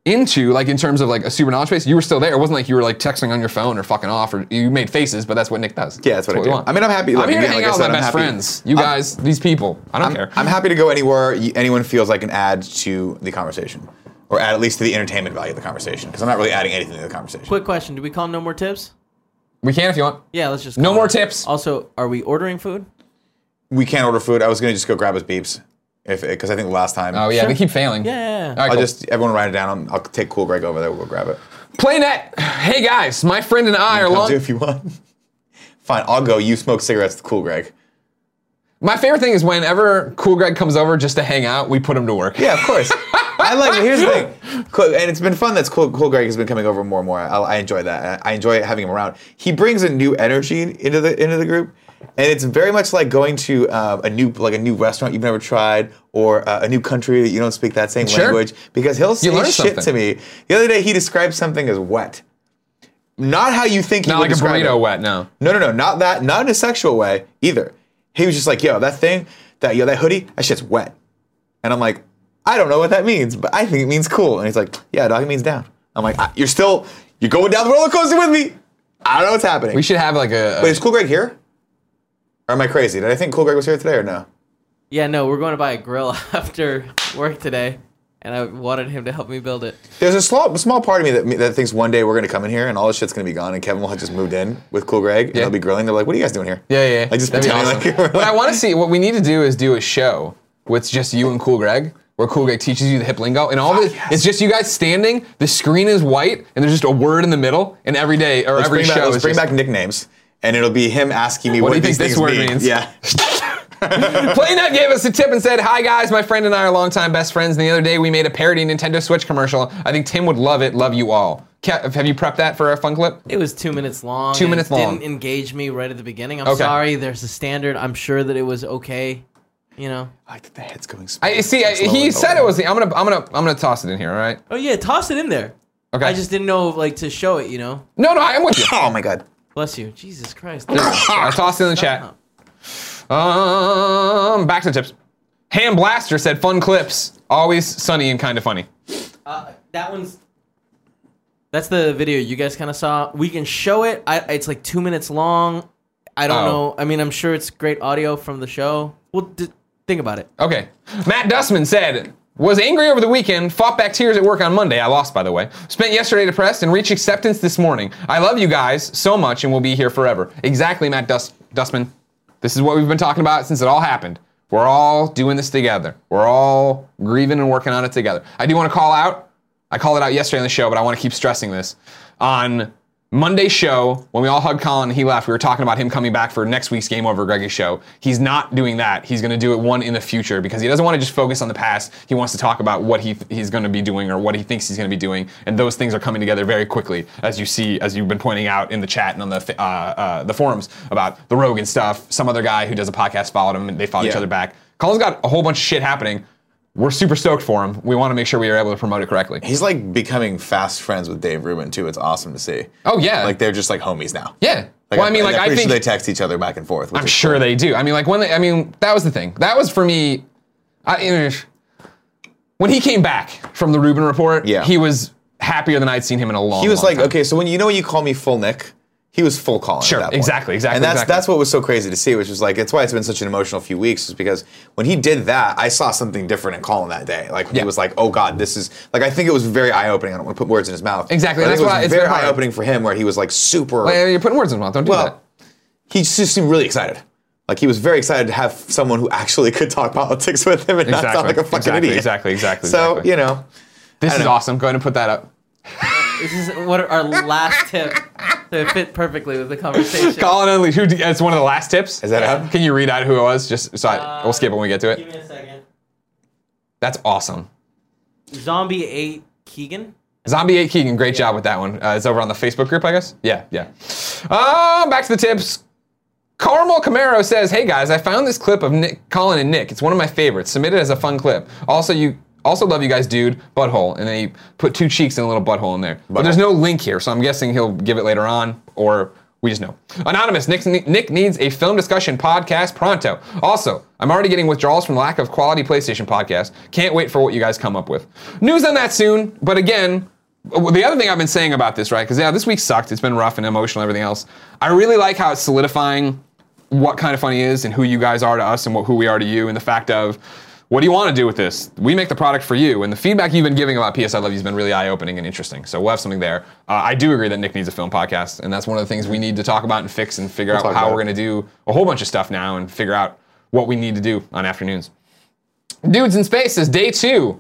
Speaker 1: into, like in terms of like a super knowledge base, you were still there. It wasn't like you were like texting on your phone or fucking off, or you made faces. But that's what Nick does.
Speaker 2: Yeah, that's what I do.
Speaker 1: we want.
Speaker 2: I mean, I'm happy-
Speaker 1: I'm
Speaker 2: like,
Speaker 1: here
Speaker 2: again,
Speaker 1: to hang
Speaker 2: like I
Speaker 1: out with
Speaker 2: said,
Speaker 1: my
Speaker 2: I'm
Speaker 1: best
Speaker 2: happy.
Speaker 1: friends. You
Speaker 2: I'm-
Speaker 1: guys, these people. I don't care.
Speaker 2: I'm happy to go anywhere y- anyone feels like an add to the conversation, or add at least to the entertainment value of the conversation, because I'm not really adding anything to the conversation.
Speaker 3: Quick question: Do we call no more tips?
Speaker 1: we can if you want.
Speaker 3: Yeah, let's just.
Speaker 1: No
Speaker 3: call
Speaker 1: more
Speaker 3: it.
Speaker 1: tips.
Speaker 3: Also, are we ordering food?
Speaker 2: We can't order food. I was gonna just go grab his beeps, if because I think last time.
Speaker 1: Oh yeah, they keep failing.
Speaker 3: Yeah, yeah, yeah.
Speaker 1: All right,
Speaker 2: I'll
Speaker 1: cool.
Speaker 2: just everyone write it down. I'll take cool break over there. We'll go grab it.
Speaker 1: Playnet. Hey guys, my friend and I are
Speaker 2: Come
Speaker 1: long.
Speaker 2: do if you want. Fine, I'll go. You smoke cigarettes with Cool Greg.
Speaker 1: My favorite thing is whenever Cool Greg comes over just to hang out, we put him to work.
Speaker 2: Yeah, of course. I like it. Here's the thing, cool, and it's been fun. That's cool. Cool Greg has been coming over more and more. I, I enjoy that. I I enjoy having him around. He brings a new energy into the into the group, and it's very much like going to uh, a new like a new restaurant you've never tried or uh, a new country that you don't speak that same
Speaker 1: Sure.
Speaker 2: language because he'll say
Speaker 1: learn
Speaker 2: shit to
Speaker 1: something.
Speaker 2: me. The other day he described something as wet. Not how you think he
Speaker 1: Not
Speaker 2: would
Speaker 1: like a
Speaker 2: describe
Speaker 1: burrito
Speaker 2: it.
Speaker 1: wet. No.
Speaker 2: No, no, no, not that, not in a sexual way either. He was just like, yo, that thing, that yo, that hoodie, that shit's wet. And I'm like, I don't know what that means, but I think it means cool. And he's like, yeah, dog, it means down. I'm like, "Ah, you're still, you're going down the roller coaster with me. I don't know what's happening.
Speaker 1: We should have like a.
Speaker 2: Wait, is Cool Greg here? Or am I crazy? Did I think Cool Greg was here today or no?
Speaker 3: Yeah, no, we're going to buy a grill after work today, and I wanted him to help me build it.
Speaker 2: There's a small, small part of me that, that thinks one day we're gonna come in here and all this shit's gonna be gone and Kevin will have just moved in with Cool Greg and
Speaker 1: Yeah.
Speaker 2: they'll be grilling. They're like, what are you guys doing here?
Speaker 1: Yeah, yeah. yeah.
Speaker 2: Like just
Speaker 1: That'd be
Speaker 2: pretending
Speaker 1: awesome.
Speaker 2: like
Speaker 1: what I want to see, what we need to do is do a show with just you and Cool Greg, where Cool Greg teaches you the hip lingo, and all the it's just you guys standing. The screen is white, and there's just a word in the middle, and every day or
Speaker 2: Let's
Speaker 1: every
Speaker 2: bring,
Speaker 1: show
Speaker 2: back, let's
Speaker 1: is
Speaker 2: bring
Speaker 1: just,
Speaker 2: back nicknames, and it'll be him asking me
Speaker 1: What
Speaker 2: what,
Speaker 1: do you
Speaker 2: these
Speaker 1: think this
Speaker 2: things
Speaker 1: word
Speaker 2: mean.
Speaker 1: means?
Speaker 2: Yeah,
Speaker 1: PlayNet gave us a tip and said, Hi guys, my friend and I are longtime best friends, and the other day we made a parody Nintendo Switch commercial. I think Tim would love it. Love you all. Ca- Have you prepped that for a fun clip?
Speaker 3: It was two minutes long.
Speaker 1: Two
Speaker 3: and
Speaker 1: minutes
Speaker 3: it
Speaker 1: long.
Speaker 3: Didn't engage me right at the beginning. I'm
Speaker 1: Okay.
Speaker 3: sorry. There's a standard. I'm sure that it was okay. You know.
Speaker 2: I like that the head's going.
Speaker 1: I see. I, he said it was. The, I'm gonna. I'm gonna. I'm gonna toss it in here. All right.
Speaker 3: Oh yeah, toss it in there.
Speaker 1: Okay.
Speaker 3: I just didn't know like to show it. You know.
Speaker 1: No, no. I'm with you.
Speaker 2: Oh my god!
Speaker 3: Bless you, Jesus Christ.
Speaker 1: I tossed it in the chat. Um, back to tips. Ham Blaster said, "Fun clips, always sunny and kind of funny."
Speaker 3: Uh, that one's. That's the video you guys kind of saw. We can show it. I, it's like two minutes long. I don't
Speaker 1: Oh.
Speaker 3: know. I mean, I'm sure it's great audio from the show. Well, d- think about it.
Speaker 1: Okay. Matt Dustman said, "Was angry over the weekend, fought back tears at work on Monday. I lost, by the way. Spent yesterday depressed and reached acceptance this morning. I love you guys so much and will be here forever." Exactly, Matt Dust- Dustman. This is what we've been talking about since it all happened. We're all doing this together. We're all grieving and working on it together. I do want to call out I called it out yesterday on the show, but I want to keep stressing this on Monday show, when we all hugged Colin and he left, we were talking about him coming back for next week's Game Over Greggy show. He's not doing that. He's going to do it one in the future because he doesn't want to just focus on the past. He wants to talk about what he he's going to be doing or what he thinks he's going to be doing, and those things are coming together very quickly, as you see, as you've been pointing out in the chat and on the uh, uh, the forums about the Rogan stuff. Some other guy who does a podcast followed him, and they followed each
Speaker 2: Yeah.
Speaker 1: other back. Colin's got a whole bunch of shit happening. We're super stoked for him. We want to make sure we are able to promote it correctly.
Speaker 2: He's like becoming fast friends with Dave Rubin too. It's awesome to see.
Speaker 1: Oh yeah,
Speaker 2: Like they're just like homies now.
Speaker 1: yeah.
Speaker 2: Like,
Speaker 1: well, I mean,
Speaker 2: and
Speaker 1: like
Speaker 2: I'm
Speaker 1: I
Speaker 2: pretty
Speaker 1: think
Speaker 2: sure they text each other back and forth. which
Speaker 1: I'm
Speaker 2: is
Speaker 1: sure they do. I mean, like when they, I mean, that was the thing. That was for me. I you know, when he came back from the Rubin report,
Speaker 2: Yeah.
Speaker 1: he was happier than I'd seen him in a long.
Speaker 2: He was
Speaker 1: long
Speaker 2: like,
Speaker 1: time.
Speaker 2: okay, so when you know when you call me full Nick, he was full Colin.
Speaker 1: Sure,
Speaker 2: at that point.
Speaker 1: exactly, exactly,
Speaker 2: And that's
Speaker 1: exactly.
Speaker 2: that's what was so crazy to see, which was like it's why it's been such an emotional few weeks, is because when he did that, I saw something different in Colin that day. Like when
Speaker 1: Yeah.
Speaker 2: he was like, oh god, this is like I think it was very eye opening. I don't want to put words in his mouth.
Speaker 1: Exactly,
Speaker 2: but I
Speaker 1: that's
Speaker 2: think
Speaker 1: why
Speaker 2: it
Speaker 1: it's
Speaker 2: was
Speaker 1: been
Speaker 2: very
Speaker 1: hard.
Speaker 2: eye opening for him, where he was like super.
Speaker 1: Well, you're putting words in his mouth. Don't do that.
Speaker 2: Well, he just seemed really excited. Like he was very excited to have someone who actually could talk politics with him and not sound
Speaker 1: Exactly,
Speaker 2: like a fucking
Speaker 1: exactly,
Speaker 2: idiot.
Speaker 1: exactly, exactly,
Speaker 2: So
Speaker 1: exactly.
Speaker 2: you know,
Speaker 1: This is
Speaker 2: know.
Speaker 1: awesome. Go ahead and put that up.
Speaker 3: This is what are our last tip to fit perfectly with the conversation.
Speaker 1: Colin Unleashed. Who? That's one of the last tips.
Speaker 2: Is that up?
Speaker 1: Can you read out who it was? Just so I,
Speaker 3: Uh,
Speaker 1: we'll skip it when we get to
Speaker 3: Give
Speaker 1: it.
Speaker 3: me a second.
Speaker 1: That's awesome.
Speaker 3: Zombie eight Keegan.
Speaker 1: Zombie 8 Keegan, great job with that one. Uh, it's over on the Facebook group, I guess? Yeah, yeah. Um, back to the tips. Carmel Camaro says, "Hey guys, I found this clip of Nick, Colin and Nick. It's one of my favorites. Submitted as a fun clip. Also, you also love you guys, dude. Butthole, and then he put two cheeks and a little butthole in there. But there's no link here, so I'm guessing he'll give it later on, or we just know. Anonymous, Nick, Nick needs a film discussion podcast pronto. Also, I'm already getting withdrawals from lack of quality PlayStation podcast. Can't wait for what you guys come up with. News on that soon. But again, well, the other thing I've been saying about this, right? Because yeah, this week sucked. It's been rough and emotional, and everything else. I really like how it's solidifying what kind of funny is and who you guys are to us and what, who we are to you, and the fact of what do you want to do with this? We make the product for you, and the feedback you've been giving about PS I Love You has been really eye-opening and interesting. So we'll have something there. Uh, I do agree that Nick needs a film podcast, and that's one of the things we need to talk about and fix and figure out
Speaker 2: talk
Speaker 1: how
Speaker 2: about
Speaker 1: we're
Speaker 2: it.
Speaker 1: going to do a whole bunch of stuff now and figure out what we need to do on afternoons. Dudes in Space is day two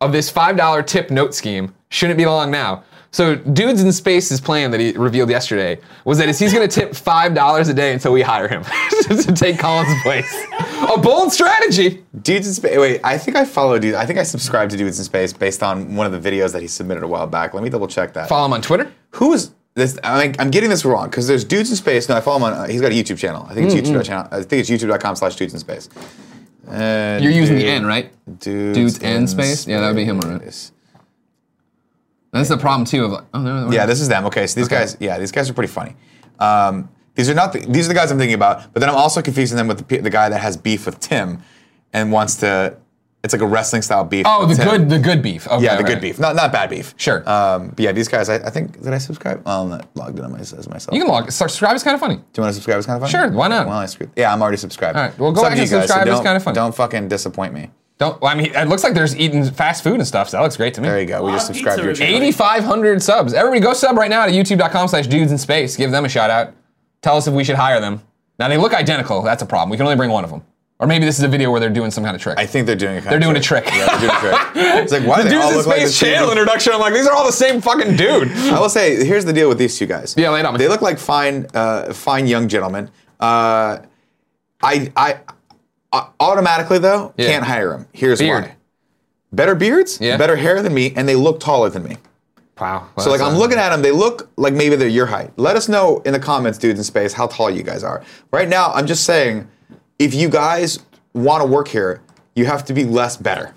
Speaker 1: of this $5 tip note scheme. Shouldn't be long now. So, Dudes in Space's plan that he revealed yesterday was that is he's going to tip $5 a day until we hire him to take Colin's place. A bold strategy.
Speaker 2: Dudes in Space. Wait, I think I follow Dudes. I think I subscribed to Dudes in Space based on one of the videos that he submitted a while back. Let me double check that.
Speaker 1: Follow him on Twitter.
Speaker 2: Who is this? I'm, I'm getting this wrong because there's Dudes in Space. No, I follow him on. Uh, he's got a YouTube channel. I think it's
Speaker 1: Mm-hmm.
Speaker 2: YouTube channel. I think it's YouTube.com/slash Dudes in Space. Uh,
Speaker 1: You're using the
Speaker 2: dude-
Speaker 1: N, right?
Speaker 2: Dudes,
Speaker 1: Dudes in Space? Yeah, that would be him, right?
Speaker 2: Space.
Speaker 1: That's the problem, too. Of like, oh, no,
Speaker 2: Yeah, this is them. Okay, so these
Speaker 1: Okay.
Speaker 2: guys, yeah, these guys are pretty funny. Um, these are not the, these are the guys I'm thinking about, but then I'm also confusing them with the, pe- the guy that has beef with Tim and wants to. It's like a wrestling style beef.
Speaker 1: Oh, the
Speaker 2: with Tim.
Speaker 1: good, the good beef. Okay,
Speaker 2: Yeah, the
Speaker 1: right.
Speaker 2: good beef, not not bad beef.
Speaker 1: Sure.
Speaker 2: Um, but yeah, these guys, I, I think did I subscribe? Oh, I'm not logged in on my, as myself.
Speaker 1: You can log. Subscribe is kind of funny.
Speaker 2: Do you want to subscribe? It's kind of funny.
Speaker 1: Sure, why not?
Speaker 2: Well, I screwed. Yeah, I'm already subscribed.
Speaker 1: All right, well, go
Speaker 2: It's up
Speaker 1: back
Speaker 2: to
Speaker 1: and
Speaker 2: you guys,
Speaker 1: subscribe, it's
Speaker 2: don't-
Speaker 1: kinda funny.
Speaker 2: Don't fucking disappoint me.
Speaker 1: Don't. Well, I mean, it looks like there's eating fast food and stuff. So that looks great to me.
Speaker 2: There you go. We
Speaker 3: Wow,
Speaker 2: just subscribed to your
Speaker 3: pizza
Speaker 2: channel.
Speaker 3: review.
Speaker 1: 8,500 subs. Everybody go sub right now to youtube.com slash dudes in space. Give them a shout out. Tell us if we should hire them. Now they look identical. That's a problem. We can only bring one of them. Or maybe this is a video where they're doing some kind of trick.
Speaker 2: I think they're doing a.
Speaker 1: they're doing a trick.
Speaker 2: Yeah, they're doing a trick. It's like why do they all
Speaker 1: Dudes in
Speaker 2: look like the
Speaker 1: Space
Speaker 2: same?
Speaker 1: channel introduction. I'm like, these are all the same fucking dude.
Speaker 2: I will say, here's the deal with these two guys.
Speaker 1: Yeah, lay it on me.
Speaker 2: They look like fine, uh, fine young gentlemen. Uh, I, I, I automatically though
Speaker 1: Yeah.
Speaker 2: can't hire them. Here's
Speaker 1: Beard.
Speaker 2: why: better beards,
Speaker 1: Yeah.
Speaker 2: better hair than me, and they look taller than me.
Speaker 1: Wow.
Speaker 2: So like I'm
Speaker 1: uh,
Speaker 2: looking at them, they look like maybe they're your height. Let us know in the comments, dudes in space, how tall you guys are. Right now, I'm just saying, if you guys want to work here, you have to be less better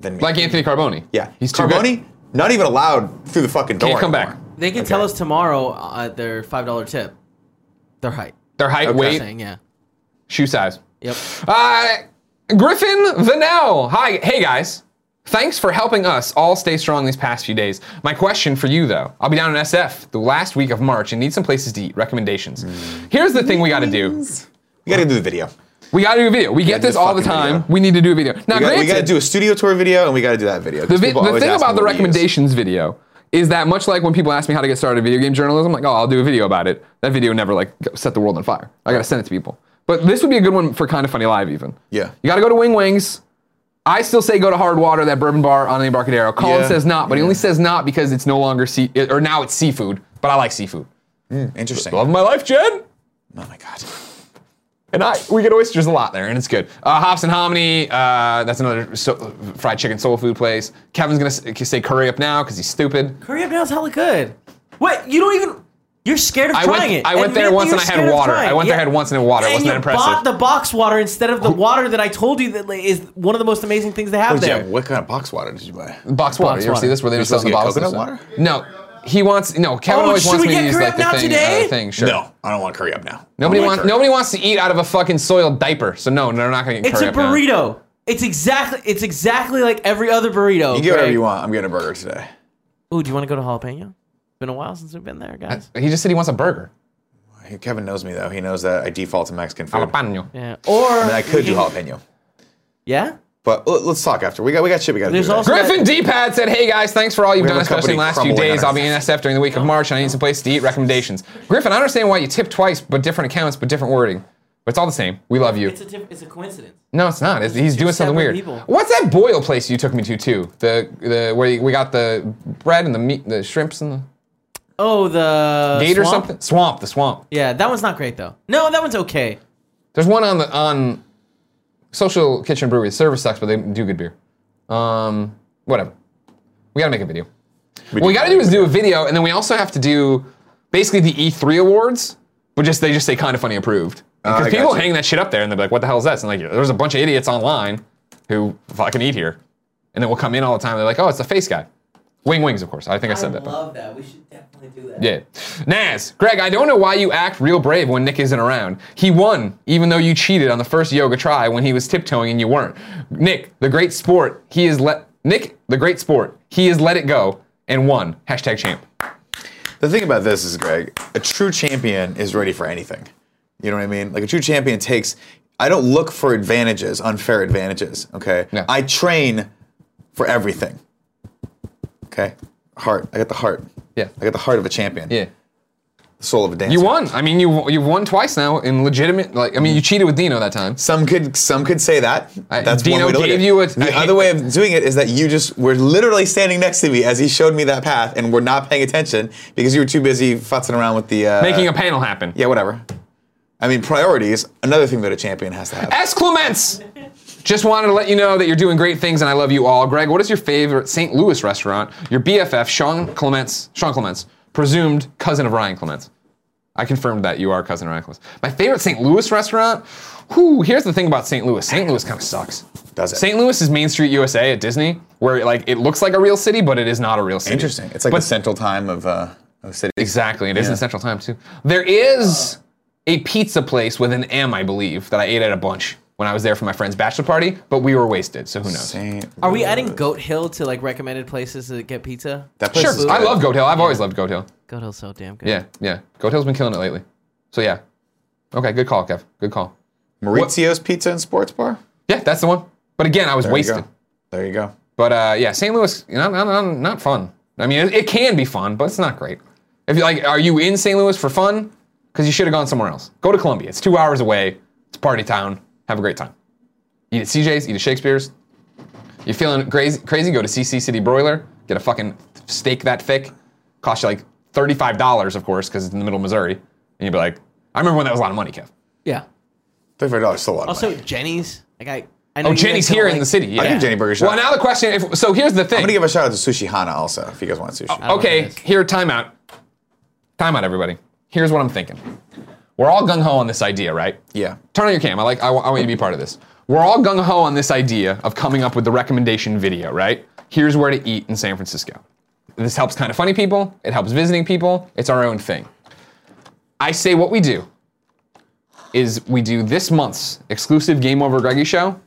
Speaker 2: than me.
Speaker 1: Like Anthony Carboni.
Speaker 2: yeah,
Speaker 1: He's too
Speaker 2: Carboni,
Speaker 1: good.
Speaker 2: not even allowed through the fucking door.
Speaker 1: Can't come
Speaker 2: anymore.
Speaker 1: back.
Speaker 3: They can tell us tomorrow uh, at their five dollar tip. Their height.
Speaker 1: Their height,
Speaker 2: Okay.
Speaker 1: weight,
Speaker 3: Saying yeah.
Speaker 1: shoe size.
Speaker 3: Yep.
Speaker 1: Uh, Griffin Vanell. Hi, hey guys. Thanks for helping us all stay strong these past few days. My question for you though, I'll be down in SF the last week of March and need some places to eat. Recommendations.
Speaker 2: Hmm.
Speaker 1: Here's the thing we got to do.
Speaker 2: You got to do the video.
Speaker 1: We got to do a video. We get
Speaker 2: do
Speaker 1: this
Speaker 2: a
Speaker 1: all the
Speaker 2: fucking
Speaker 1: time.
Speaker 2: video.
Speaker 1: We need to do a video. Now,
Speaker 2: We got,
Speaker 1: granted,
Speaker 2: to do a studio tour video, and we got to do that video.
Speaker 1: the, vi- the thing about the recommendations video is that much like when people ask me how to get started in video game journalism, like, oh, I'll do a video about it. That video never like set the world on fire. I gotta send it to people. But this would be a good one for kind of funny live even.
Speaker 2: Yeah.
Speaker 1: You gotta go to Wing Wings. I still say go to Hard Water, that bourbon bar on the Embarcadero. Colin
Speaker 2: Yeah.
Speaker 1: says not, but he only says not because it's no longer sea or now it's seafood. But I like seafood.
Speaker 2: Interesting.
Speaker 1: Love of my life, Jen.
Speaker 2: Oh my god.
Speaker 1: And I, we get oysters a lot there, and it's good. Uh, Hops and Hominy, uh, that's another so, fried chicken soul food place. Kevin's gonna s- say curry up now because he's stupid.
Speaker 3: Curry up now's hella good. What? You don't even. You're scared of
Speaker 1: I
Speaker 3: trying
Speaker 1: went,
Speaker 3: it.
Speaker 1: I went
Speaker 3: Admit
Speaker 1: there
Speaker 3: that
Speaker 1: once
Speaker 3: you're
Speaker 1: and I
Speaker 3: scared
Speaker 1: had
Speaker 3: of
Speaker 1: water.
Speaker 3: trying.
Speaker 1: I went there
Speaker 3: Yeah.
Speaker 1: and had once and had water.
Speaker 3: And
Speaker 1: Wasn't
Speaker 3: you
Speaker 1: that impressive?
Speaker 3: bought the box water instead of the water that I told you that like, is one of the most amazing things they have
Speaker 2: Wait,
Speaker 3: there.
Speaker 2: Jim, what kind of box water did you buy?
Speaker 1: box water. you ever
Speaker 3: water.
Speaker 1: see this where they
Speaker 2: You're
Speaker 1: just sell the bottles?
Speaker 2: supposed to
Speaker 1: of
Speaker 2: get
Speaker 1: stuff? No, he wants no. Kevin
Speaker 3: Oh,
Speaker 1: always
Speaker 3: should
Speaker 1: wants
Speaker 3: we
Speaker 1: me to
Speaker 3: get
Speaker 1: use
Speaker 3: curry
Speaker 1: like
Speaker 3: up
Speaker 1: the
Speaker 3: now
Speaker 1: thing,
Speaker 3: today?
Speaker 1: uh, thing. Sure.
Speaker 2: No, I don't want curry up now.
Speaker 1: Nobody
Speaker 2: I want
Speaker 1: wants.
Speaker 2: curry.
Speaker 1: Nobody wants to eat out of a fucking soiled diaper. So no, they're not gonna get
Speaker 3: It's
Speaker 1: curry
Speaker 3: a
Speaker 1: up now.
Speaker 3: burrito. It's exactly it's exactly like every other burrito.
Speaker 2: You can get whatever
Speaker 3: Greg.
Speaker 2: you want. I'm getting a burger today.
Speaker 3: Ooh, do you want to go to jalapeno? It's been a while since we've been there, guys.
Speaker 1: He just said he wants a burger.
Speaker 2: Hey, Kevin knows me though. He knows that I default to Mexican food. I
Speaker 1: Jalapeno.
Speaker 3: Yeah. Or
Speaker 2: mean, I could
Speaker 3: we
Speaker 2: do
Speaker 3: can-
Speaker 2: jalapeno,
Speaker 3: Yeah.
Speaker 2: but let- let's talk after. We got we got shit. We got to do.
Speaker 3: There's
Speaker 2: today.
Speaker 3: also-
Speaker 1: Griffin D-pad said, "Hey guys, thanks for all you've
Speaker 2: We have
Speaker 1: done,
Speaker 2: a
Speaker 1: especially in the
Speaker 2: company
Speaker 1: last few
Speaker 2: crumbling
Speaker 1: days.
Speaker 2: under
Speaker 1: I'll be in SF during the week of March, and I need some place to eat. Recommendations." Griffin, I understand why you tipped twice, but different accounts, but different wording. But it's all the same. We love you.
Speaker 3: It's a diff- it's a coincidence.
Speaker 1: No, it's not. It's, he's
Speaker 3: two
Speaker 1: doing something weird.
Speaker 3: separate people.
Speaker 1: What's that boil place you took me to too? The the where you- we got the bread and the meat, the shrimps and the
Speaker 3: Oh, the
Speaker 1: gate or
Speaker 3: swamp?
Speaker 1: something. Swamp, the swamp.
Speaker 3: Yeah, that one's not great though. No, that one's okay.
Speaker 1: There's one on the on Social Kitchen Brewery. The service sucks, but they do good beer. Um, whatever. We gotta make a video. what we gotta do is do a video, and then we also have to do basically the E3 awards, but just they just say kind of funny approved.
Speaker 2: I
Speaker 1: Because
Speaker 2: got
Speaker 1: people
Speaker 2: you.
Speaker 1: hang that shit up there, and they're like, "What the hell is that?" And like, there's a bunch of idiots online who fucking eat here, and then we'll come in all the time. They're like, "Oh, it's the face guy." Wing wings, of course. I think I said that. but-
Speaker 3: love that. We should definitely do that.
Speaker 1: yeah. Naz, Greg, I don't know why you act real brave when Nick isn't around. He won, even though you cheated on the first yoga try when he was tiptoeing and you weren't. Nick, the great sport, he is let Nick, the great sport, he has let it go and won. Hashtag champ.
Speaker 2: The thing about this is, Greg, a true champion is ready for anything. You know what I mean? Like a true champion takes. I don't look for advantages, unfair advantages. Okay.
Speaker 1: Yeah.
Speaker 2: I train for everything. Okay. Heart. I got the heart.
Speaker 1: Yeah.
Speaker 2: I got the heart of a champion.
Speaker 1: Yeah.
Speaker 2: The soul of a dancer.
Speaker 1: You won. I mean, you you've won twice now in legitimate. Like, I mean, you cheated with Dino that time.
Speaker 2: Some could some could say that.
Speaker 1: I-
Speaker 2: That's
Speaker 1: Dino
Speaker 2: one way to look
Speaker 1: gave
Speaker 2: at it.
Speaker 1: you a- I
Speaker 2: the
Speaker 1: hate-
Speaker 2: other way of doing it is that you just were literally standing next to me as he showed me that path, and were not paying attention because you were too busy futzing around with the uh,
Speaker 1: Making a panel happen.
Speaker 2: Yeah, whatever. I mean, priorities. Another thing that a champion has to have.
Speaker 1: S. Clements! Just wanted to let you know that you're doing great things and I love you all. Greg, what is your favorite St. Louis restaurant? Your BFF, Sean Clements, Sean Clements, presumed cousin of Ryan Clements. I confirmed that you are cousin of Ryan Clements. My favorite St. Louis restaurant? Whew, here's the thing about St. Louis. St. Louis kind of sucks.
Speaker 2: Does it?
Speaker 1: St. Louis is Main Street USA at Disney, where like it looks like a real city, but it is not a real city.
Speaker 2: Interesting. It's like
Speaker 1: But
Speaker 2: the central time of uh, of city.
Speaker 1: Exactly. It is
Speaker 2: Yeah.
Speaker 1: in Central Time too. There is a pizza place with an M, I believe, that I ate at a bunch when I was there for my friend's bachelor party, but we were wasted, so who knows?
Speaker 2: Saint
Speaker 3: Are we
Speaker 2: Louis.
Speaker 3: adding Goat Hill to like recommended places to get pizza?
Speaker 2: That place
Speaker 1: Sure.
Speaker 2: is
Speaker 1: I
Speaker 2: good.
Speaker 1: love Goat Hill. I've always loved Goat Hill.
Speaker 3: Goat Hill's so damn good.
Speaker 1: Yeah, yeah. Goat Hill's been killing it lately. So yeah. Okay, good call, Kev. Good call.
Speaker 2: Maurizio's Pizza and Sports Bar.
Speaker 1: Yeah, that's the one. But again, I was
Speaker 2: There
Speaker 1: wasted.
Speaker 2: you go. There you go.
Speaker 1: But uh, yeah, St. Louis, not, not, not, not fun. I mean, it, it can be fun, but it's not great. If you like, are you in St. Louis for fun? Because you should have gone somewhere else. Go to Columbia. It's two hours away. It's party town. Have a great time. Eat at CJ's. Eat at Shakespeare's. You're feeling crazy? Crazy? Go to CC City Broiler. Get a fucking steak that thick. Cost you like thirty-five dollars, of course, because it's in the middle of Missouri. And you'd be like, I remember when that was a lot of money, Kev.
Speaker 3: Yeah.
Speaker 2: Thirty-five dollars still a lot. Of
Speaker 3: Also,
Speaker 2: money.
Speaker 3: Jenny's. Like I. I know
Speaker 1: Oh,
Speaker 3: you guys
Speaker 1: Jenny's
Speaker 3: don't
Speaker 1: here in
Speaker 3: like-
Speaker 1: the city. Yeah.
Speaker 2: I give Jenny Burger Shop.
Speaker 1: Well, now the question. If, so here's the thing.
Speaker 2: I'm gonna give a shout out to Sushi Hana also if you guys want sushi.
Speaker 3: don't know
Speaker 1: Okay,
Speaker 3: this.
Speaker 1: here, timeout. Timeout, everybody. Here's what I'm thinking. We're all gung ho on this idea, right?
Speaker 2: yeah.
Speaker 1: Turn on your cam. I like. I, wa- I want you to be part of this. We're all gung ho on this idea of coming up with the recommendation video, right? Here's where to eat in San Francisco. This helps kind of funny people. It helps visiting people. It's our own thing. I say what we do is we do this month's exclusive Game Over Greggy show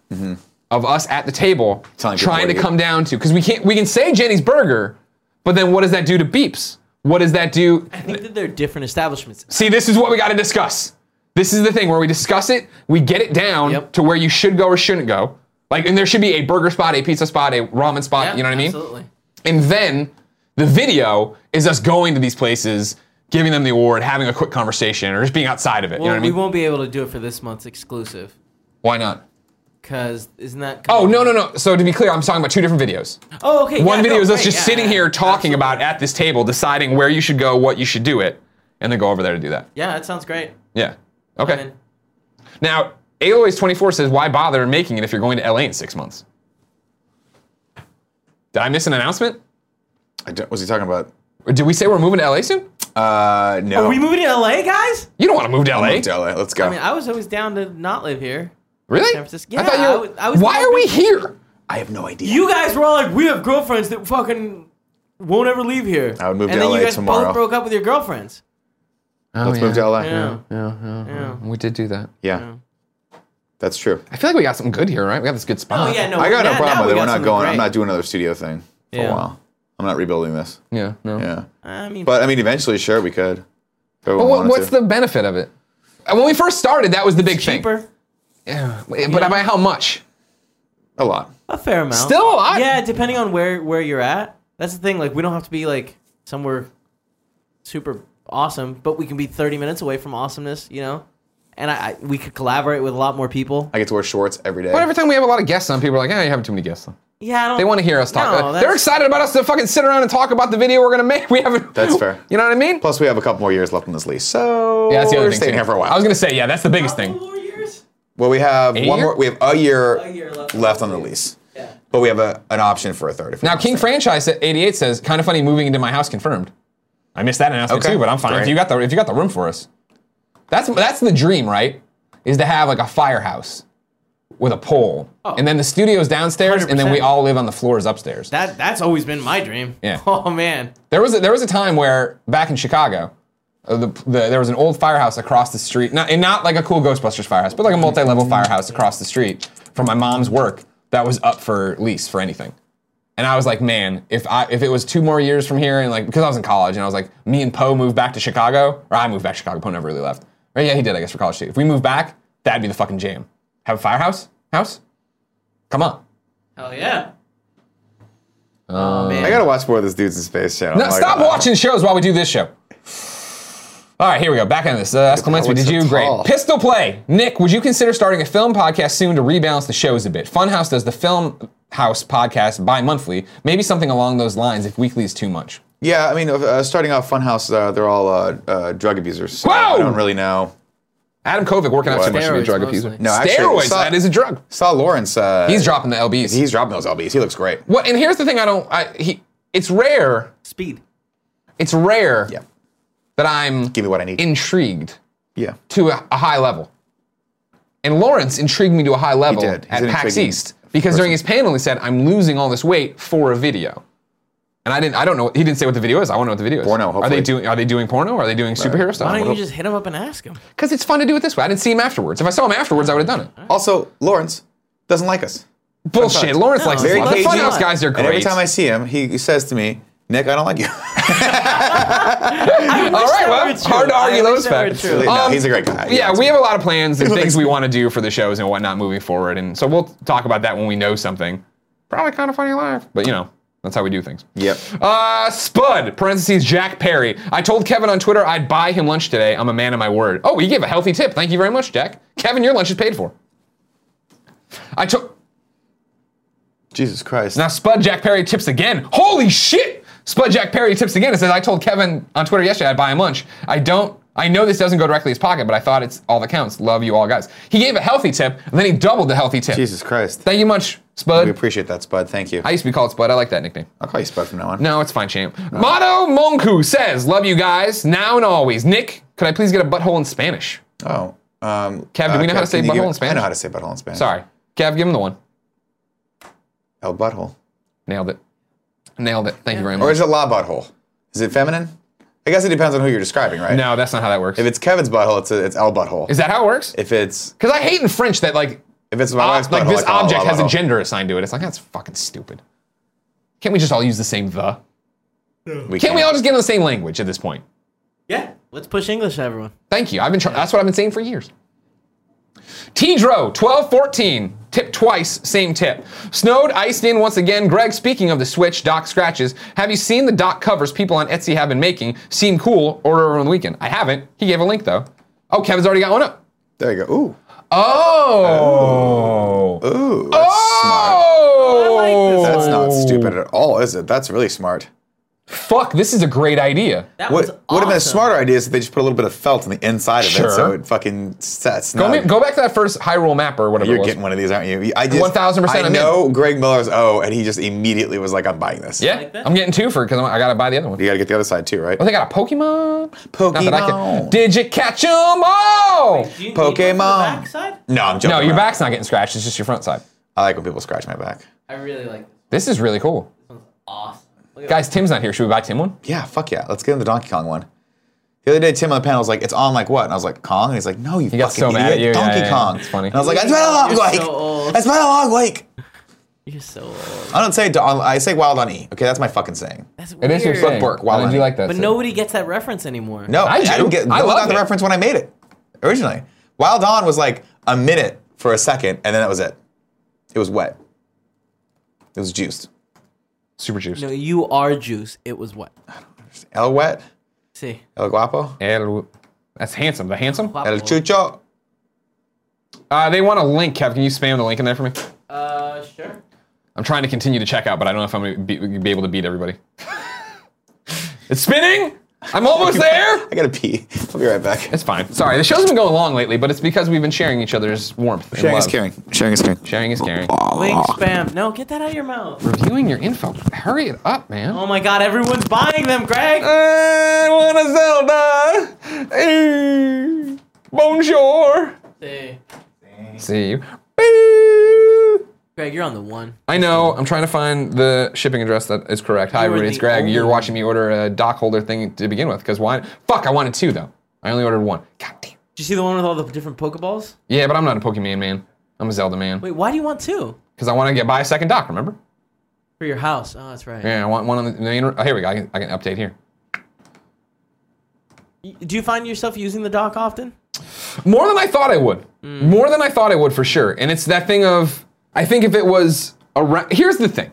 Speaker 1: of us at the table
Speaker 2: Telling people
Speaker 1: trying
Speaker 2: what
Speaker 1: to
Speaker 2: to eat.
Speaker 1: come down to because we can't. We can say Jenny's Burger, but then what does that do to Beeps? What does that do?
Speaker 3: I think that they're different establishments.
Speaker 1: See, this is what we got to discuss. This is the thing where we discuss it, we get it down
Speaker 3: Yep.
Speaker 1: to where you should go or shouldn't go. Like, and there should be a burger spot, a pizza spot, a ramen spot. you know what I mean?
Speaker 3: Absolutely.
Speaker 1: And then the video is us going to these places, giving them the award, having a quick conversation, or just being outside of it.
Speaker 3: Well,
Speaker 1: you know what I
Speaker 3: we
Speaker 1: mean?
Speaker 3: won't be able to do it for this month's exclusive
Speaker 1: Why not?
Speaker 3: because isn't that?
Speaker 1: Oh no no no! So to be clear, I'm talking about two different videos.
Speaker 3: Oh okay.
Speaker 1: One
Speaker 3: yeah,
Speaker 1: video
Speaker 3: no,
Speaker 1: is us
Speaker 3: right,
Speaker 1: just
Speaker 3: yeah,
Speaker 1: sitting
Speaker 3: yeah,
Speaker 1: here talking
Speaker 3: absolutely.
Speaker 1: about at this table, deciding where you should go, what you should do it, and then go over there to do that.
Speaker 3: Yeah, that sounds great.
Speaker 1: Yeah.
Speaker 3: I'm
Speaker 1: Okay.
Speaker 3: in.
Speaker 1: Now, Aloys24 says, why bother making it if you're going to LA in six months? Did I miss an announcement?
Speaker 2: I don't, was he talking about?
Speaker 1: Or did we say we're moving to LA soon?
Speaker 2: Uh, no.
Speaker 3: Are Oh, we moving to LA, guys?
Speaker 1: You don't want to move to LA.
Speaker 2: Move to LA. Let's go.
Speaker 3: I
Speaker 2: I,
Speaker 3: mean, I was always down to not live here.
Speaker 1: Really?
Speaker 3: San Francisco.
Speaker 1: I thought
Speaker 3: Yeah, I
Speaker 1: you were,
Speaker 3: was- I was
Speaker 1: Why are we here?
Speaker 2: have no idea.
Speaker 3: You guys were all like, we have girlfriends that fucking won't ever leave here.
Speaker 2: I would move
Speaker 3: and
Speaker 2: to
Speaker 3: then
Speaker 2: LA
Speaker 3: you guys
Speaker 2: tomorrow.
Speaker 3: both broke up with your girlfriends.
Speaker 1: Oh,
Speaker 2: Let's move to LA. Yeah.
Speaker 3: Oh, Yeah. yeah.
Speaker 1: We did do that.
Speaker 2: That's true.
Speaker 1: I feel like we got something good here, right? We got this good spot.
Speaker 3: Oh yeah, no.
Speaker 2: I got no
Speaker 3: now- now
Speaker 2: problem with
Speaker 3: we
Speaker 2: it. We're
Speaker 3: got
Speaker 2: not
Speaker 3: something
Speaker 2: going.
Speaker 3: great.
Speaker 2: I'm not doing another studio thing for a
Speaker 3: Yeah.
Speaker 2: while. I'm not rebuilding this.
Speaker 1: Yeah, no.
Speaker 2: Yeah.
Speaker 3: I mean,
Speaker 2: But I mean, eventually, sure, we could.
Speaker 1: But what, what's the benefit of it? Uh, When we first started, that was the big thing.
Speaker 3: cheaper.
Speaker 1: Yeah, but by how much?
Speaker 2: a lot?
Speaker 3: A fair amount.
Speaker 1: Still a lot.
Speaker 3: Yeah, depending on where where you're at. That's the thing. Like, we don't have to be like somewhere super awesome, but we can be 30 minutes away from awesomeness. You know, and I, I we could collaborate with a lot more people.
Speaker 2: I get to wear shorts every day.
Speaker 1: But every time we have a lot of guests on, people are like, "Yeah, you have too many guests on."
Speaker 3: Yeah, I don't,
Speaker 1: They want to hear us talk.
Speaker 3: No,
Speaker 1: They're
Speaker 3: that's-
Speaker 1: excited about us to fucking sit around and talk about the video we're gonna make. We haven't.
Speaker 2: That's fair.
Speaker 1: You know what I mean?
Speaker 2: Plus, we have a couple more years left on this lease, so
Speaker 1: yeah, that's the other
Speaker 2: we're
Speaker 1: thing.
Speaker 2: staying
Speaker 1: too.
Speaker 2: here for a while.
Speaker 1: I was gonna say, yeah, that's the biggest
Speaker 3: Couple
Speaker 1: thing.
Speaker 3: more years?
Speaker 2: well, we have
Speaker 1: A
Speaker 2: one
Speaker 1: year?
Speaker 2: more. We have a year,
Speaker 3: A year left.
Speaker 2: left, on the lease,
Speaker 3: Yeah.
Speaker 2: but we have a, an option for a third. if we
Speaker 1: Now,
Speaker 2: want
Speaker 1: King
Speaker 2: to stay.
Speaker 1: Franchise at 88 says, "Kind of funny moving into my house confirmed." I missed that announcement
Speaker 2: Okay.
Speaker 1: too, but I'm fine. If
Speaker 2: Great.
Speaker 1: you got the if you got the room for us, that's that's the dream, right? Is to have like a firehouse with a pole,
Speaker 3: Oh.
Speaker 1: and then the studio's downstairs, and then we
Speaker 3: 100%.
Speaker 1: all live on the floors upstairs.
Speaker 3: That that's always been my dream.
Speaker 1: Yeah.
Speaker 3: Oh man.
Speaker 1: There was a, there was a time where back in Chicago, uh, the, the, there was an old firehouse across the street, not, and not like a cool Ghostbusters firehouse, but like a multi-level firehouse across the street from my mom's work that was up for lease for anything. And I was like, man, if I if it was two more years from here, and like because I was in college, and I was like, me and Poe moved back to Chicago, or I moved back to Chicago. Poe never really left. Or yeah, he did, I guess, for college too. If we moved back, that'd be the fucking jam. Have a firehouse house. Come on.
Speaker 3: Hell yeah. oh man.
Speaker 2: I gotta watch more of this dudes in space channel.
Speaker 1: No,
Speaker 2: I'm like,
Speaker 1: stop
Speaker 2: uh,
Speaker 1: watching shows while we do this show. All right, here we go. Back into this. Uh, ask Clements,
Speaker 2: That
Speaker 1: did
Speaker 2: looks
Speaker 1: you?
Speaker 2: so
Speaker 1: Great.
Speaker 2: tall.
Speaker 1: Pistol play. Nick, would you consider starting a film podcast soon to rebalance the shows a bit? Funhouse does the film house podcast bi-monthly. Maybe something along those lines if weekly is too much.
Speaker 2: Yeah, I mean, uh, starting off Funhouse, uh, they're all uh, uh, drug abusers. So
Speaker 1: Whoa!
Speaker 2: I don't really know.
Speaker 1: Adam Kovic working out
Speaker 2: What?
Speaker 1: too much to be a
Speaker 3: Steroids
Speaker 1: drug
Speaker 3: mostly.
Speaker 1: abuser.
Speaker 2: No, actually,
Speaker 1: steroids.
Speaker 2: so-
Speaker 1: that is a drug.
Speaker 2: Saw Lawrence. Uh,
Speaker 1: He's dropping the lbs.
Speaker 2: he's dropping those LBs. He looks great.
Speaker 1: what? And here's the thing. I don't. I, he. It's rare.
Speaker 3: Speed.
Speaker 1: It's rare
Speaker 2: Yeah,
Speaker 1: that I'm
Speaker 2: give me what I need.
Speaker 1: intrigued
Speaker 2: yeah,
Speaker 1: to a, a high level. And Lawrence intrigued me to a high level
Speaker 2: did. He's
Speaker 1: at
Speaker 2: an
Speaker 1: PAX
Speaker 2: intriguing
Speaker 1: East because during
Speaker 2: person.
Speaker 1: his panel he said, "I'm losing all this weight for a video." And I didn't. I don't know. He didn't say what the video is. I want to know what the video is.
Speaker 2: Porno,
Speaker 1: Are they
Speaker 2: hopefully.
Speaker 1: doing? Are they doing porno? Are they doing superhero
Speaker 3: Why don't you
Speaker 1: stuff?
Speaker 3: just hit him up and ask him?
Speaker 1: Because it's fun to do it this way. I didn't see him afterwards. If I saw him afterwards, I would have done it.
Speaker 2: Also, Lawrence doesn't like us.
Speaker 1: Bullshit.
Speaker 2: fun.
Speaker 1: Lawrence
Speaker 3: No,
Speaker 1: likes this.
Speaker 3: it's
Speaker 2: Very
Speaker 1: a lot. The
Speaker 2: cagey.
Speaker 1: Funhouse guys are
Speaker 2: And
Speaker 1: great.
Speaker 2: every time I see him, he says to me, "Nick, I don't like you."
Speaker 1: All right,
Speaker 3: that
Speaker 1: well,
Speaker 3: were true.
Speaker 1: hard to
Speaker 3: I
Speaker 1: argue
Speaker 3: wish
Speaker 1: those
Speaker 3: that were
Speaker 1: facts. Um,
Speaker 3: true.
Speaker 2: No, he's a great guy. He
Speaker 1: Yeah,
Speaker 2: likes
Speaker 1: we
Speaker 2: me.
Speaker 1: have a lot of plans and
Speaker 2: He
Speaker 1: things
Speaker 2: likes
Speaker 1: we
Speaker 2: me.
Speaker 1: want to do for the shows and whatnot moving forward, and so we'll talk about that when we know something. Probably kind of funny live, but you know that's how we do things.
Speaker 2: yep.
Speaker 1: Uh, Spud, parentheses, Jack Perry. I told Kevin on Twitter I'd buy him lunch today. I'm a man of my word. Oh, he gave a healthy tip. Thank you very much, Jack. Kevin, your lunch is paid for. I took.
Speaker 2: Jesus Christ.
Speaker 1: Now, Spud Jack Perry tips again. Holy shit! Spud Jack Perry tips again and says, I told Kevin on Twitter yesterday I'd buy him lunch. I don't. I know this doesn't go directly to his pocket, but I thought it's all that counts. Love you all, guys. He gave a healthy tip, and then he doubled the healthy tip.
Speaker 2: Jesus Christ.
Speaker 1: Thank you much,
Speaker 2: we
Speaker 1: Spud.
Speaker 2: appreciate that, Spud. Thank you.
Speaker 1: I used to be called Spud. I like that nickname.
Speaker 2: I'll call you Spud from now on.
Speaker 1: No, it's fine, champ.
Speaker 2: Uh.
Speaker 1: Mato Monku says, Love you guys, now and always. Nick, could I please get a butthole in Spanish?
Speaker 2: Oh. Um,
Speaker 1: Kev, do we know how to say
Speaker 2: can you
Speaker 1: butthole
Speaker 2: give-
Speaker 1: in Spanish?
Speaker 2: I know how to say butthole in Spanish.
Speaker 1: Sorry. Kev, give him the one.
Speaker 2: El butthole.
Speaker 1: Nailed it. Nailed it. Thank you very
Speaker 2: Or
Speaker 1: much.
Speaker 2: is it la butthole? Is it feminine? I guess it depends on who you're describing, right?
Speaker 1: No, that's not how that works.
Speaker 2: If it's Kevin's butthole, it's, a, it's El butthole.
Speaker 1: Is that how it works?
Speaker 2: if it's
Speaker 1: Because I hate in French that, like,
Speaker 2: if it's my
Speaker 1: ob-
Speaker 2: wife's butthole,
Speaker 1: Ah, like oh. this
Speaker 2: I call it
Speaker 1: object
Speaker 2: la
Speaker 1: has a
Speaker 2: butthole.
Speaker 1: gender assigned to it. It's like, that's fucking stupid. Can't we just all use the same the?
Speaker 2: We
Speaker 1: Can't we all just get on the same language at this point?
Speaker 3: Yeah. Let's push English to everyone.
Speaker 1: Thank you. I've been. Try- that's what I've been saying for years. Tidro, 1214. Tip twice, same tip. Snowed, iced in once again. Greg, speaking of the Switch, Doc scratches. Have you seen the Doc covers people on Etsy have been making? Seem cool. Order over the weekend. I haven't. He gave a link though. Oh, Kevin's already got one up.
Speaker 2: There you go. Ooh.
Speaker 1: Oh.
Speaker 2: Ooh. That's smart.
Speaker 1: Oh.
Speaker 3: I like this
Speaker 2: That's not stupid at all, is it? That's really smart.
Speaker 1: Fuck, this is a great idea.
Speaker 3: That
Speaker 2: What
Speaker 3: was
Speaker 2: would have been a
Speaker 3: awesome.
Speaker 2: smarter idea is if they just put a little bit of felt on the inside of it so
Speaker 1: Sure.
Speaker 2: it fucking sets.
Speaker 1: Go, ma- go back to that first Hyrule map or whatever it
Speaker 2: You're
Speaker 1: was.
Speaker 2: getting one of these, aren't you? I just
Speaker 1: 1000%
Speaker 2: I
Speaker 1: I'm in.
Speaker 2: know Greg Miller's O, and he just immediately was like, "I'm buying this."
Speaker 1: yeah,
Speaker 3: Like that?
Speaker 1: I'm getting two for because I gotta buy the other one.
Speaker 2: You got to get the other side too, right?
Speaker 1: Oh, they got a Pokemon. Not that I can-
Speaker 2: Pokemon.
Speaker 1: Did you catch 'em all?
Speaker 3: Do you need one for the
Speaker 2: Pokemon.
Speaker 3: backside?
Speaker 2: No, I'm joking.
Speaker 1: no, your
Speaker 2: around.
Speaker 1: back's not getting scratched. It's just your front side.
Speaker 2: I like when people scratch my back.
Speaker 3: I really like this.
Speaker 1: This is really cool,
Speaker 3: This one's awesome. Look at
Speaker 1: guys. Tim's not here. Should we buy Tim one?
Speaker 2: Yeah, fuck yeah. Let's get him the Donkey Kong one. The other day, Tim on the panel was like, "It's on like what?" And I was like, "Kong." And he's like, "No, you
Speaker 1: got
Speaker 2: fucking
Speaker 1: so mad at
Speaker 2: idiot.
Speaker 1: you. Yeah,
Speaker 2: Donkey
Speaker 1: yeah, yeah.
Speaker 2: Kong."
Speaker 1: It's funny.
Speaker 2: And I was like, "I spent a long
Speaker 3: You're
Speaker 2: wake.
Speaker 3: so old.
Speaker 2: I spent a long wake."
Speaker 3: that. You're so old.
Speaker 2: I don't say don- I say wild on e. Okay, that's my fucking saying.
Speaker 3: That's weird.
Speaker 1: It is your saying.
Speaker 2: Bork,
Speaker 1: Why
Speaker 2: Wild
Speaker 1: did you
Speaker 2: Honey.
Speaker 1: like that?
Speaker 3: But
Speaker 1: Sid?
Speaker 3: nobody gets that reference anymore.
Speaker 2: No,
Speaker 1: I
Speaker 2: I,
Speaker 1: do.
Speaker 2: didn't get.
Speaker 1: I
Speaker 2: I
Speaker 1: love
Speaker 2: got the
Speaker 1: it.
Speaker 2: reference when I made it originally. Wild on was like a minute for a second, and then that was it. It was wet. It was juiced.
Speaker 1: super juice.
Speaker 3: No, you are juice. It was what?
Speaker 2: El wet.
Speaker 3: See.
Speaker 2: El guapo.
Speaker 1: El- that's handsome. The handsome.
Speaker 3: Wow.
Speaker 2: El chucho.
Speaker 1: Uh, they want a link, Kev. Can you spam the link in there for me?
Speaker 3: Uh, sure.
Speaker 1: I'm trying to continue to check out, but I don't know if I'm gonna be, be able to beat everybody. it's spinning. I'm almost there.
Speaker 2: I gotta pee. I'll be right back.
Speaker 1: It's fine. Sorry, the show's been going long lately, but it's because we've been sharing each other's warmth. and
Speaker 2: Sharing is
Speaker 1: love.
Speaker 2: caring. Sharing is caring.
Speaker 1: Sharing is caring.
Speaker 3: Link spam. No, get that out of your mouth.
Speaker 1: Reviewing your info. Hurry it up, man.
Speaker 3: Oh my god, everyone's buying them, Greg!
Speaker 1: I want a Zelda. Eh, Bonjour.
Speaker 3: Hey.
Speaker 1: See you. Boo.
Speaker 3: Greg, you're on the one.
Speaker 1: I know. I'm trying to find the shipping address that is correct. Hi,
Speaker 3: You are
Speaker 1: everybody. It's
Speaker 3: the
Speaker 1: Greg.
Speaker 3: only
Speaker 1: You're
Speaker 3: one.
Speaker 1: watching me order a dock holder thing to begin with. Because why? Fuck, I wanted two, though. I only ordered one. God damn.
Speaker 3: Did you see the one with all the different Pokeballs?
Speaker 1: Yeah, but I'm not a Pokemon man. I'm a Zelda man.
Speaker 3: Wait, why do you want two?
Speaker 1: Because I want to get buy a second dock, remember?
Speaker 3: For your house. Oh, that's right.
Speaker 1: Yeah, I want one on the main. Oh, here we go. I can, I can update here.
Speaker 3: Y- Do you find yourself using the dock often?
Speaker 1: More than I thought I would. More than I thought I would for sure. And it's that thing of I think if it was around. Here's the thing,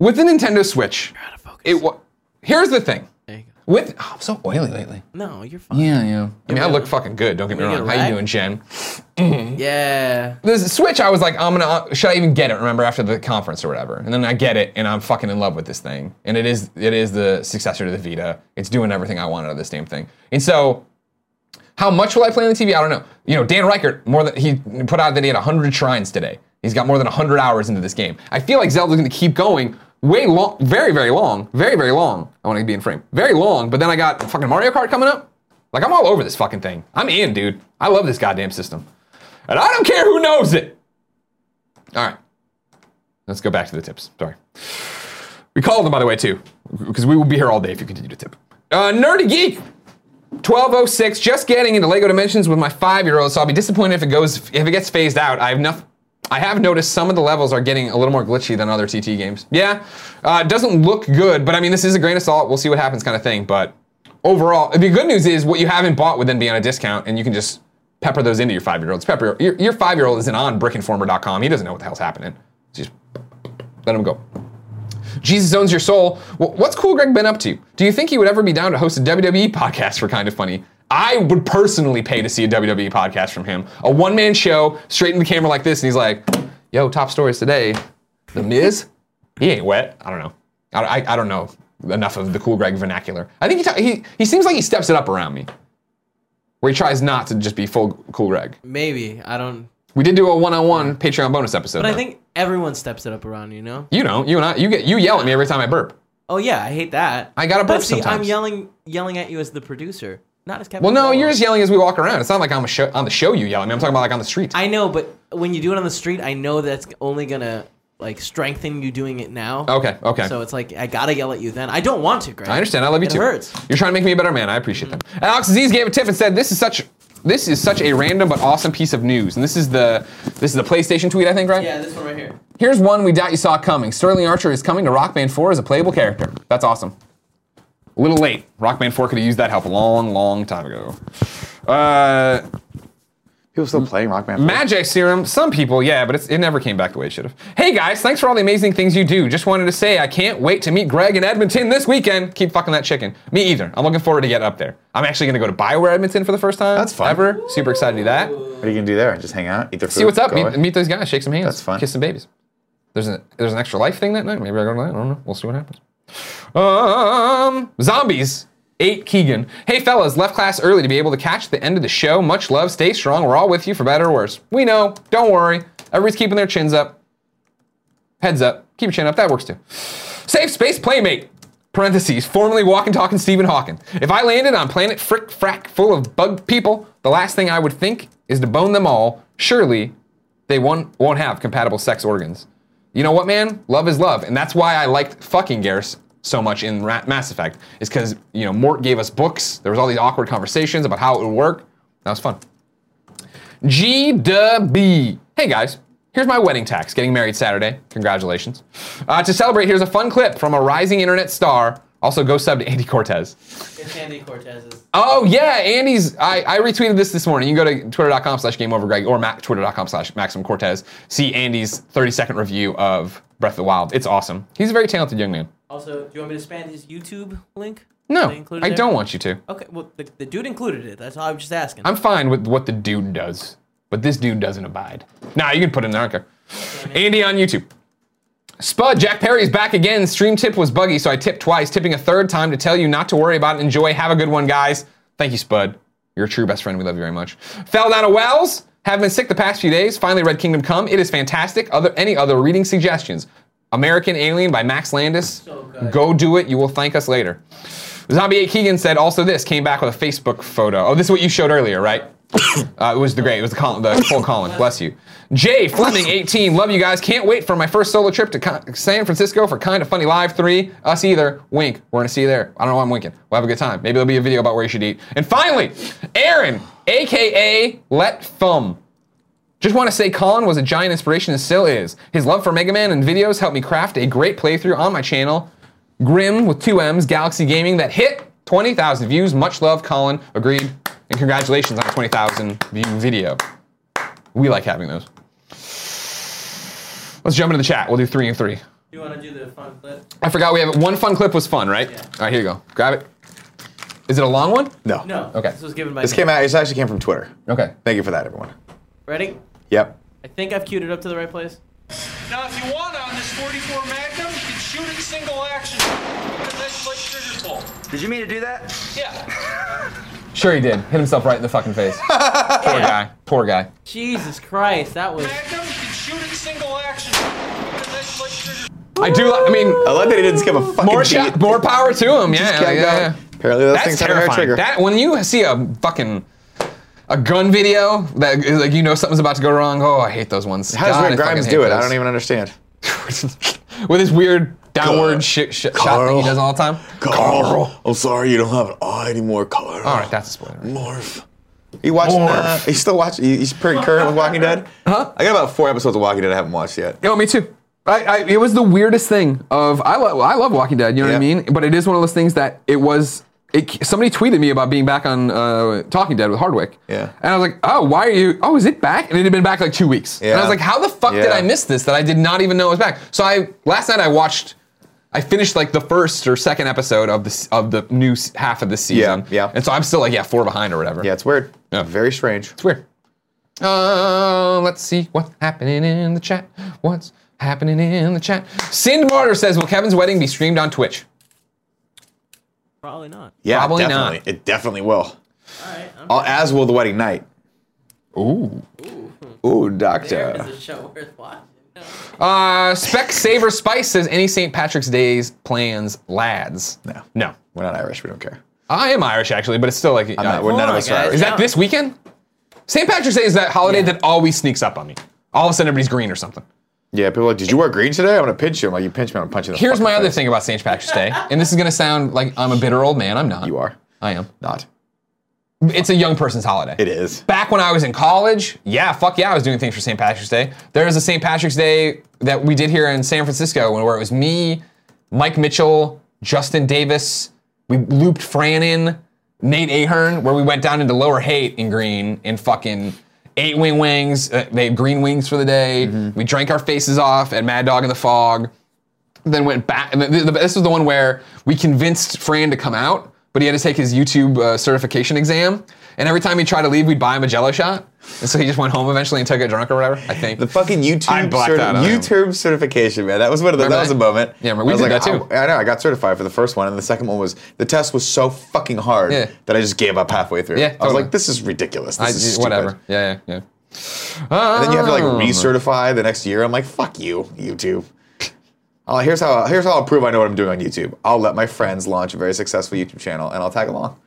Speaker 1: with the Nintendo Switch,
Speaker 3: Out of focus.
Speaker 1: it wa- Here's the thing.
Speaker 3: there you go.
Speaker 1: With oh, I'm so oily lately.
Speaker 3: No, you're fine.
Speaker 1: Yeah, yeah. I mean, I
Speaker 3: Yeah.
Speaker 1: look fucking good. Don't get me
Speaker 3: You get
Speaker 1: wrong. How you
Speaker 3: rag?
Speaker 1: doing, Jen?
Speaker 3: Yeah.
Speaker 1: The Switch, I was like, I'm gonna. Uh, should I even get it? Remember after the conference or whatever? And then I get it, and I'm fucking in love with this thing. And it is, it is the successor to the Vita. It's doing everything I wanted of this damn thing. And so How much will I play on the TV? I don't know. You know, Dan Reichert, more than he put out that he had 100 shrines today. He's got more than 100 hours into this game. I feel like Zelda's going to keep going way long, very, very long, very, very long. I want to be in frame, very long. But then I got fucking Mario Kart coming up. Like I'm all over this fucking thing. I'm in, dude. I love this goddamn system, and I don't care who knows it. All right, let's go back to the tips. Sorry. We called them, by the way, too, because we will be here all day if you continue to tip. Uh, Nerdy Geek 1206 just getting into lego dimensions with my five-year-old so i'll be disappointed if it goes if it gets phased out i have enough i have noticed some of the levels are getting a little more glitchy than other tt games yeah uh, it doesn't look good but i mean this is a grain of salt we'll see what happens kind of thing but overall the good news is what you haven't bought would then be on a discount and you can just pepper those into your five-year-olds pepper your, your five-year-old isn't on brickinformer.com he doesn't know what the hell's happening just let him go Jesus owns your soul. Wh- What's cool Greg been up to? Do you think he would ever be down to host a WWE podcast for kind of funny? I would personally pay to see a WWE podcast from him. A one man show, straight in the camera like this, and he's like, yo, top stories today. The Miz? He ain't wet. I don't know. I, I, I don't know enough of the cool Greg vernacular. I think he, ta- he, he seems like he steps it up around me, where he tries not to just be full cool Greg.
Speaker 3: Maybe. I don't.
Speaker 1: We did do a one on one Patreon bonus episode.
Speaker 3: But I
Speaker 1: though.
Speaker 3: think everyone steps it up around, you know?
Speaker 1: you know, you and I, you get you yell at me every time I burp.
Speaker 3: Oh, yeah, I hate that.
Speaker 1: I gotta burp
Speaker 3: but see, I'm
Speaker 1: sometimes.
Speaker 3: yelling yelling at you as the producer, not as Kevin.
Speaker 1: Well, no,
Speaker 3: Ball.
Speaker 1: you're just yelling as we walk around. It's not like I'm a show, on the show you yell at me. I'm talking about like on the street.
Speaker 3: I know, but when you do it on the street, I know that's only gonna like strengthen you doing it now.
Speaker 1: okay, okay.
Speaker 3: So it's like I gotta yell at you then. I don't want to, Greg.
Speaker 1: I understand. I love you
Speaker 3: it
Speaker 1: too.
Speaker 3: hurts.
Speaker 1: You're trying to make me a better man. I appreciate that. Alex Aziz gave a tip and said, "This is such." This is such a random but awesome piece of news, and this is the this is the PlayStation tweet, I think, right?
Speaker 3: Yeah, this one right here.
Speaker 1: Here's one we doubt you saw coming. Sterling Archer is coming to Rock Band 4 as a playable character. That's awesome. A little late. Rock Band 4 could have used that help a long, long time ago. Uh,
Speaker 2: People
Speaker 1: Mm.
Speaker 2: still playing Rock Band.
Speaker 1: Magic serum. Some people, yeah, but it's, it never came back the way it should have. Hey guys, thanks for all the amazing things you do. Just wanted to say I can't wait to meet Greg in Edmonton this weekend. Keep fucking that chicken. Me either. I'm looking forward to get up there. I'm actually gonna go to Bioware Edmonton for the first time.
Speaker 2: That's fun.
Speaker 1: Ever. Super excited to do that.
Speaker 2: What are you gonna do there? Just hang out, eat their food.
Speaker 1: See what's up.
Speaker 2: go
Speaker 1: Meet,
Speaker 2: away?
Speaker 1: meet those guys. Shake some hands.
Speaker 2: That's fun.
Speaker 1: Kiss some babies. There's an there's an extra life thing that night. Maybe I go to that. I don't know. We'll see what happens. Um, zombies. Eight Keegan. Hey fellas, left class early to be able to catch the end of the show. Much love. Stay strong. We're all with you for better or worse. We know. Don't worry. Everybody's keeping their chins up. Heads up. Keep your chin up. That works too. Safe space playmate. Parentheses. Formerly walking, talking Stephen Hawking. If I landed on planet frick frack full of bug people, the last thing I would think is to bone them all. Surely they won't, won't have compatible sex organs. You know what, man? Love is love, and that's why I liked fucking Garrus so much in Ra- Mass Effect. Is because you know Mort gave us books. There was all these awkward conversations about how it would work. That was fun. G B. Hey guys, here's my wedding tax. Getting married Saturday. Congratulations. Uh, to celebrate, here's a fun clip from a rising internet star. Also, go sub to Andy Cortez.
Speaker 3: It's Andy Cortez's.
Speaker 1: Oh yeah, Andy's. I, I retweeted this this morning. You can go to twitter.com slash gameovergreg or ma- twitter.com slash Maxim Cortez. See Andy's 30 second review of Breath of the Wild. It's awesome. He's a very talented young man.
Speaker 3: Also, do you want me to spam his YouTube link?
Speaker 1: No,
Speaker 3: They included
Speaker 1: I
Speaker 3: there?
Speaker 1: don't want you to.
Speaker 3: Okay, well, the, the dude included it. That's all I'm just asking.
Speaker 1: I'm fine with what the dude does, but this dude doesn't abide. Nah, you can put him there. I don't care. Andy on YouTube. Spud, Jack Perry's back again. Stream tip was buggy, so I tipped twice, tipping a third time to tell you not to worry about it. Enjoy. Have a good one, guys. Thank you, Spud. You're a true best friend. We love you very much. Fell down a wells. Have been sick the past few days. Finally read Kingdom Come. It is fantastic. Other any other reading suggestions? American Alien by Max Landis.
Speaker 3: So good.
Speaker 1: Go do it. You will thank us later. Zombie 8 Keegan said also this came back with a Facebook photo. Oh, this is what you showed earlier, right? Uh, it was the great. It was the, Colin, the full Colin. Bless you. Jay Fleming, 18. Love you guys. Can't wait for my first solo trip to Con- San Francisco for Kind of Funny Live 3. Us either. Wink. We're going to see you there. I don't know why I'm winking. We'll have a good time. Maybe there'll be a video about where you should eat. And finally, Aaron, a.k.a. Let Fum. Just want to say Colin was a giant inspiration and still is. His love for Mega Man and videos helped me craft a great playthrough on my channel, Grim with two M's, Galaxy Gaming, that hit 20,000 views. Much love, Colin. Agreed. And congratulations on a 20,000 view video. We like having those. Let's jump into the chat. We'll do three and three.
Speaker 3: you want to do the fun clip?
Speaker 1: I forgot we have one fun clip was fun, right?
Speaker 3: Yeah.
Speaker 1: All right, here you go. Grab it. Is it a long one?
Speaker 2: No.
Speaker 3: No.
Speaker 1: Okay.
Speaker 3: This was given by
Speaker 2: This
Speaker 3: me.
Speaker 2: came out. This actually came from Twitter.
Speaker 1: Okay.
Speaker 2: Thank you for that, everyone.
Speaker 3: Ready?
Speaker 2: Yep.
Speaker 3: I think I've queued it up to the right place.
Speaker 7: Now, if you want on this 44 Magnum, you can shoot it single action. Because that's like trigger pull.
Speaker 8: Did you mean to do that?
Speaker 7: Yeah.
Speaker 1: Sure he did. Hit himself right in the fucking face. Poor guy. Poor guy.
Speaker 3: Jesus Christ, that was.
Speaker 7: Magnum, you can shoot it single action. Because that's like trigger
Speaker 1: I do. li- I mean,
Speaker 2: I love that he didn't skip a fucking
Speaker 1: more
Speaker 2: beat.
Speaker 1: shot- more power to him. Yeah,
Speaker 2: Just kept
Speaker 1: yeah, yeah.
Speaker 2: going. Apparently, those
Speaker 1: That's
Speaker 2: things have a hair
Speaker 1: terrifying.
Speaker 2: trigger.
Speaker 1: That when you see a fucking a gun video that is like you know something's about to go wrong. Oh, I hate those ones.
Speaker 2: How does
Speaker 1: God,
Speaker 2: Rick
Speaker 1: I fucking
Speaker 2: Grimes
Speaker 1: hate
Speaker 2: do it? I
Speaker 1: those.
Speaker 2: don't even understand.
Speaker 1: With his weird downward
Speaker 2: Carl.
Speaker 1: shit sh- shot thing he does all the time.
Speaker 2: Carl, I'm sorry you don't have an eye anymore, Carl.
Speaker 1: All right, that's a spoiler.
Speaker 2: Morph. You watching? Uh,
Speaker 1: Morph.
Speaker 2: you still watching? you- He's pretty current with Walking Dead. Huh? I got about four episodes of Walking Dead I haven't watched yet.
Speaker 1: No, me too. I, I, it was the weirdest thing of I love I love Walking Dead. You know what I
Speaker 2: Yeah.
Speaker 1: mean? But it is one of those things that it was. It, somebody tweeted me about being back on uh, Talking Dead with Hardwick.
Speaker 2: Yeah.
Speaker 1: And I was like, oh, why are you? Oh, is it back? And it had been back like two weeks. And I was
Speaker 2: Yeah.
Speaker 1: like, how the fuck did
Speaker 2: Yeah.
Speaker 1: I miss this? That I did not even know it was back. So I last night I watched. I finished like the first or second episode of the s- of the new s- half of the season.
Speaker 2: yeah.
Speaker 1: And so I'm still like yeah four behind or whatever.
Speaker 2: Yeah, it's weird.
Speaker 1: Yeah.
Speaker 2: Very strange.
Speaker 1: It's weird. Uh, let's see what's happening in the chat. What's happening in the chat? Sind Martyr says, "Will Kevin's wedding be streamed on Twitch?"
Speaker 3: Probably not.
Speaker 2: Yeah,
Speaker 1: Probably
Speaker 2: definitely.
Speaker 1: not.
Speaker 2: It definitely will.
Speaker 3: Alright, I'm
Speaker 2: All, as will the wedding night.
Speaker 1: Ooh.
Speaker 2: Ooh,
Speaker 3: there
Speaker 2: doctor.
Speaker 3: is a show worth watching.
Speaker 1: Uh, Spec Saver Spice says, "Any St. Patrick's Day's plans, lads?"
Speaker 2: No.
Speaker 1: No.
Speaker 2: We're not Irish. We don't care.
Speaker 1: I am Irish actually, but it's still like.
Speaker 2: I'm not, we're
Speaker 1: uh,
Speaker 2: none
Speaker 3: on,
Speaker 2: of us are
Speaker 3: guys.
Speaker 2: Irish.
Speaker 1: is that this weekend? St. Patrick's Day is that holiday
Speaker 3: Yeah.
Speaker 1: that always sneaks up on me. All of a sudden, everybody's green or something.
Speaker 2: Yeah, people are like, did you wear green today? I'm gonna pinch you. I'm like, you pinch me, I'm punching the
Speaker 1: Here's
Speaker 2: fucking
Speaker 1: my other
Speaker 2: face."
Speaker 1: thing about St. Patrick's Day, and this is gonna sound like I'm a bitter old man. I'm not.
Speaker 2: You are
Speaker 1: I am.
Speaker 2: not.
Speaker 1: It's a young person's holiday.
Speaker 2: It is.
Speaker 1: back when I was in college, yeah, fuck yeah, I was doing things for St. Patrick's Day. There was a St. Patrick's Day that we did here in San Francisco where it was me, Mike Mitchell, Justin Davis, we looped Fran in, Nate Ahern, where we went down into Lower Haight in green and fucking ate wing wings. Uh, they had green wings for the day.
Speaker 2: Mm-hmm.
Speaker 1: We drank our faces off at Mad Dog in the Fog then went back. And th- th- this was the one where we convinced Fran to come out, but he had to take his YouTube uh, certification exam. And every time he tried to leave, we'd buy him a Jello shot. And so he just went home eventually and took it drunk or whatever. I think.
Speaker 2: The fucking
Speaker 1: I
Speaker 2: YouTube
Speaker 1: blacked
Speaker 2: certi-
Speaker 1: out on him.
Speaker 2: YouTube certification, man. That was one of the,
Speaker 1: Remember
Speaker 2: that was a
Speaker 1: that?
Speaker 2: moment.
Speaker 1: Yeah, remember,
Speaker 2: I
Speaker 1: we
Speaker 2: was
Speaker 1: did
Speaker 2: like,
Speaker 1: that too.
Speaker 2: I, I know. I got certified for the first one, and the second one was the test was so fucking hard
Speaker 1: Yeah.
Speaker 2: that I just gave up halfway through.
Speaker 1: Yeah,
Speaker 2: I was
Speaker 1: totally.
Speaker 2: like, this is ridiculous. This
Speaker 1: I,
Speaker 2: is stupid.
Speaker 1: whatever. Yeah, yeah, yeah.
Speaker 2: And then you have to like
Speaker 1: Um,
Speaker 2: recertify the next year. I'm like, fuck you, YouTube. Oh, here's how here's how I'll prove I know what I'm doing on YouTube. I'll let my friends launch a very successful YouTube channel, and I'll tag along.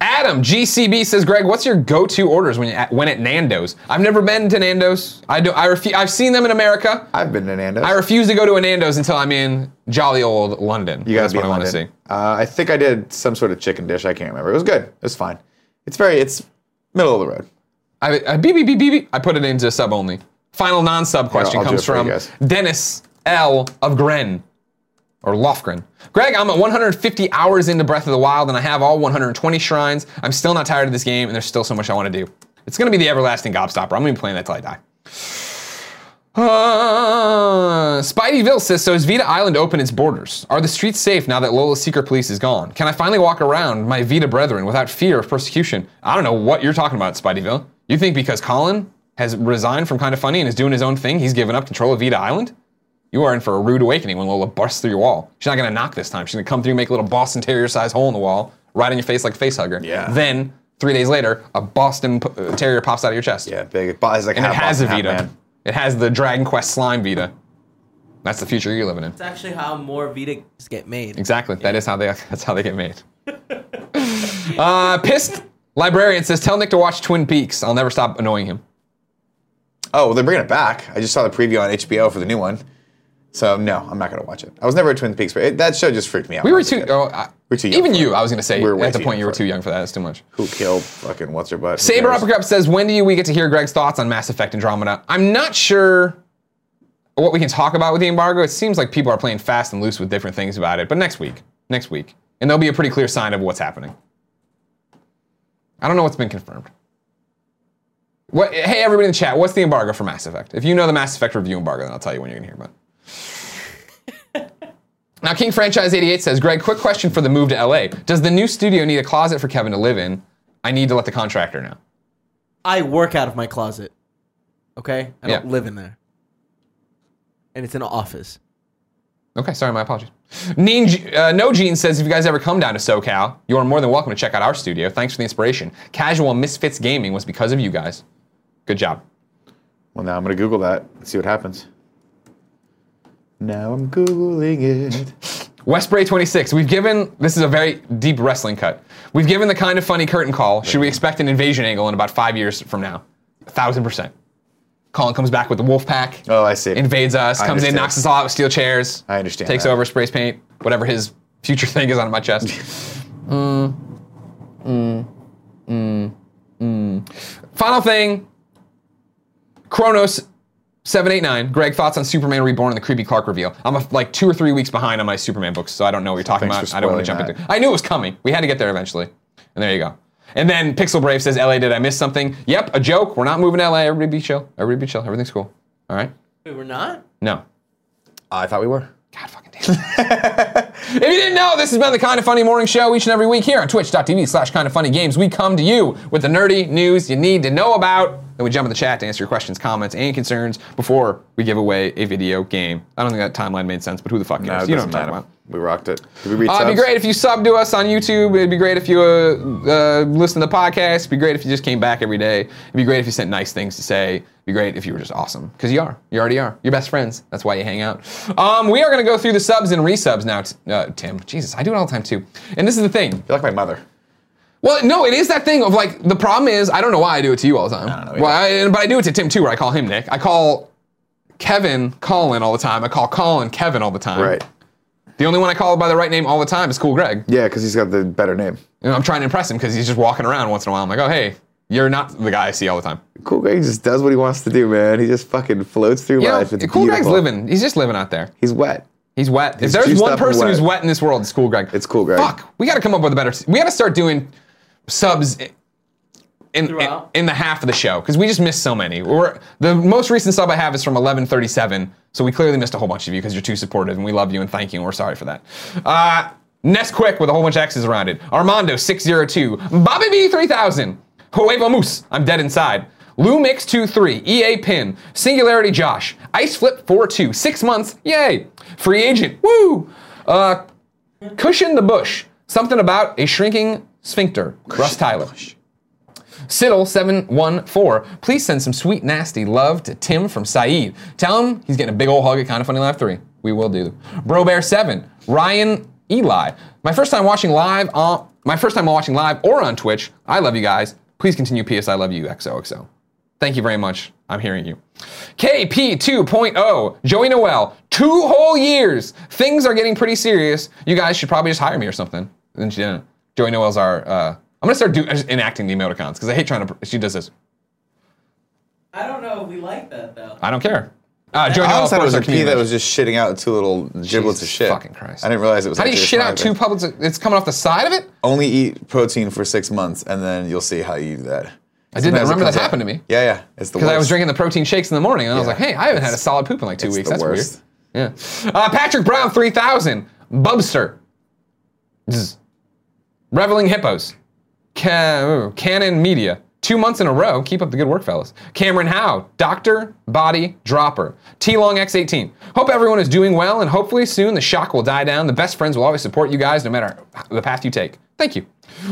Speaker 1: Adam GCB says, Greg, what's your go-to orders when you at, when at Nando's? I've never been to Nando's. I do. I refu- I've seen them in America.
Speaker 2: I've been to Nando's.
Speaker 1: I refuse to go to a Nando's until I'm in jolly old London.
Speaker 2: You gotta
Speaker 1: That's
Speaker 2: be
Speaker 1: what I
Speaker 2: in
Speaker 1: want to
Speaker 2: London.
Speaker 1: see.
Speaker 2: Uh, I think I did some sort of chicken dish. I can't remember. It was good. It was fine. It's very. It's middle of the road.
Speaker 1: I, I beep, beep, beep, beep, beep. I put it into sub only. Final non-sub question
Speaker 2: I'll do
Speaker 1: comes
Speaker 2: it for you
Speaker 1: from
Speaker 2: guys.
Speaker 1: Dennis L of Gren or Lofgren. Greg, I'm at 150 hours into Breath of the Wild and I have all 120 shrines. I'm still not tired of this game and there's still so much I want to do. It's going to be the everlasting gobstopper. I'm going to be playing that till I die. Uh, Spideyville says, so is Vita Island open its borders? Are the streets safe now that Lola's secret police is gone? Can I finally walk around my Vita brethren without fear of persecution? I don't know what you're talking about, Spideyville. You think because Colin has resigned from Kind of Funny and is doing his own thing, he's given up control of Vita Island? You are in for a rude awakening when Lola busts through your wall. She's not going to knock this time. She's going to come through, make a little Boston Terrier sized hole in the wall, right in your face like a face hugger.
Speaker 2: Yeah.
Speaker 1: Then, three days later, a Boston p- uh, Terrier pops out of your chest.
Speaker 2: Yeah, big. But it's like
Speaker 1: And it
Speaker 2: half
Speaker 1: has a
Speaker 2: Boston, half
Speaker 1: Vita.
Speaker 2: Man.
Speaker 1: It has the Dragon Quest slime Vita. That's the future you're living in.
Speaker 3: That's actually how more Vitas get made.
Speaker 1: Exactly. That is how they. That's how they get made. uh, pissed librarian says, "Tell Nick to watch Twin Peaks. I'll never stop annoying him."
Speaker 2: Oh, well, they're bringing it back. I just saw the preview on HBO for the new one. So no, I'm not gonna watch it. I was never a Twin Peaks, but it, that show just freaked me out.
Speaker 1: We
Speaker 2: when I
Speaker 1: were
Speaker 2: was a
Speaker 1: too.
Speaker 2: kid.
Speaker 1: Oh, I,
Speaker 2: We're too young
Speaker 1: even
Speaker 2: for
Speaker 1: you,
Speaker 2: it.
Speaker 1: I was going to say
Speaker 2: We're way
Speaker 1: at the
Speaker 2: too
Speaker 1: point
Speaker 2: young
Speaker 1: you were
Speaker 2: for
Speaker 1: too
Speaker 2: it.
Speaker 1: young for that. That's too much.
Speaker 2: Who killed fucking what's her butt? Who
Speaker 1: Saber
Speaker 2: cares?
Speaker 1: Uppercut says, "When do you, we get to hear Greg's thoughts on Mass Effect Andromeda?" I'm not sure what we can talk about with the embargo. It seems like people are playing fast and loose with different things about it. But next week, next week, and there'll be a pretty clear sign of what's happening. I don't know what's been confirmed. What, hey, everybody in the chat, what's the embargo for Mass Effect? If you know the Mass Effect review embargo, then I'll tell you when you're going to hear about it. Now, King Franchise 88 says, Greg, quick question for the move to LA. Does the new studio need a closet for Kevin to live in? I need to let the contractor know.
Speaker 3: I work out of my closet. Okay? I don't
Speaker 1: Yeah.
Speaker 3: live in there. And it's an office.
Speaker 1: Okay, sorry, my apologies. Ninja, uh, no Gene says, if you guys ever come down to SoCal, you are more than welcome to check out our studio. Thanks for the inspiration. Casual Misfits Gaming was because of you guys. Good job.
Speaker 2: Well, now I'm gonna Google that and see what happens. Now I'm googling it.
Speaker 1: Westbury26, we've given, this is a very deep wrestling cut. We've given the kind of funny curtain call. Should we expect an invasion angle in about five years from now? A thousand percent. Colin comes back with the wolf pack.
Speaker 2: Oh, I see.
Speaker 1: invades us,
Speaker 2: I
Speaker 1: comes
Speaker 2: understand.
Speaker 1: in, knocks us all out with steel chairs.
Speaker 2: I understand
Speaker 1: Takes
Speaker 2: that.
Speaker 1: over, sprays paint, whatever his future thing is on my chest. mm, mm, mm, mm. Final thing. Kronos. 789. Greg, thoughts on Superman Reborn and the creepy Clark reveal? I'm a, like two or three weeks behind on my Superman books, so I don't know what you're talking
Speaker 2: Thanks
Speaker 1: about.
Speaker 2: for
Speaker 1: I don't want to
Speaker 2: spoiling
Speaker 1: jump
Speaker 2: that.
Speaker 1: into. I knew it was coming. We had to get there eventually, and there you go. And then Pixel Brave says, "LA, did I miss something? Yep, a joke. We're not moving to LA. Everybody be chill. Everybody be chill. Everything's cool. All right.
Speaker 3: Wait, we're not?
Speaker 1: No,
Speaker 2: Oh, I thought we were.
Speaker 1: God fucking damn it. if you didn't know, this has been the Kind of Funny Morning Show each and every week here on twitch.tv slash kind of funny games. We come to you with the nerdy news you need to know about. Then we jump in the chat to answer your questions, comments, and concerns before we give away a video game. I don't think that timeline made sense, but who the fuck
Speaker 2: No,
Speaker 1: cares?
Speaker 2: it
Speaker 1: you know what
Speaker 2: doesn't
Speaker 1: I'm talking
Speaker 2: matter.
Speaker 1: about.
Speaker 2: We rocked it. Did we read
Speaker 1: Uh, it'd be
Speaker 2: subs?
Speaker 1: great if you sub to us on YouTube. It'd be great if you uh, uh, listen to the podcast. It'd be great if you just came back every day. It'd be great if you sent nice things to say. It'd be great if you were just awesome. Because you are. You already are. You're best friends. That's why you hang out. Um, we are going to go through the subs and resubs now, t- uh, Tim. Jesus, I do it all the time too. And this is the thing.
Speaker 2: You're like my mother.
Speaker 1: Well, no, it is that thing of like, the problem is, I don't know why I do it to you all the time.
Speaker 2: I don't know
Speaker 1: Well, I, but I do it to Tim too, where I call him Nick. I call Kevin Colin all the time. I call Colin Kevin all the time.
Speaker 2: Right.
Speaker 1: The only one I call by the right name all the time is Cool Greg.
Speaker 2: Yeah, because he's got the better name.
Speaker 1: You know, I'm trying to impress him because he's just walking around once in a while. I'm like, oh, hey, you're not the guy I see all the time.
Speaker 2: Cool Greg just does what he wants to do, man. He just fucking floats through
Speaker 1: You know,
Speaker 2: life. It's
Speaker 1: Cool Greg's
Speaker 2: beautiful.
Speaker 1: living. He's just living out there.
Speaker 2: He's wet.
Speaker 1: He's wet.
Speaker 2: He's
Speaker 1: if there's
Speaker 2: juiced
Speaker 1: one
Speaker 2: up and
Speaker 1: person
Speaker 2: wet.
Speaker 1: who's wet in this world, it's Cool Greg.
Speaker 2: It's Cool Greg.
Speaker 1: Fuck, we got to come up with a better. We got to start doing subs in in,
Speaker 3: Throughout.
Speaker 1: in the half of the show because we just missed so many. We're, the most recent sub I have is from 1137, so we clearly missed a whole bunch of you because you're too supportive, and we love you and thank you, and we're sorry for that. Uh, Nest Quick with a whole bunch of X's around it. Armando 602, Bobby B 3000. Hueva Moose, I'm dead inside. Lou Mix 2-3, EA Pin, Singularity Josh, Ice Flip 4-2, six months, yay! Free agent, woo! Uh, cushion the Bush, something about a shrinking sphincter, Russ Tyler. Siddle714, please send some sweet, nasty love to Tim from Saeed. Tell him he's getting a big old hug at Kind of Funny Live 3. We will do. Brobear7, Ryan Eli. My first time watching live on my first time watching live or on Twitch. I love you guys. Please continue. PS I love you. XOXO. Thank you very much. I'm hearing you. KP 2.0, oh, Joey Noel, two whole years. Things are getting pretty serious. You guys should probably just hire me or something. And she didn't. Joey Noel's our, uh, I'm gonna start do, just enacting the emoticons because I hate trying to, she does this.
Speaker 3: I don't know if we like that though.
Speaker 1: I don't care. Uh, Joey
Speaker 2: I
Speaker 1: Noel,
Speaker 2: always
Speaker 1: of
Speaker 2: thought it
Speaker 1: course,
Speaker 2: was a
Speaker 1: our
Speaker 2: pea
Speaker 1: community.
Speaker 2: that was just shitting out two little giblets
Speaker 1: Jesus
Speaker 2: of shit.
Speaker 1: fucking Christ.
Speaker 2: I didn't realize it was.
Speaker 1: How do you
Speaker 2: actually a
Speaker 1: shit out two
Speaker 2: spider.
Speaker 1: pellets? It's coming off the side of it?
Speaker 2: Only eat protein for six months, and then you'll see how you do that. I
Speaker 1: didn't remember that happened to me.
Speaker 2: Yeah, yeah. It's the worst.
Speaker 1: Because I was drinking the protein shakes in the morning, and I was
Speaker 2: Yeah.
Speaker 1: like, "Hey, I haven't had a
Speaker 2: It's-
Speaker 1: solid poop in like two
Speaker 2: it's
Speaker 1: weeks.
Speaker 2: the
Speaker 1: That's
Speaker 2: worst.
Speaker 1: weird." Yeah. Uh, Patrick Brown, three thousand. Bubster. Zzz. Reveling hippos. Ca- ooh, Canon Media. Two months in a row. Keep up the good work, fellas. Cameron Howe, Doctor Body Dropper. T Long X18. Hope everyone is doing well, and hopefully soon the shock will die down. The best friends will always support you guys, no matter the path you take. Thank you.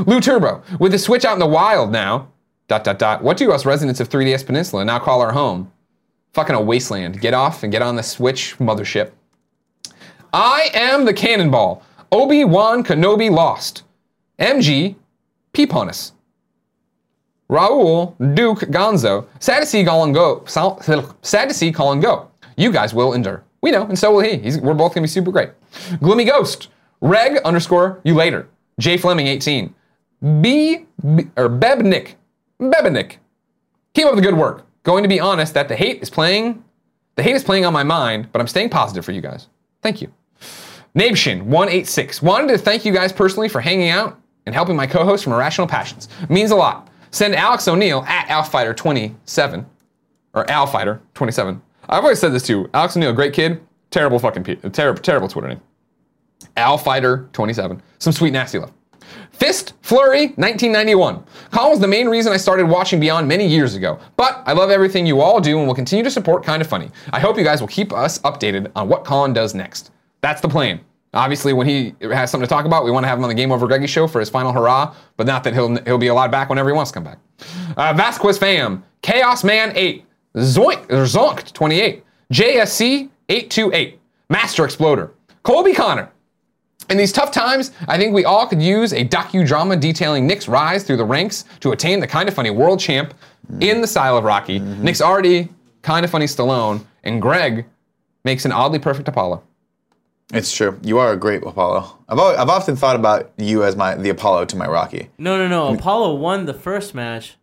Speaker 1: Lou Turbo. With the Switch out in the wild now. Dot dot dot. What do us residents of 3DS Peninsula now call our home? Fucking a wasteland. Get off and get on the Switch mothership. I am the cannonball. Obi Wan Kenobi lost. MG Peeponus. Raul Duke Gonzo. Sad to see Colin go. Sal- Sad to see Colin go. You guys will endure. We know, and so will he. He's, we're both gonna be super great. Gloomy Ghost. Reg underscore you later. J Fleming 18. B, B or Bebnik. Bebnik. Keep up the good work. Going to be honest that the hate is playing the hate is playing on my mind, but I'm staying positive for you guys. Thank you. Nabshin186. Wanted to thank you guys personally for hanging out and helping my co-host from Irrational Passions. Means a lot. Send Alex O'Neill at AlFighter27 or AlFighter27. I've always said this too. Alex O'Neill, great kid, terrible fucking pe- terrible terrible Twitter name. AlFighter27. Some sweet nasty love. Fist Flurry 1991. Colin was the main reason I started watching Beyond many years ago, but I love everything you all do and will continue to support Kinda Funny. I hope you guys will keep us updated on what Colin does next. That's the plan. Obviously, when he has something to talk about, we want to have him on the Game Over Greggy show for his final hurrah, but not that he'll he'll be allowed back whenever he wants to come back. Uh, Vasquez Fam, Chaos Man 8, Zoink, or Zonked 28, JSC 828, Master Exploder, Colby Connor, in these tough times, I think we all could use a docudrama detailing Nick's rise through the ranks to attain the kind of funny world champ in the style of Rocky. Nick's already kind of funny Stallone, and Greg makes an oddly perfect Apollo.
Speaker 2: It's true. You are a great Apollo. I've, al- I've often thought about you as my the Apollo to my Rocky.
Speaker 3: No, no,
Speaker 2: Mm.
Speaker 3: no. Apollo won the first match.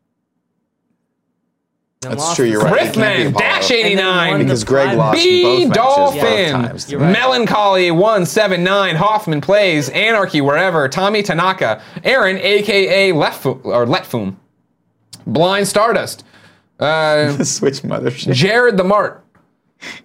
Speaker 3: Then
Speaker 2: That's
Speaker 3: lost
Speaker 2: true.
Speaker 3: the
Speaker 2: You're
Speaker 3: second.
Speaker 2: right. It can't be
Speaker 1: Riffman,
Speaker 2: Apollo.
Speaker 1: Dash
Speaker 3: And then
Speaker 1: 89,
Speaker 3: one
Speaker 2: Because Greg
Speaker 3: Prime-
Speaker 2: lost
Speaker 1: B
Speaker 2: both matches, both
Speaker 1: Dolphin,
Speaker 2: times.
Speaker 3: You're right.
Speaker 1: Melancholy 179, Hoffman plays, Anarchy wherever, Tommy Tanaka, Aaron, aka Letfum, or Letfum, Blind Stardust, uh,
Speaker 2: Switch mothership.
Speaker 1: Jared the Mart,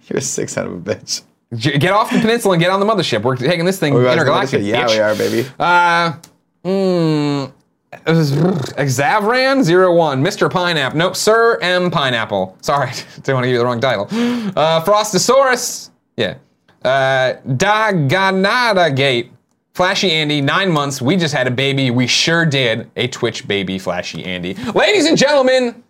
Speaker 2: You're a sick son of a bitch.
Speaker 1: J- get off the peninsula and get on the mothership. We're taking this thing
Speaker 2: Are Oh, we about to go back to-
Speaker 1: intergalactic.
Speaker 2: yeah,
Speaker 1: bitch.
Speaker 2: we are, baby.
Speaker 1: Uh, mm, it was- Xavran zero one, Mr. Pineapple. Nope, Sir M Pineapple. Sorry, didn't want to give you the wrong title. Uh, Frostosaurus. Yeah. Uh, Daganada Gate. Flashy Andy, nine months. We just had a baby. We sure did. A Twitch baby, Flashy Andy. Ladies and gentlemen,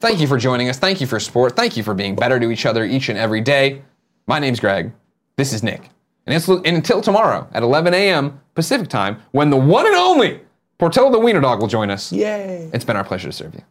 Speaker 1: Thank you for joining us. Thank you for support. Thank you for being better to each other each and every day. My name's Greg. This is Nick. And, it's, and until tomorrow at 11 a.m. Pacific time, when the one and only Portillo the Wiener Dog will join us,
Speaker 2: Yay.
Speaker 1: it's been our pleasure to serve you.